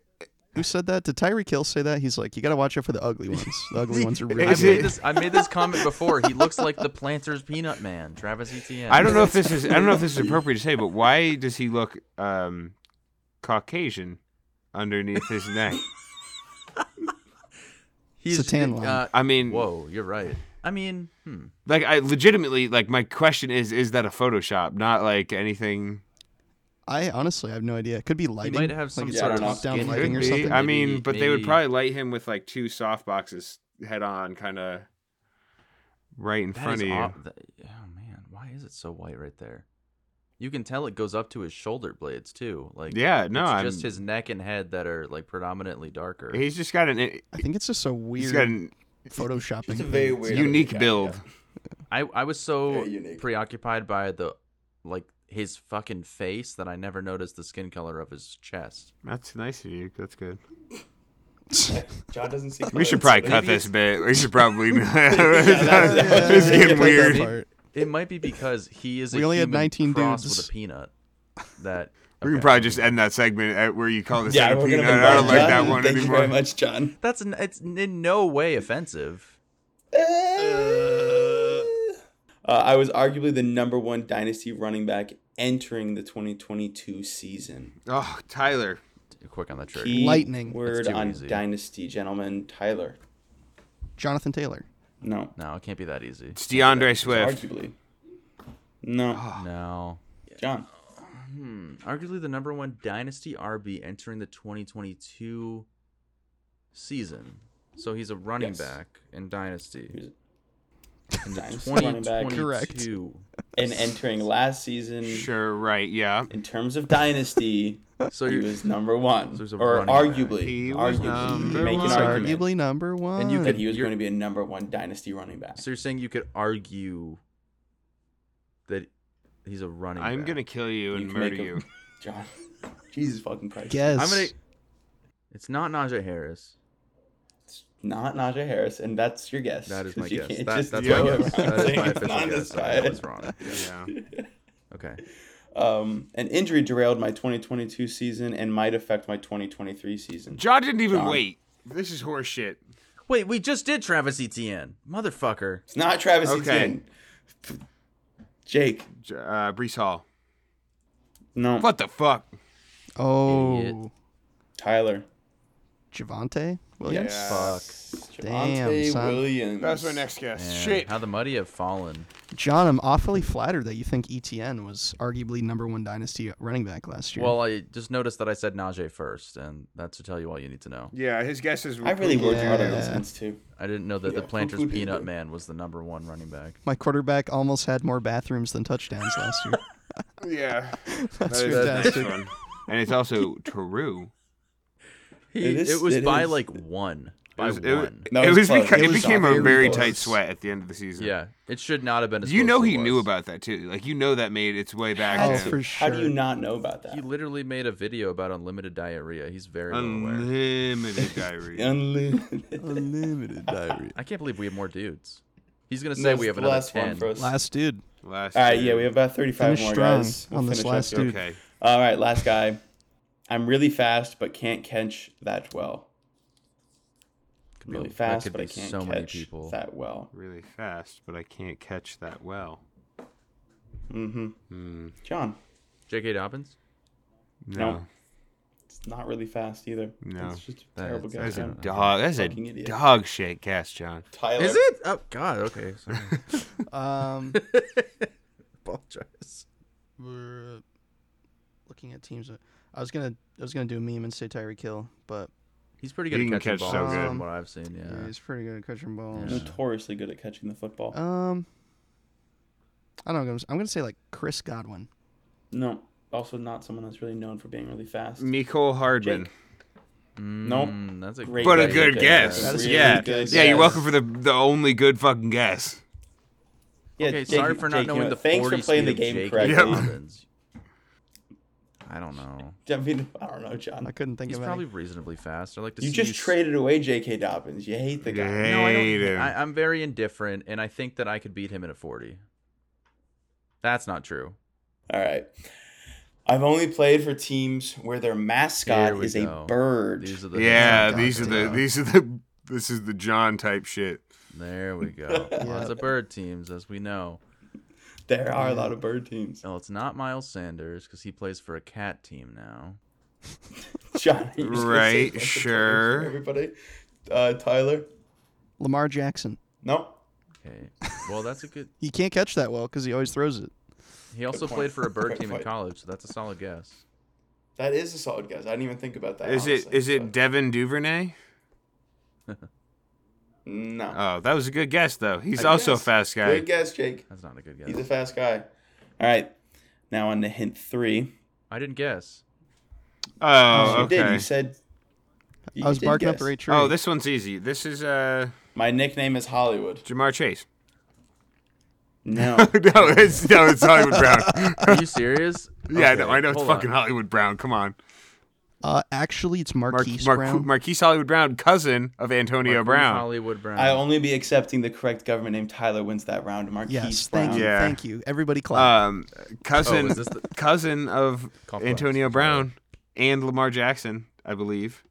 Speaker 3: Who said that? Did Tyreek Hill say that? He's like, you got to watch out for the ugly ones. The ugly ones are really
Speaker 5: Is
Speaker 1: I
Speaker 5: it-
Speaker 1: made
Speaker 3: good.
Speaker 1: this. I made this comment before. He looks like the Planters Peanut Man, Travis Etienne.
Speaker 5: I don't know if this is. I don't know if this is appropriate to say, but why does he look um, Caucasian underneath his neck?
Speaker 1: He's
Speaker 3: It's a tan line.
Speaker 1: Uh,
Speaker 5: I mean,
Speaker 1: whoa, you're right. I mean, hmm.
Speaker 5: like I legitimately like my question is: is that a Photoshop? Not like anything.
Speaker 3: I honestly have no idea. It could be
Speaker 1: he
Speaker 3: lighting.
Speaker 1: might have some
Speaker 3: like it's
Speaker 1: sort
Speaker 2: a
Speaker 1: of
Speaker 3: top down
Speaker 1: skin
Speaker 3: lighting or
Speaker 5: Could be.
Speaker 3: something.
Speaker 5: I mean,
Speaker 1: Maybe-
Speaker 5: but they would
Speaker 1: maybe-
Speaker 5: probably light him with like two soft boxes head on, kind of right in
Speaker 1: That
Speaker 5: front
Speaker 1: is
Speaker 5: of you.
Speaker 1: ob- that- oh man, why is it so white right there? You can tell it goes up to his shoulder blades too. Like
Speaker 5: Yeah, no,
Speaker 1: it's
Speaker 5: I'm-
Speaker 1: just his neck and head that are like predominantly darker.
Speaker 5: He's just got an.
Speaker 3: I think it's just a
Speaker 5: He's got
Speaker 3: weird
Speaker 5: an
Speaker 3: photoshopping.
Speaker 8: It's a very
Speaker 3: thing.
Speaker 8: weird,
Speaker 5: unique
Speaker 8: yeah,
Speaker 5: build.
Speaker 8: yeah.
Speaker 1: I I was so
Speaker 8: Very unique.
Speaker 1: preoccupied by the like his fucking face that I never noticed the skin color of his chest.
Speaker 5: That's nice of you. That's good.
Speaker 8: John doesn't see.
Speaker 5: We should
Speaker 8: color, so
Speaker 5: probably cut
Speaker 8: maybe
Speaker 5: this bit. We should probably.
Speaker 3: Yeah,
Speaker 5: it's
Speaker 3: yeah,
Speaker 5: getting
Speaker 3: yeah, yeah,
Speaker 5: weird.
Speaker 3: that part.
Speaker 1: It might be because he is
Speaker 3: We
Speaker 1: a
Speaker 3: only had
Speaker 1: human
Speaker 3: 19
Speaker 1: cross
Speaker 3: dudes.
Speaker 1: with a peanut. That
Speaker 5: We can
Speaker 1: okay.
Speaker 5: probably just end that segment at where you call this
Speaker 2: Yeah,
Speaker 5: a
Speaker 2: we're gonna
Speaker 5: peanut. I
Speaker 2: move
Speaker 5: don't
Speaker 2: on,
Speaker 5: like
Speaker 2: John.
Speaker 5: that one
Speaker 2: Thank you very
Speaker 5: anymore.
Speaker 2: much, John.
Speaker 1: that's n- it's in no way offensive.
Speaker 2: Uh, I was arguably the number one dynasty running back entering the 2022 season.
Speaker 5: Oh, Tyler.
Speaker 1: Quick on the trigger.
Speaker 2: Key
Speaker 3: Lightning.
Speaker 2: word
Speaker 1: That's too
Speaker 2: on
Speaker 1: easy.
Speaker 2: dynasty, gentlemen. Tyler.
Speaker 3: Jonathan Taylor.
Speaker 2: No,
Speaker 1: No, it can't be that easy.
Speaker 5: It's DeAndre Swift.
Speaker 2: arguably.
Speaker 1: Ah,
Speaker 2: No,
Speaker 1: No.
Speaker 2: John.
Speaker 1: arguably the number one dynasty RB entering the 2022 season. So he's a running
Speaker 2: Yes.
Speaker 1: back in dynasty.
Speaker 2: In running back
Speaker 1: 2022.
Speaker 2: and entering last season.
Speaker 5: Sure, right, yeah.
Speaker 2: In terms of dynasty,
Speaker 1: So
Speaker 2: he
Speaker 1: you
Speaker 2: was number one,
Speaker 1: So he's a
Speaker 2: or
Speaker 1: running back.
Speaker 2: arguably,
Speaker 5: He was
Speaker 2: arguably, you
Speaker 5: number
Speaker 2: can make an
Speaker 5: one.
Speaker 3: He's
Speaker 2: Um, argument
Speaker 3: arguably number one.
Speaker 1: And you
Speaker 2: that he was
Speaker 1: You're-
Speaker 2: going to be a number one dynasty running back.
Speaker 1: so you're saying you could argue that he's a running
Speaker 5: I'm
Speaker 1: back.
Speaker 5: gonna kill you and
Speaker 2: can
Speaker 5: murder
Speaker 2: make a-
Speaker 5: you.
Speaker 2: John, Jesus fucking Christ,
Speaker 3: guess.
Speaker 1: I'm gonna It's not Najee Harris.
Speaker 2: not Najee Harris, and that's your guess.
Speaker 1: That is
Speaker 2: 'cause
Speaker 1: my
Speaker 2: you
Speaker 1: guess.
Speaker 2: can't
Speaker 1: That,
Speaker 2: just
Speaker 1: that's
Speaker 2: go
Speaker 1: my
Speaker 2: around
Speaker 1: guess. That is
Speaker 2: saying
Speaker 1: my
Speaker 2: it's
Speaker 1: official
Speaker 2: not
Speaker 1: guess.
Speaker 2: this
Speaker 1: I
Speaker 2: guy.
Speaker 1: was wrong.
Speaker 5: Yeah.
Speaker 1: Okay.
Speaker 2: Um, an injury derailed my 2022 season and might affect my 2023 season.
Speaker 5: John didn't even
Speaker 2: John.
Speaker 5: wait. This is horse shit.
Speaker 9: Wait, we just did Travis Etienne, motherfucker.
Speaker 2: It's not Travis
Speaker 5: Okay.
Speaker 2: Etienne. Jake,
Speaker 5: J- Uh, Brees Hall.
Speaker 2: no,
Speaker 5: What the fuck?
Speaker 3: Oh,
Speaker 1: Idiot.
Speaker 2: Tyler.
Speaker 3: Javante Williams.
Speaker 2: Fuck.
Speaker 3: Damn, son.
Speaker 2: Williams.
Speaker 5: That's my next guess.
Speaker 1: Man,
Speaker 5: shit.
Speaker 1: How the mighty have fallen.
Speaker 3: John, I'm awfully flattered that you think ETN was arguably number one dynasty running back last year.
Speaker 1: Well, I just noticed that I said Najee first, and that's to tell you all you need to know.
Speaker 5: yeah, his guesses were.
Speaker 2: I really worked hard on this
Speaker 3: Yeah.
Speaker 2: sense too.
Speaker 1: I didn't know that the
Speaker 2: Yeah,
Speaker 1: Planters
Speaker 2: who did
Speaker 1: Peanut
Speaker 2: that?
Speaker 1: Man was the number one running back.
Speaker 3: My quarterback almost had more bathrooms than touchdowns last year.
Speaker 5: Yeah.
Speaker 3: That's
Speaker 5: That is the next
Speaker 3: fantastic.
Speaker 5: one. And it's also true.
Speaker 1: He,
Speaker 2: It is-
Speaker 1: it was
Speaker 2: it
Speaker 1: by
Speaker 2: is-
Speaker 1: like one. By
Speaker 5: It was, it,
Speaker 1: one.
Speaker 5: it
Speaker 2: No, it was
Speaker 5: was
Speaker 2: close.
Speaker 5: beca-
Speaker 2: It
Speaker 5: it
Speaker 3: was
Speaker 5: became a
Speaker 3: very
Speaker 5: very
Speaker 3: close.
Speaker 5: tight sweat at the end of the season.
Speaker 1: yeah, it should not have been. As
Speaker 5: You
Speaker 1: close
Speaker 5: know
Speaker 1: as it
Speaker 5: he knew
Speaker 1: was.
Speaker 5: about that too. Like you know that made its way back.
Speaker 2: Had
Speaker 3: Oh,
Speaker 5: to
Speaker 2: to.
Speaker 3: for
Speaker 2: How do you
Speaker 3: sure.
Speaker 2: not know about that?
Speaker 1: He literally made a video about unlimited diarrhea. He's very well aware.
Speaker 5: Unlimited diarrhea.
Speaker 2: Unlimited.
Speaker 3: Unlimited diarrhea.
Speaker 1: I can't believe we have more dudes. He's gonna say
Speaker 2: That's
Speaker 1: we have
Speaker 2: the
Speaker 1: another
Speaker 2: last
Speaker 1: ten.
Speaker 2: one for us.
Speaker 3: Last dude.
Speaker 5: Last
Speaker 2: All right,
Speaker 5: year.
Speaker 2: yeah, we have about 35
Speaker 3: Finish
Speaker 2: more
Speaker 3: strong
Speaker 2: guys. We'll
Speaker 3: on this
Speaker 2: finish up
Speaker 3: last
Speaker 2: here.
Speaker 3: dude.
Speaker 5: Okay.
Speaker 2: All right, last guy. I'm really fast, but can't catch that well.
Speaker 1: Could be-
Speaker 2: Really
Speaker 1: that
Speaker 2: fast,
Speaker 1: could
Speaker 2: but I
Speaker 1: be
Speaker 2: can't
Speaker 1: so
Speaker 2: catch
Speaker 1: many people.
Speaker 2: that well.
Speaker 5: Really fast, but I can't catch that well.
Speaker 2: Mm-hmm.
Speaker 5: Hmm.
Speaker 2: John,
Speaker 1: J.K. Dobbins.
Speaker 5: No.
Speaker 2: No. it's not really fast either.
Speaker 5: No.
Speaker 2: It's just a
Speaker 1: That
Speaker 2: terrible
Speaker 1: is-
Speaker 2: guess.
Speaker 5: That's a
Speaker 2: John.
Speaker 5: dog. That's a
Speaker 2: Fucking idiot.
Speaker 5: dog shit guess, John.
Speaker 2: Tyler.
Speaker 9: Is it? Oh God. Okay. Sorry.
Speaker 3: Um,
Speaker 1: Apologize.
Speaker 3: we're looking at teams. that- I was gonna, I was gonna do a meme and say Tyreek Hill, but
Speaker 1: He's pretty good
Speaker 5: He
Speaker 1: at
Speaker 5: can
Speaker 1: catching
Speaker 5: catch
Speaker 3: so
Speaker 1: balls
Speaker 3: good.
Speaker 1: from what I've seen. Yeah.
Speaker 3: he's pretty good at catching balls.
Speaker 2: Notoriously good at catching the football.
Speaker 1: Uh.
Speaker 3: Um, I don't know. I'm gonna say like Chris Godwin.
Speaker 2: no. Also, not someone that's really known for being really fast.
Speaker 1: Mm.
Speaker 5: Nicole Hardman.
Speaker 2: Jake.
Speaker 1: No, Mm, That's a
Speaker 2: Great
Speaker 5: But a
Speaker 2: guess.
Speaker 5: good
Speaker 2: Really
Speaker 5: guess.
Speaker 2: good guess.
Speaker 5: yeah.
Speaker 2: Really good
Speaker 5: yeah, you're
Speaker 2: guess.
Speaker 5: welcome for the the only good fucking guess.
Speaker 2: Yeah,
Speaker 1: okay,
Speaker 2: Jake-
Speaker 1: sorry for not
Speaker 2: Jake, you
Speaker 1: knowing
Speaker 2: know,
Speaker 1: the
Speaker 2: Thanks
Speaker 1: 40
Speaker 2: for playing the
Speaker 1: speed of J.K.
Speaker 2: game correctly.
Speaker 5: Yep.
Speaker 1: Dobbins. I don't know.
Speaker 2: I mean, I don't know, John.
Speaker 3: I couldn't think
Speaker 1: He's
Speaker 3: of
Speaker 1: probably
Speaker 3: any.
Speaker 1: reasonably fast. I like to
Speaker 2: You
Speaker 1: see
Speaker 2: just
Speaker 1: s-
Speaker 2: traded away J.K. Dobbins. You hate the guy.
Speaker 1: No, I
Speaker 5: Hate
Speaker 1: don't.
Speaker 5: him.
Speaker 1: I, I'm very indifferent, and I think that I could beat him in a 40. That's not true.
Speaker 2: All right. I've only played for teams where their mascot
Speaker 1: Here we
Speaker 2: is
Speaker 1: go.
Speaker 2: a bird.
Speaker 1: These are the
Speaker 5: yeah,
Speaker 3: dog
Speaker 5: these are the
Speaker 3: dog.
Speaker 5: these are the this is the John type shit.
Speaker 1: There we go. Lots of bird teams, as we know.
Speaker 2: There are a lot of bird teams.
Speaker 1: No, it's not Miles Sanders because he plays for a cat team now.
Speaker 2: John, you're just gonna
Speaker 5: Right,
Speaker 2: say a bunch of birds for
Speaker 5: sure.
Speaker 2: Everybody, uh, Tyler.
Speaker 3: Lamar Jackson.
Speaker 2: No,
Speaker 1: Okay. Well, that's a good.
Speaker 3: He can't catch that well because he always throws it.
Speaker 1: He also
Speaker 2: point.
Speaker 1: played for a bird
Speaker 2: Good
Speaker 1: team in
Speaker 2: point.
Speaker 1: college, so that's a solid guess.
Speaker 2: that is a solid guess. I didn't even think about that.
Speaker 5: Is it
Speaker 2: honestly,
Speaker 5: is it
Speaker 2: but-
Speaker 5: Devin Duvernay?
Speaker 2: no.
Speaker 5: Oh, that was a good guess though. He's
Speaker 2: Good
Speaker 5: also a
Speaker 2: guess.
Speaker 5: fast guy.
Speaker 2: Good guess, Jake.
Speaker 1: That's not a good
Speaker 2: He's a
Speaker 1: guess.
Speaker 2: fast guy. All right. Now on to hint three.
Speaker 1: I didn't guess.
Speaker 5: Oh,
Speaker 2: You did.
Speaker 5: okay.
Speaker 2: You said. you
Speaker 3: I was
Speaker 2: did
Speaker 3: barking up
Speaker 2: guess.
Speaker 3: the right tree.
Speaker 5: Oh, this one's easy. This is uh
Speaker 2: My nickname is Hollywood.
Speaker 5: Jamar Chase.
Speaker 2: No.
Speaker 5: no, it's no, it's Hollywood Brown.
Speaker 1: Are you serious?
Speaker 5: Yeah,
Speaker 1: Okay,
Speaker 5: no, I know it's
Speaker 1: hold on.
Speaker 5: fucking Hollywood Brown. Come on,
Speaker 3: Uh, actually, it's
Speaker 5: Marque-
Speaker 3: Marquise
Speaker 5: Mar-
Speaker 3: Brown.
Speaker 5: Marquise Hollywood Brown, cousin of Antonio
Speaker 1: Marquise
Speaker 5: Brown.
Speaker 1: Hollywood Brown.
Speaker 2: I'll only be accepting the correct government name. Tyler wins that round. Marquise
Speaker 3: yes,
Speaker 2: Brown.
Speaker 3: thank you,
Speaker 5: Yeah.
Speaker 3: thank you. Everybody clap.
Speaker 5: um, cousin,
Speaker 1: Oh, is this the-
Speaker 5: cousin of
Speaker 1: Complex,
Speaker 5: Antonio
Speaker 1: sorry.
Speaker 5: Brown and Lamar Jackson, I believe.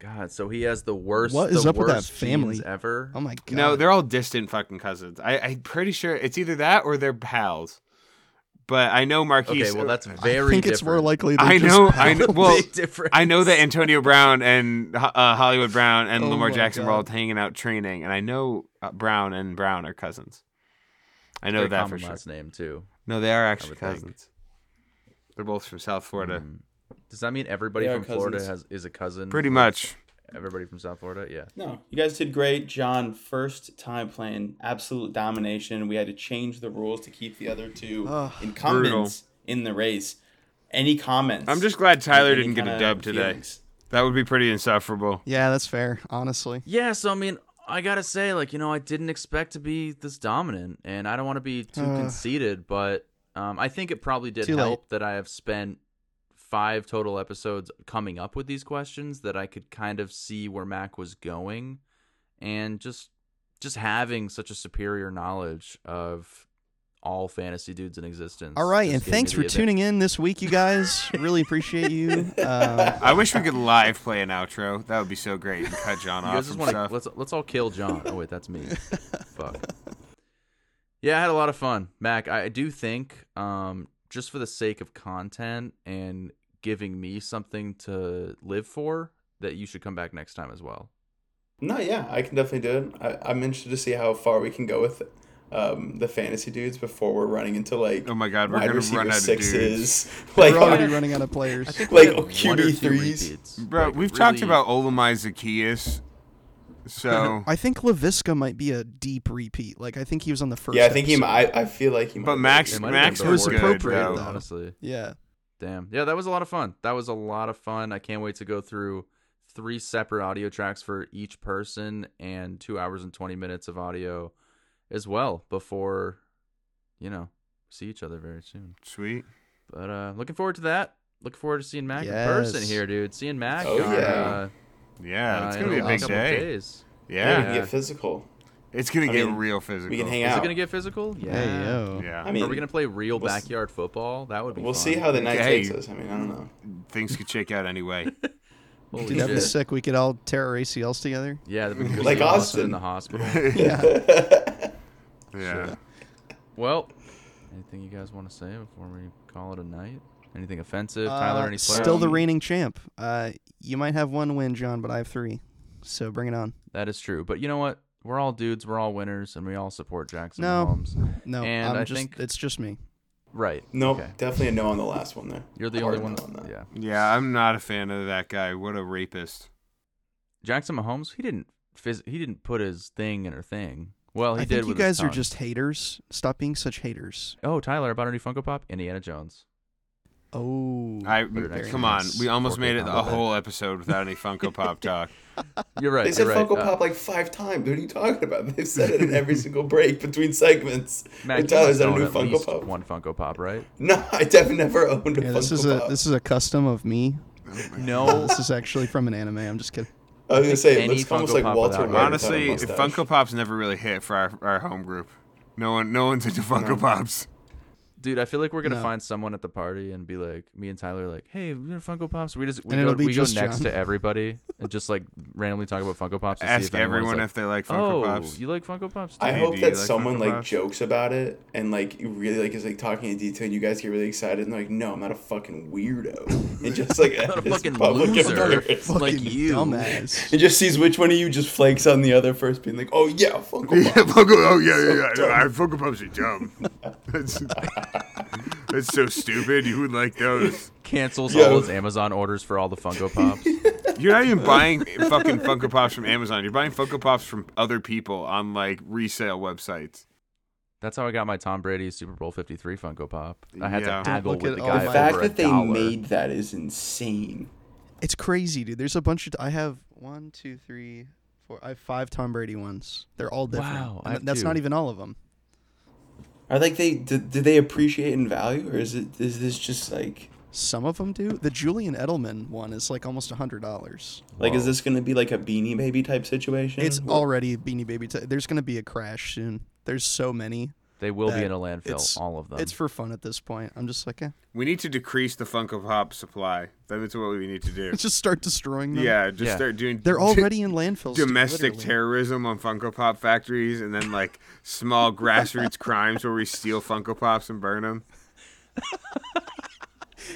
Speaker 1: God, so he has the worst.
Speaker 3: What is
Speaker 1: the
Speaker 3: up with that
Speaker 1: worst genes
Speaker 3: family?
Speaker 1: ever?
Speaker 3: oh my god.
Speaker 5: No, they're all distant fucking cousins. I, I'm pretty sure it's either that or they're pals. But I know Marquise.
Speaker 1: okay, well that's
Speaker 3: I
Speaker 1: very.
Speaker 3: think it's more
Speaker 1: different.
Speaker 3: likely. they're
Speaker 5: I
Speaker 3: just
Speaker 5: know, I know. Well,
Speaker 1: Big difference.
Speaker 5: I know that Antonio Brown and uh, Hollywood Brown and
Speaker 3: Oh
Speaker 5: Lamar
Speaker 3: my
Speaker 5: Jackson were all
Speaker 3: God.
Speaker 5: hanging out training, and I know uh, Brown and Brown are cousins. I know
Speaker 1: Very
Speaker 5: that for
Speaker 1: common
Speaker 5: sure.
Speaker 1: last name too.
Speaker 5: No, they are actually
Speaker 1: would think.
Speaker 5: cousins. They're both from South Florida.
Speaker 1: Mm. Does that mean everybody
Speaker 2: They are
Speaker 1: from Florida has
Speaker 2: cousins.
Speaker 1: is a cousin?
Speaker 5: Pretty
Speaker 1: of
Speaker 5: much.
Speaker 1: Everybody from South Florida, yeah.
Speaker 2: No, you guys did great, John. First time playing, absolute domination. We had to change the rules to keep the other two
Speaker 3: Ugh.
Speaker 2: incumbents in the race. Any comments?
Speaker 5: I'm just glad Tyler
Speaker 2: Any
Speaker 5: didn't get a
Speaker 2: kinda
Speaker 5: dub today.
Speaker 2: feelings?
Speaker 5: That would be pretty insufferable.
Speaker 3: Yeah, that's fair. Honestly,
Speaker 1: Yeah, so I mean, I gotta say, like, you know, I didn't expect to be this dominant, and I don't want to be too
Speaker 3: Uh.
Speaker 1: conceited, but um, I think it probably did
Speaker 3: Too late.
Speaker 1: help that I have spent five total episodes coming up with these questions that I could kind of see where Mac was going, and just just having such a superior knowledge of all fantasy dudes in existence.
Speaker 3: All right,
Speaker 1: Just
Speaker 3: and
Speaker 1: gave me
Speaker 3: thanks
Speaker 1: the
Speaker 3: for
Speaker 1: event-
Speaker 3: tuning in this week, you guys. really appreciate you. Uh,
Speaker 5: I wish we could live play an outro. That would be so great and cut John
Speaker 1: You
Speaker 5: off
Speaker 1: guys just
Speaker 5: and
Speaker 1: want to
Speaker 5: stuff.
Speaker 1: let's let's all kill John. Oh wait, that's me. Fuck. Yeah, I had a lot of fun, Mac. I I do think, um, just for the sake of content and giving me something to live for, that you should come back next time as well.
Speaker 2: No, yeah, I can definitely do it. I, I'm interested to see how far we can go with um, the fantasy dudes before we're running into like
Speaker 5: Oh my God, we're
Speaker 2: wide
Speaker 5: gonna
Speaker 2: receiver
Speaker 5: run out of
Speaker 2: sixes. Like
Speaker 3: we're already
Speaker 2: our,
Speaker 3: running out of players.
Speaker 2: Like,
Speaker 1: We had
Speaker 2: QB
Speaker 1: one or two
Speaker 2: threes.
Speaker 1: repeats.
Speaker 5: Bro,
Speaker 1: Like,
Speaker 5: we've talked
Speaker 1: really-
Speaker 5: about Olamai Zacchaeus. So,
Speaker 3: I think Lavisca might be a deep repeat. Like I think he was on the first.
Speaker 2: yeah, I think he.
Speaker 3: episode.
Speaker 2: might. I, I feel like he. might
Speaker 5: but
Speaker 2: be.
Speaker 5: Max,
Speaker 1: It might have
Speaker 5: Max
Speaker 1: been
Speaker 5: was
Speaker 1: before
Speaker 5: good
Speaker 1: that,
Speaker 3: appropriate,
Speaker 5: though.
Speaker 3: though.
Speaker 1: Honestly,
Speaker 3: Yeah,
Speaker 1: Damn. Yeah, that was a lot of fun. That was a lot of fun. I can't wait to go through three separate audio tracks for each person and two hours and 20 minutes of audio as well before, you know, see each other very soon.
Speaker 5: Sweet.
Speaker 1: But uh looking forward to that. Looking forward to seeing Mac in person
Speaker 3: Yes.
Speaker 1: here, dude. Seeing Mac.
Speaker 2: Oh,
Speaker 1: on,
Speaker 2: yeah.
Speaker 1: uh,
Speaker 5: Yeah,
Speaker 1: uh,
Speaker 5: it's
Speaker 1: in
Speaker 5: gonna be a big
Speaker 1: couple
Speaker 5: day.
Speaker 1: Days.
Speaker 2: Yeah,
Speaker 5: Yeah,
Speaker 2: we can get physical.
Speaker 5: it's gonna
Speaker 2: I
Speaker 5: get
Speaker 2: mean,
Speaker 5: real physical.
Speaker 2: We can hang
Speaker 1: Is
Speaker 2: out.
Speaker 1: it gonna get physical? Yeah.
Speaker 5: Yeah,
Speaker 2: I mean,
Speaker 1: Are we gonna play real
Speaker 2: we'll s-
Speaker 1: backyard football? That would be.
Speaker 2: We'll
Speaker 1: fun.
Speaker 2: see how the night
Speaker 5: Hey.
Speaker 2: takes us. I mean, I don't know.
Speaker 5: things could shake out anyway.
Speaker 1: Holy
Speaker 3: dude, that'd be
Speaker 1: shit.
Speaker 3: sick. We could all tear our ACLs together.
Speaker 1: Yeah, that'd be like
Speaker 2: Like
Speaker 1: Austin
Speaker 2: Austin.
Speaker 1: in the hospital.
Speaker 3: Yeah,
Speaker 5: Yeah.
Speaker 1: Well, anything you guys want to say before we call it a night? Anything offensive,
Speaker 3: Uh,
Speaker 1: Tyler? Any players?
Speaker 3: still the reigning champ. Uh, you might have one win, John, but I have three. So bring it on.
Speaker 1: That is true. But you know what? We're all dudes. We're all winners, and we all support Jackson
Speaker 3: No.
Speaker 1: Mahomes.
Speaker 3: No,
Speaker 1: And
Speaker 3: I'm
Speaker 1: I
Speaker 3: just
Speaker 1: think-
Speaker 3: it's just me.
Speaker 1: Right.
Speaker 2: Nope,
Speaker 1: Okay.
Speaker 2: definitely a no on the last one there.
Speaker 1: You're the
Speaker 2: Hard
Speaker 1: only one. That,
Speaker 2: no on that.
Speaker 1: Yeah.
Speaker 5: Yeah, I'm not a fan of that guy. What a rapist.
Speaker 1: Jackson Mahomes. He didn't. Phys- he didn't put his thing in her thing. Well, he
Speaker 3: I
Speaker 1: did.
Speaker 3: think you
Speaker 1: with his
Speaker 3: guys are
Speaker 1: tongue.
Speaker 3: just haters. Stop being such haters.
Speaker 1: Oh, Tyler, about our new Funko Pop, Indiana Jones.
Speaker 3: Oh,
Speaker 5: I
Speaker 1: Put it next
Speaker 5: come
Speaker 1: to
Speaker 5: on.
Speaker 1: his
Speaker 5: We almost
Speaker 1: 4K
Speaker 5: made it a
Speaker 1: combo.
Speaker 5: whole episode without any Funko Pop talk.
Speaker 1: You're right.
Speaker 2: They said
Speaker 1: you're right.
Speaker 2: Funko
Speaker 1: Uh,
Speaker 2: Pop like five times. What are you talking about? They've said it in every single break between segments.
Speaker 1: Mac,
Speaker 2: And
Speaker 1: you
Speaker 2: Tyler's
Speaker 1: must
Speaker 2: had a
Speaker 1: own
Speaker 2: new
Speaker 1: at
Speaker 2: Funko
Speaker 1: least
Speaker 2: Pop.
Speaker 1: One Funko Pop, right?
Speaker 2: No, I definitely never owned a
Speaker 3: yeah,
Speaker 2: Funko
Speaker 3: this is
Speaker 2: Pop.
Speaker 3: a this is a custom of me.
Speaker 1: No.
Speaker 3: This is actually from an anime. I'm just kidding.
Speaker 2: I was gonna say it
Speaker 1: any
Speaker 2: looks almost
Speaker 1: Funko
Speaker 2: like
Speaker 1: Pop without
Speaker 2: Walter White. without a
Speaker 5: Honestly, if
Speaker 2: mustache.
Speaker 5: Funko Pops never really hit for our, our home group. No one, no one's into Funko Pops.
Speaker 1: Dude, I feel like we're gonna
Speaker 3: No.
Speaker 1: find someone at the party and be like, me and Tyler, are like, hey, we're gonna Funko Pops. We just we
Speaker 3: And
Speaker 1: go,
Speaker 3: it'll be
Speaker 1: we go
Speaker 3: just
Speaker 1: next
Speaker 3: John.
Speaker 1: to everybody and just like randomly talk about Funko Pops. And see if
Speaker 5: Ask
Speaker 1: anyone's
Speaker 5: everyone
Speaker 1: like,
Speaker 5: if they like Funko
Speaker 1: oh,
Speaker 5: Pops.
Speaker 1: you like Funko Pops?
Speaker 2: I
Speaker 1: too?"
Speaker 5: Hey,
Speaker 2: hope
Speaker 5: do you
Speaker 2: that
Speaker 5: like
Speaker 2: someone
Speaker 5: Funko
Speaker 2: like
Speaker 5: Pops?
Speaker 2: jokes about it and like really like is like talking in detail and you guys get really excited and like, no, I'm not a fucking weirdo. And just like
Speaker 1: Not a
Speaker 2: at this
Speaker 1: fucking
Speaker 2: public
Speaker 1: loser.
Speaker 2: embarrassment.
Speaker 1: Like
Speaker 3: Fucking
Speaker 1: you.
Speaker 3: dumbass.
Speaker 2: It just sees which one of you just flakes on the other first, being like, "Oh yeah, Funko Pop."
Speaker 5: Funko, oh yeah, yeah, yeah. I- Funko Pops are dumb. That's, that's so stupid. You would like those.
Speaker 1: cancels
Speaker 2: Yo.
Speaker 1: all his Amazon orders for all the Funko Pops.
Speaker 5: You're not even buying fucking Funko Pops from Amazon. You're buying Funko Pops from other people on like resale websites.
Speaker 1: That's how I got my Tom Brady Super Bowl Fifty Three Funko Pop. I had
Speaker 5: Yeah.
Speaker 1: to
Speaker 5: Don't
Speaker 1: haggle
Speaker 3: look
Speaker 1: with
Speaker 3: at
Speaker 1: the
Speaker 3: all
Speaker 1: guy
Speaker 3: my-
Speaker 2: The
Speaker 1: over
Speaker 2: fact
Speaker 1: a
Speaker 2: that they
Speaker 1: dollar.
Speaker 2: made that is insane.
Speaker 3: It's crazy, dude. There's a bunch of I have one, two, three, four. I have five Tom Brady ones. They're all different.
Speaker 1: Wow,
Speaker 3: And
Speaker 1: I
Speaker 3: th-
Speaker 1: have
Speaker 3: that's
Speaker 1: two.
Speaker 3: not even all of them.
Speaker 2: Are like they did, did they appreciate in value or is it is this just like
Speaker 3: Some of them do. The Julian Edelman one is like almost a hundred dollars.
Speaker 2: like is this gonna be like a Beanie Baby type situation?
Speaker 3: It's
Speaker 2: Where-
Speaker 3: already Beanie Baby. T- there's gonna be a crash soon. There's so many.
Speaker 1: They will be
Speaker 3: that
Speaker 1: in a landfill.
Speaker 3: it's-
Speaker 1: All of them.
Speaker 3: It's for fun at this point. I'm just like, eh.
Speaker 5: We need to decrease the Funko Pop supply. That's what we need to do.
Speaker 3: just start destroying them.
Speaker 5: Yeah, just
Speaker 1: Yeah.
Speaker 5: start doing.
Speaker 3: They're already in landfills. dude,
Speaker 5: domestic
Speaker 3: literally.
Speaker 5: terrorism on Funko Pop factories, and then like small grassroots crimes where we steal Funko Pops and burn them.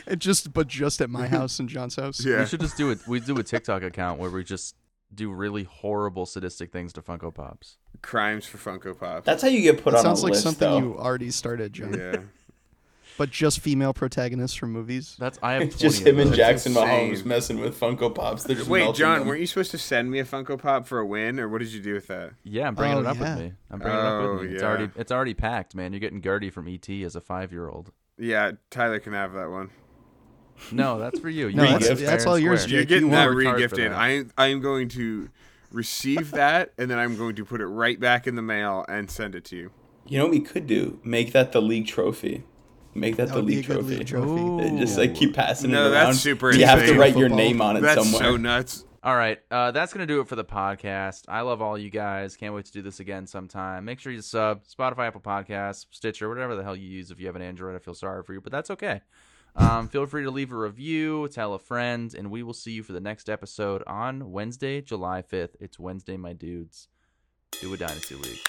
Speaker 3: It just, but just at my house and John's house.
Speaker 5: Yeah,
Speaker 1: We should just do it. We do a TikTok account where we just do really horrible, sadistic things to Funko Pops.
Speaker 5: crimes for Funko Pops.
Speaker 2: that's how you get put
Speaker 3: That
Speaker 2: on
Speaker 3: sounds
Speaker 2: a
Speaker 3: like
Speaker 2: list
Speaker 3: something
Speaker 2: though.
Speaker 3: you already started, John.
Speaker 5: Yeah,
Speaker 3: But just female protagonists from movies.
Speaker 1: That's I have
Speaker 2: It's just
Speaker 1: 20 of
Speaker 2: him and
Speaker 1: those.
Speaker 2: Jackson
Speaker 5: insane.
Speaker 2: Mahomes messing with Funko Pops. They're just
Speaker 5: Wait,
Speaker 2: melting
Speaker 5: John,
Speaker 2: them.
Speaker 5: weren't you supposed to send me a Funko Pop for a win, or what did you do with that?
Speaker 1: Yeah, I'm bringing
Speaker 3: Oh,
Speaker 1: it up
Speaker 3: yeah.
Speaker 1: with me. I'm bringing it up
Speaker 5: Oh,
Speaker 1: with me. It's
Speaker 5: yeah.
Speaker 1: already it's already packed, man. You're getting Gertie from ET as a five year old.
Speaker 5: Yeah, Tyler can have that one.
Speaker 1: No, that's for you. You
Speaker 3: No,
Speaker 1: can
Speaker 3: that's-
Speaker 1: gift
Speaker 3: that's
Speaker 1: fair
Speaker 3: all
Speaker 1: and
Speaker 3: yours,
Speaker 1: square.
Speaker 5: You're
Speaker 3: Jake,
Speaker 5: getting
Speaker 3: you
Speaker 5: that
Speaker 1: won't work hard for
Speaker 5: regifted.
Speaker 1: that.
Speaker 5: I I am going to receive that, and then I'm going to put it right back in the mail and send it to you.
Speaker 2: You know what we could do? Make that the league trophy. Make that,
Speaker 3: That
Speaker 2: the
Speaker 3: would be a
Speaker 2: league
Speaker 3: good
Speaker 2: trophy.
Speaker 3: league trophy.
Speaker 1: Ooh.
Speaker 2: And just like keep passing
Speaker 5: No,
Speaker 2: it
Speaker 5: that's
Speaker 2: around.
Speaker 5: super
Speaker 2: You have to
Speaker 5: insane.
Speaker 2: write your
Speaker 3: Football.
Speaker 2: name on it
Speaker 5: That's
Speaker 2: somewhere.
Speaker 5: so nuts.
Speaker 1: All right. Uh, that's going to do it for the podcast. I love all you guys. Can't wait to do this again sometime. Make sure you sub Spotify, Apple Podcasts, Stitcher, whatever the hell you use. If you have an Android, I feel sorry for you, but that's okay. Um, feel free to leave a review, tell a friend, and we will see you for the next episode on Wednesday, July 5th. It's Wednesday, my dudes. Do a Dynasty League.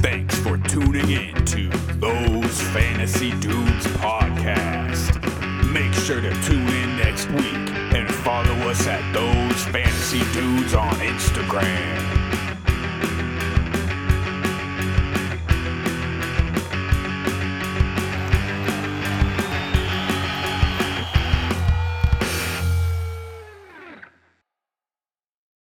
Speaker 4: Thanks for tuning in to Those Fantasy Dudes Podcast. Make sure to tune in next week and follow us at Those Fantasy Dudes on Instagram.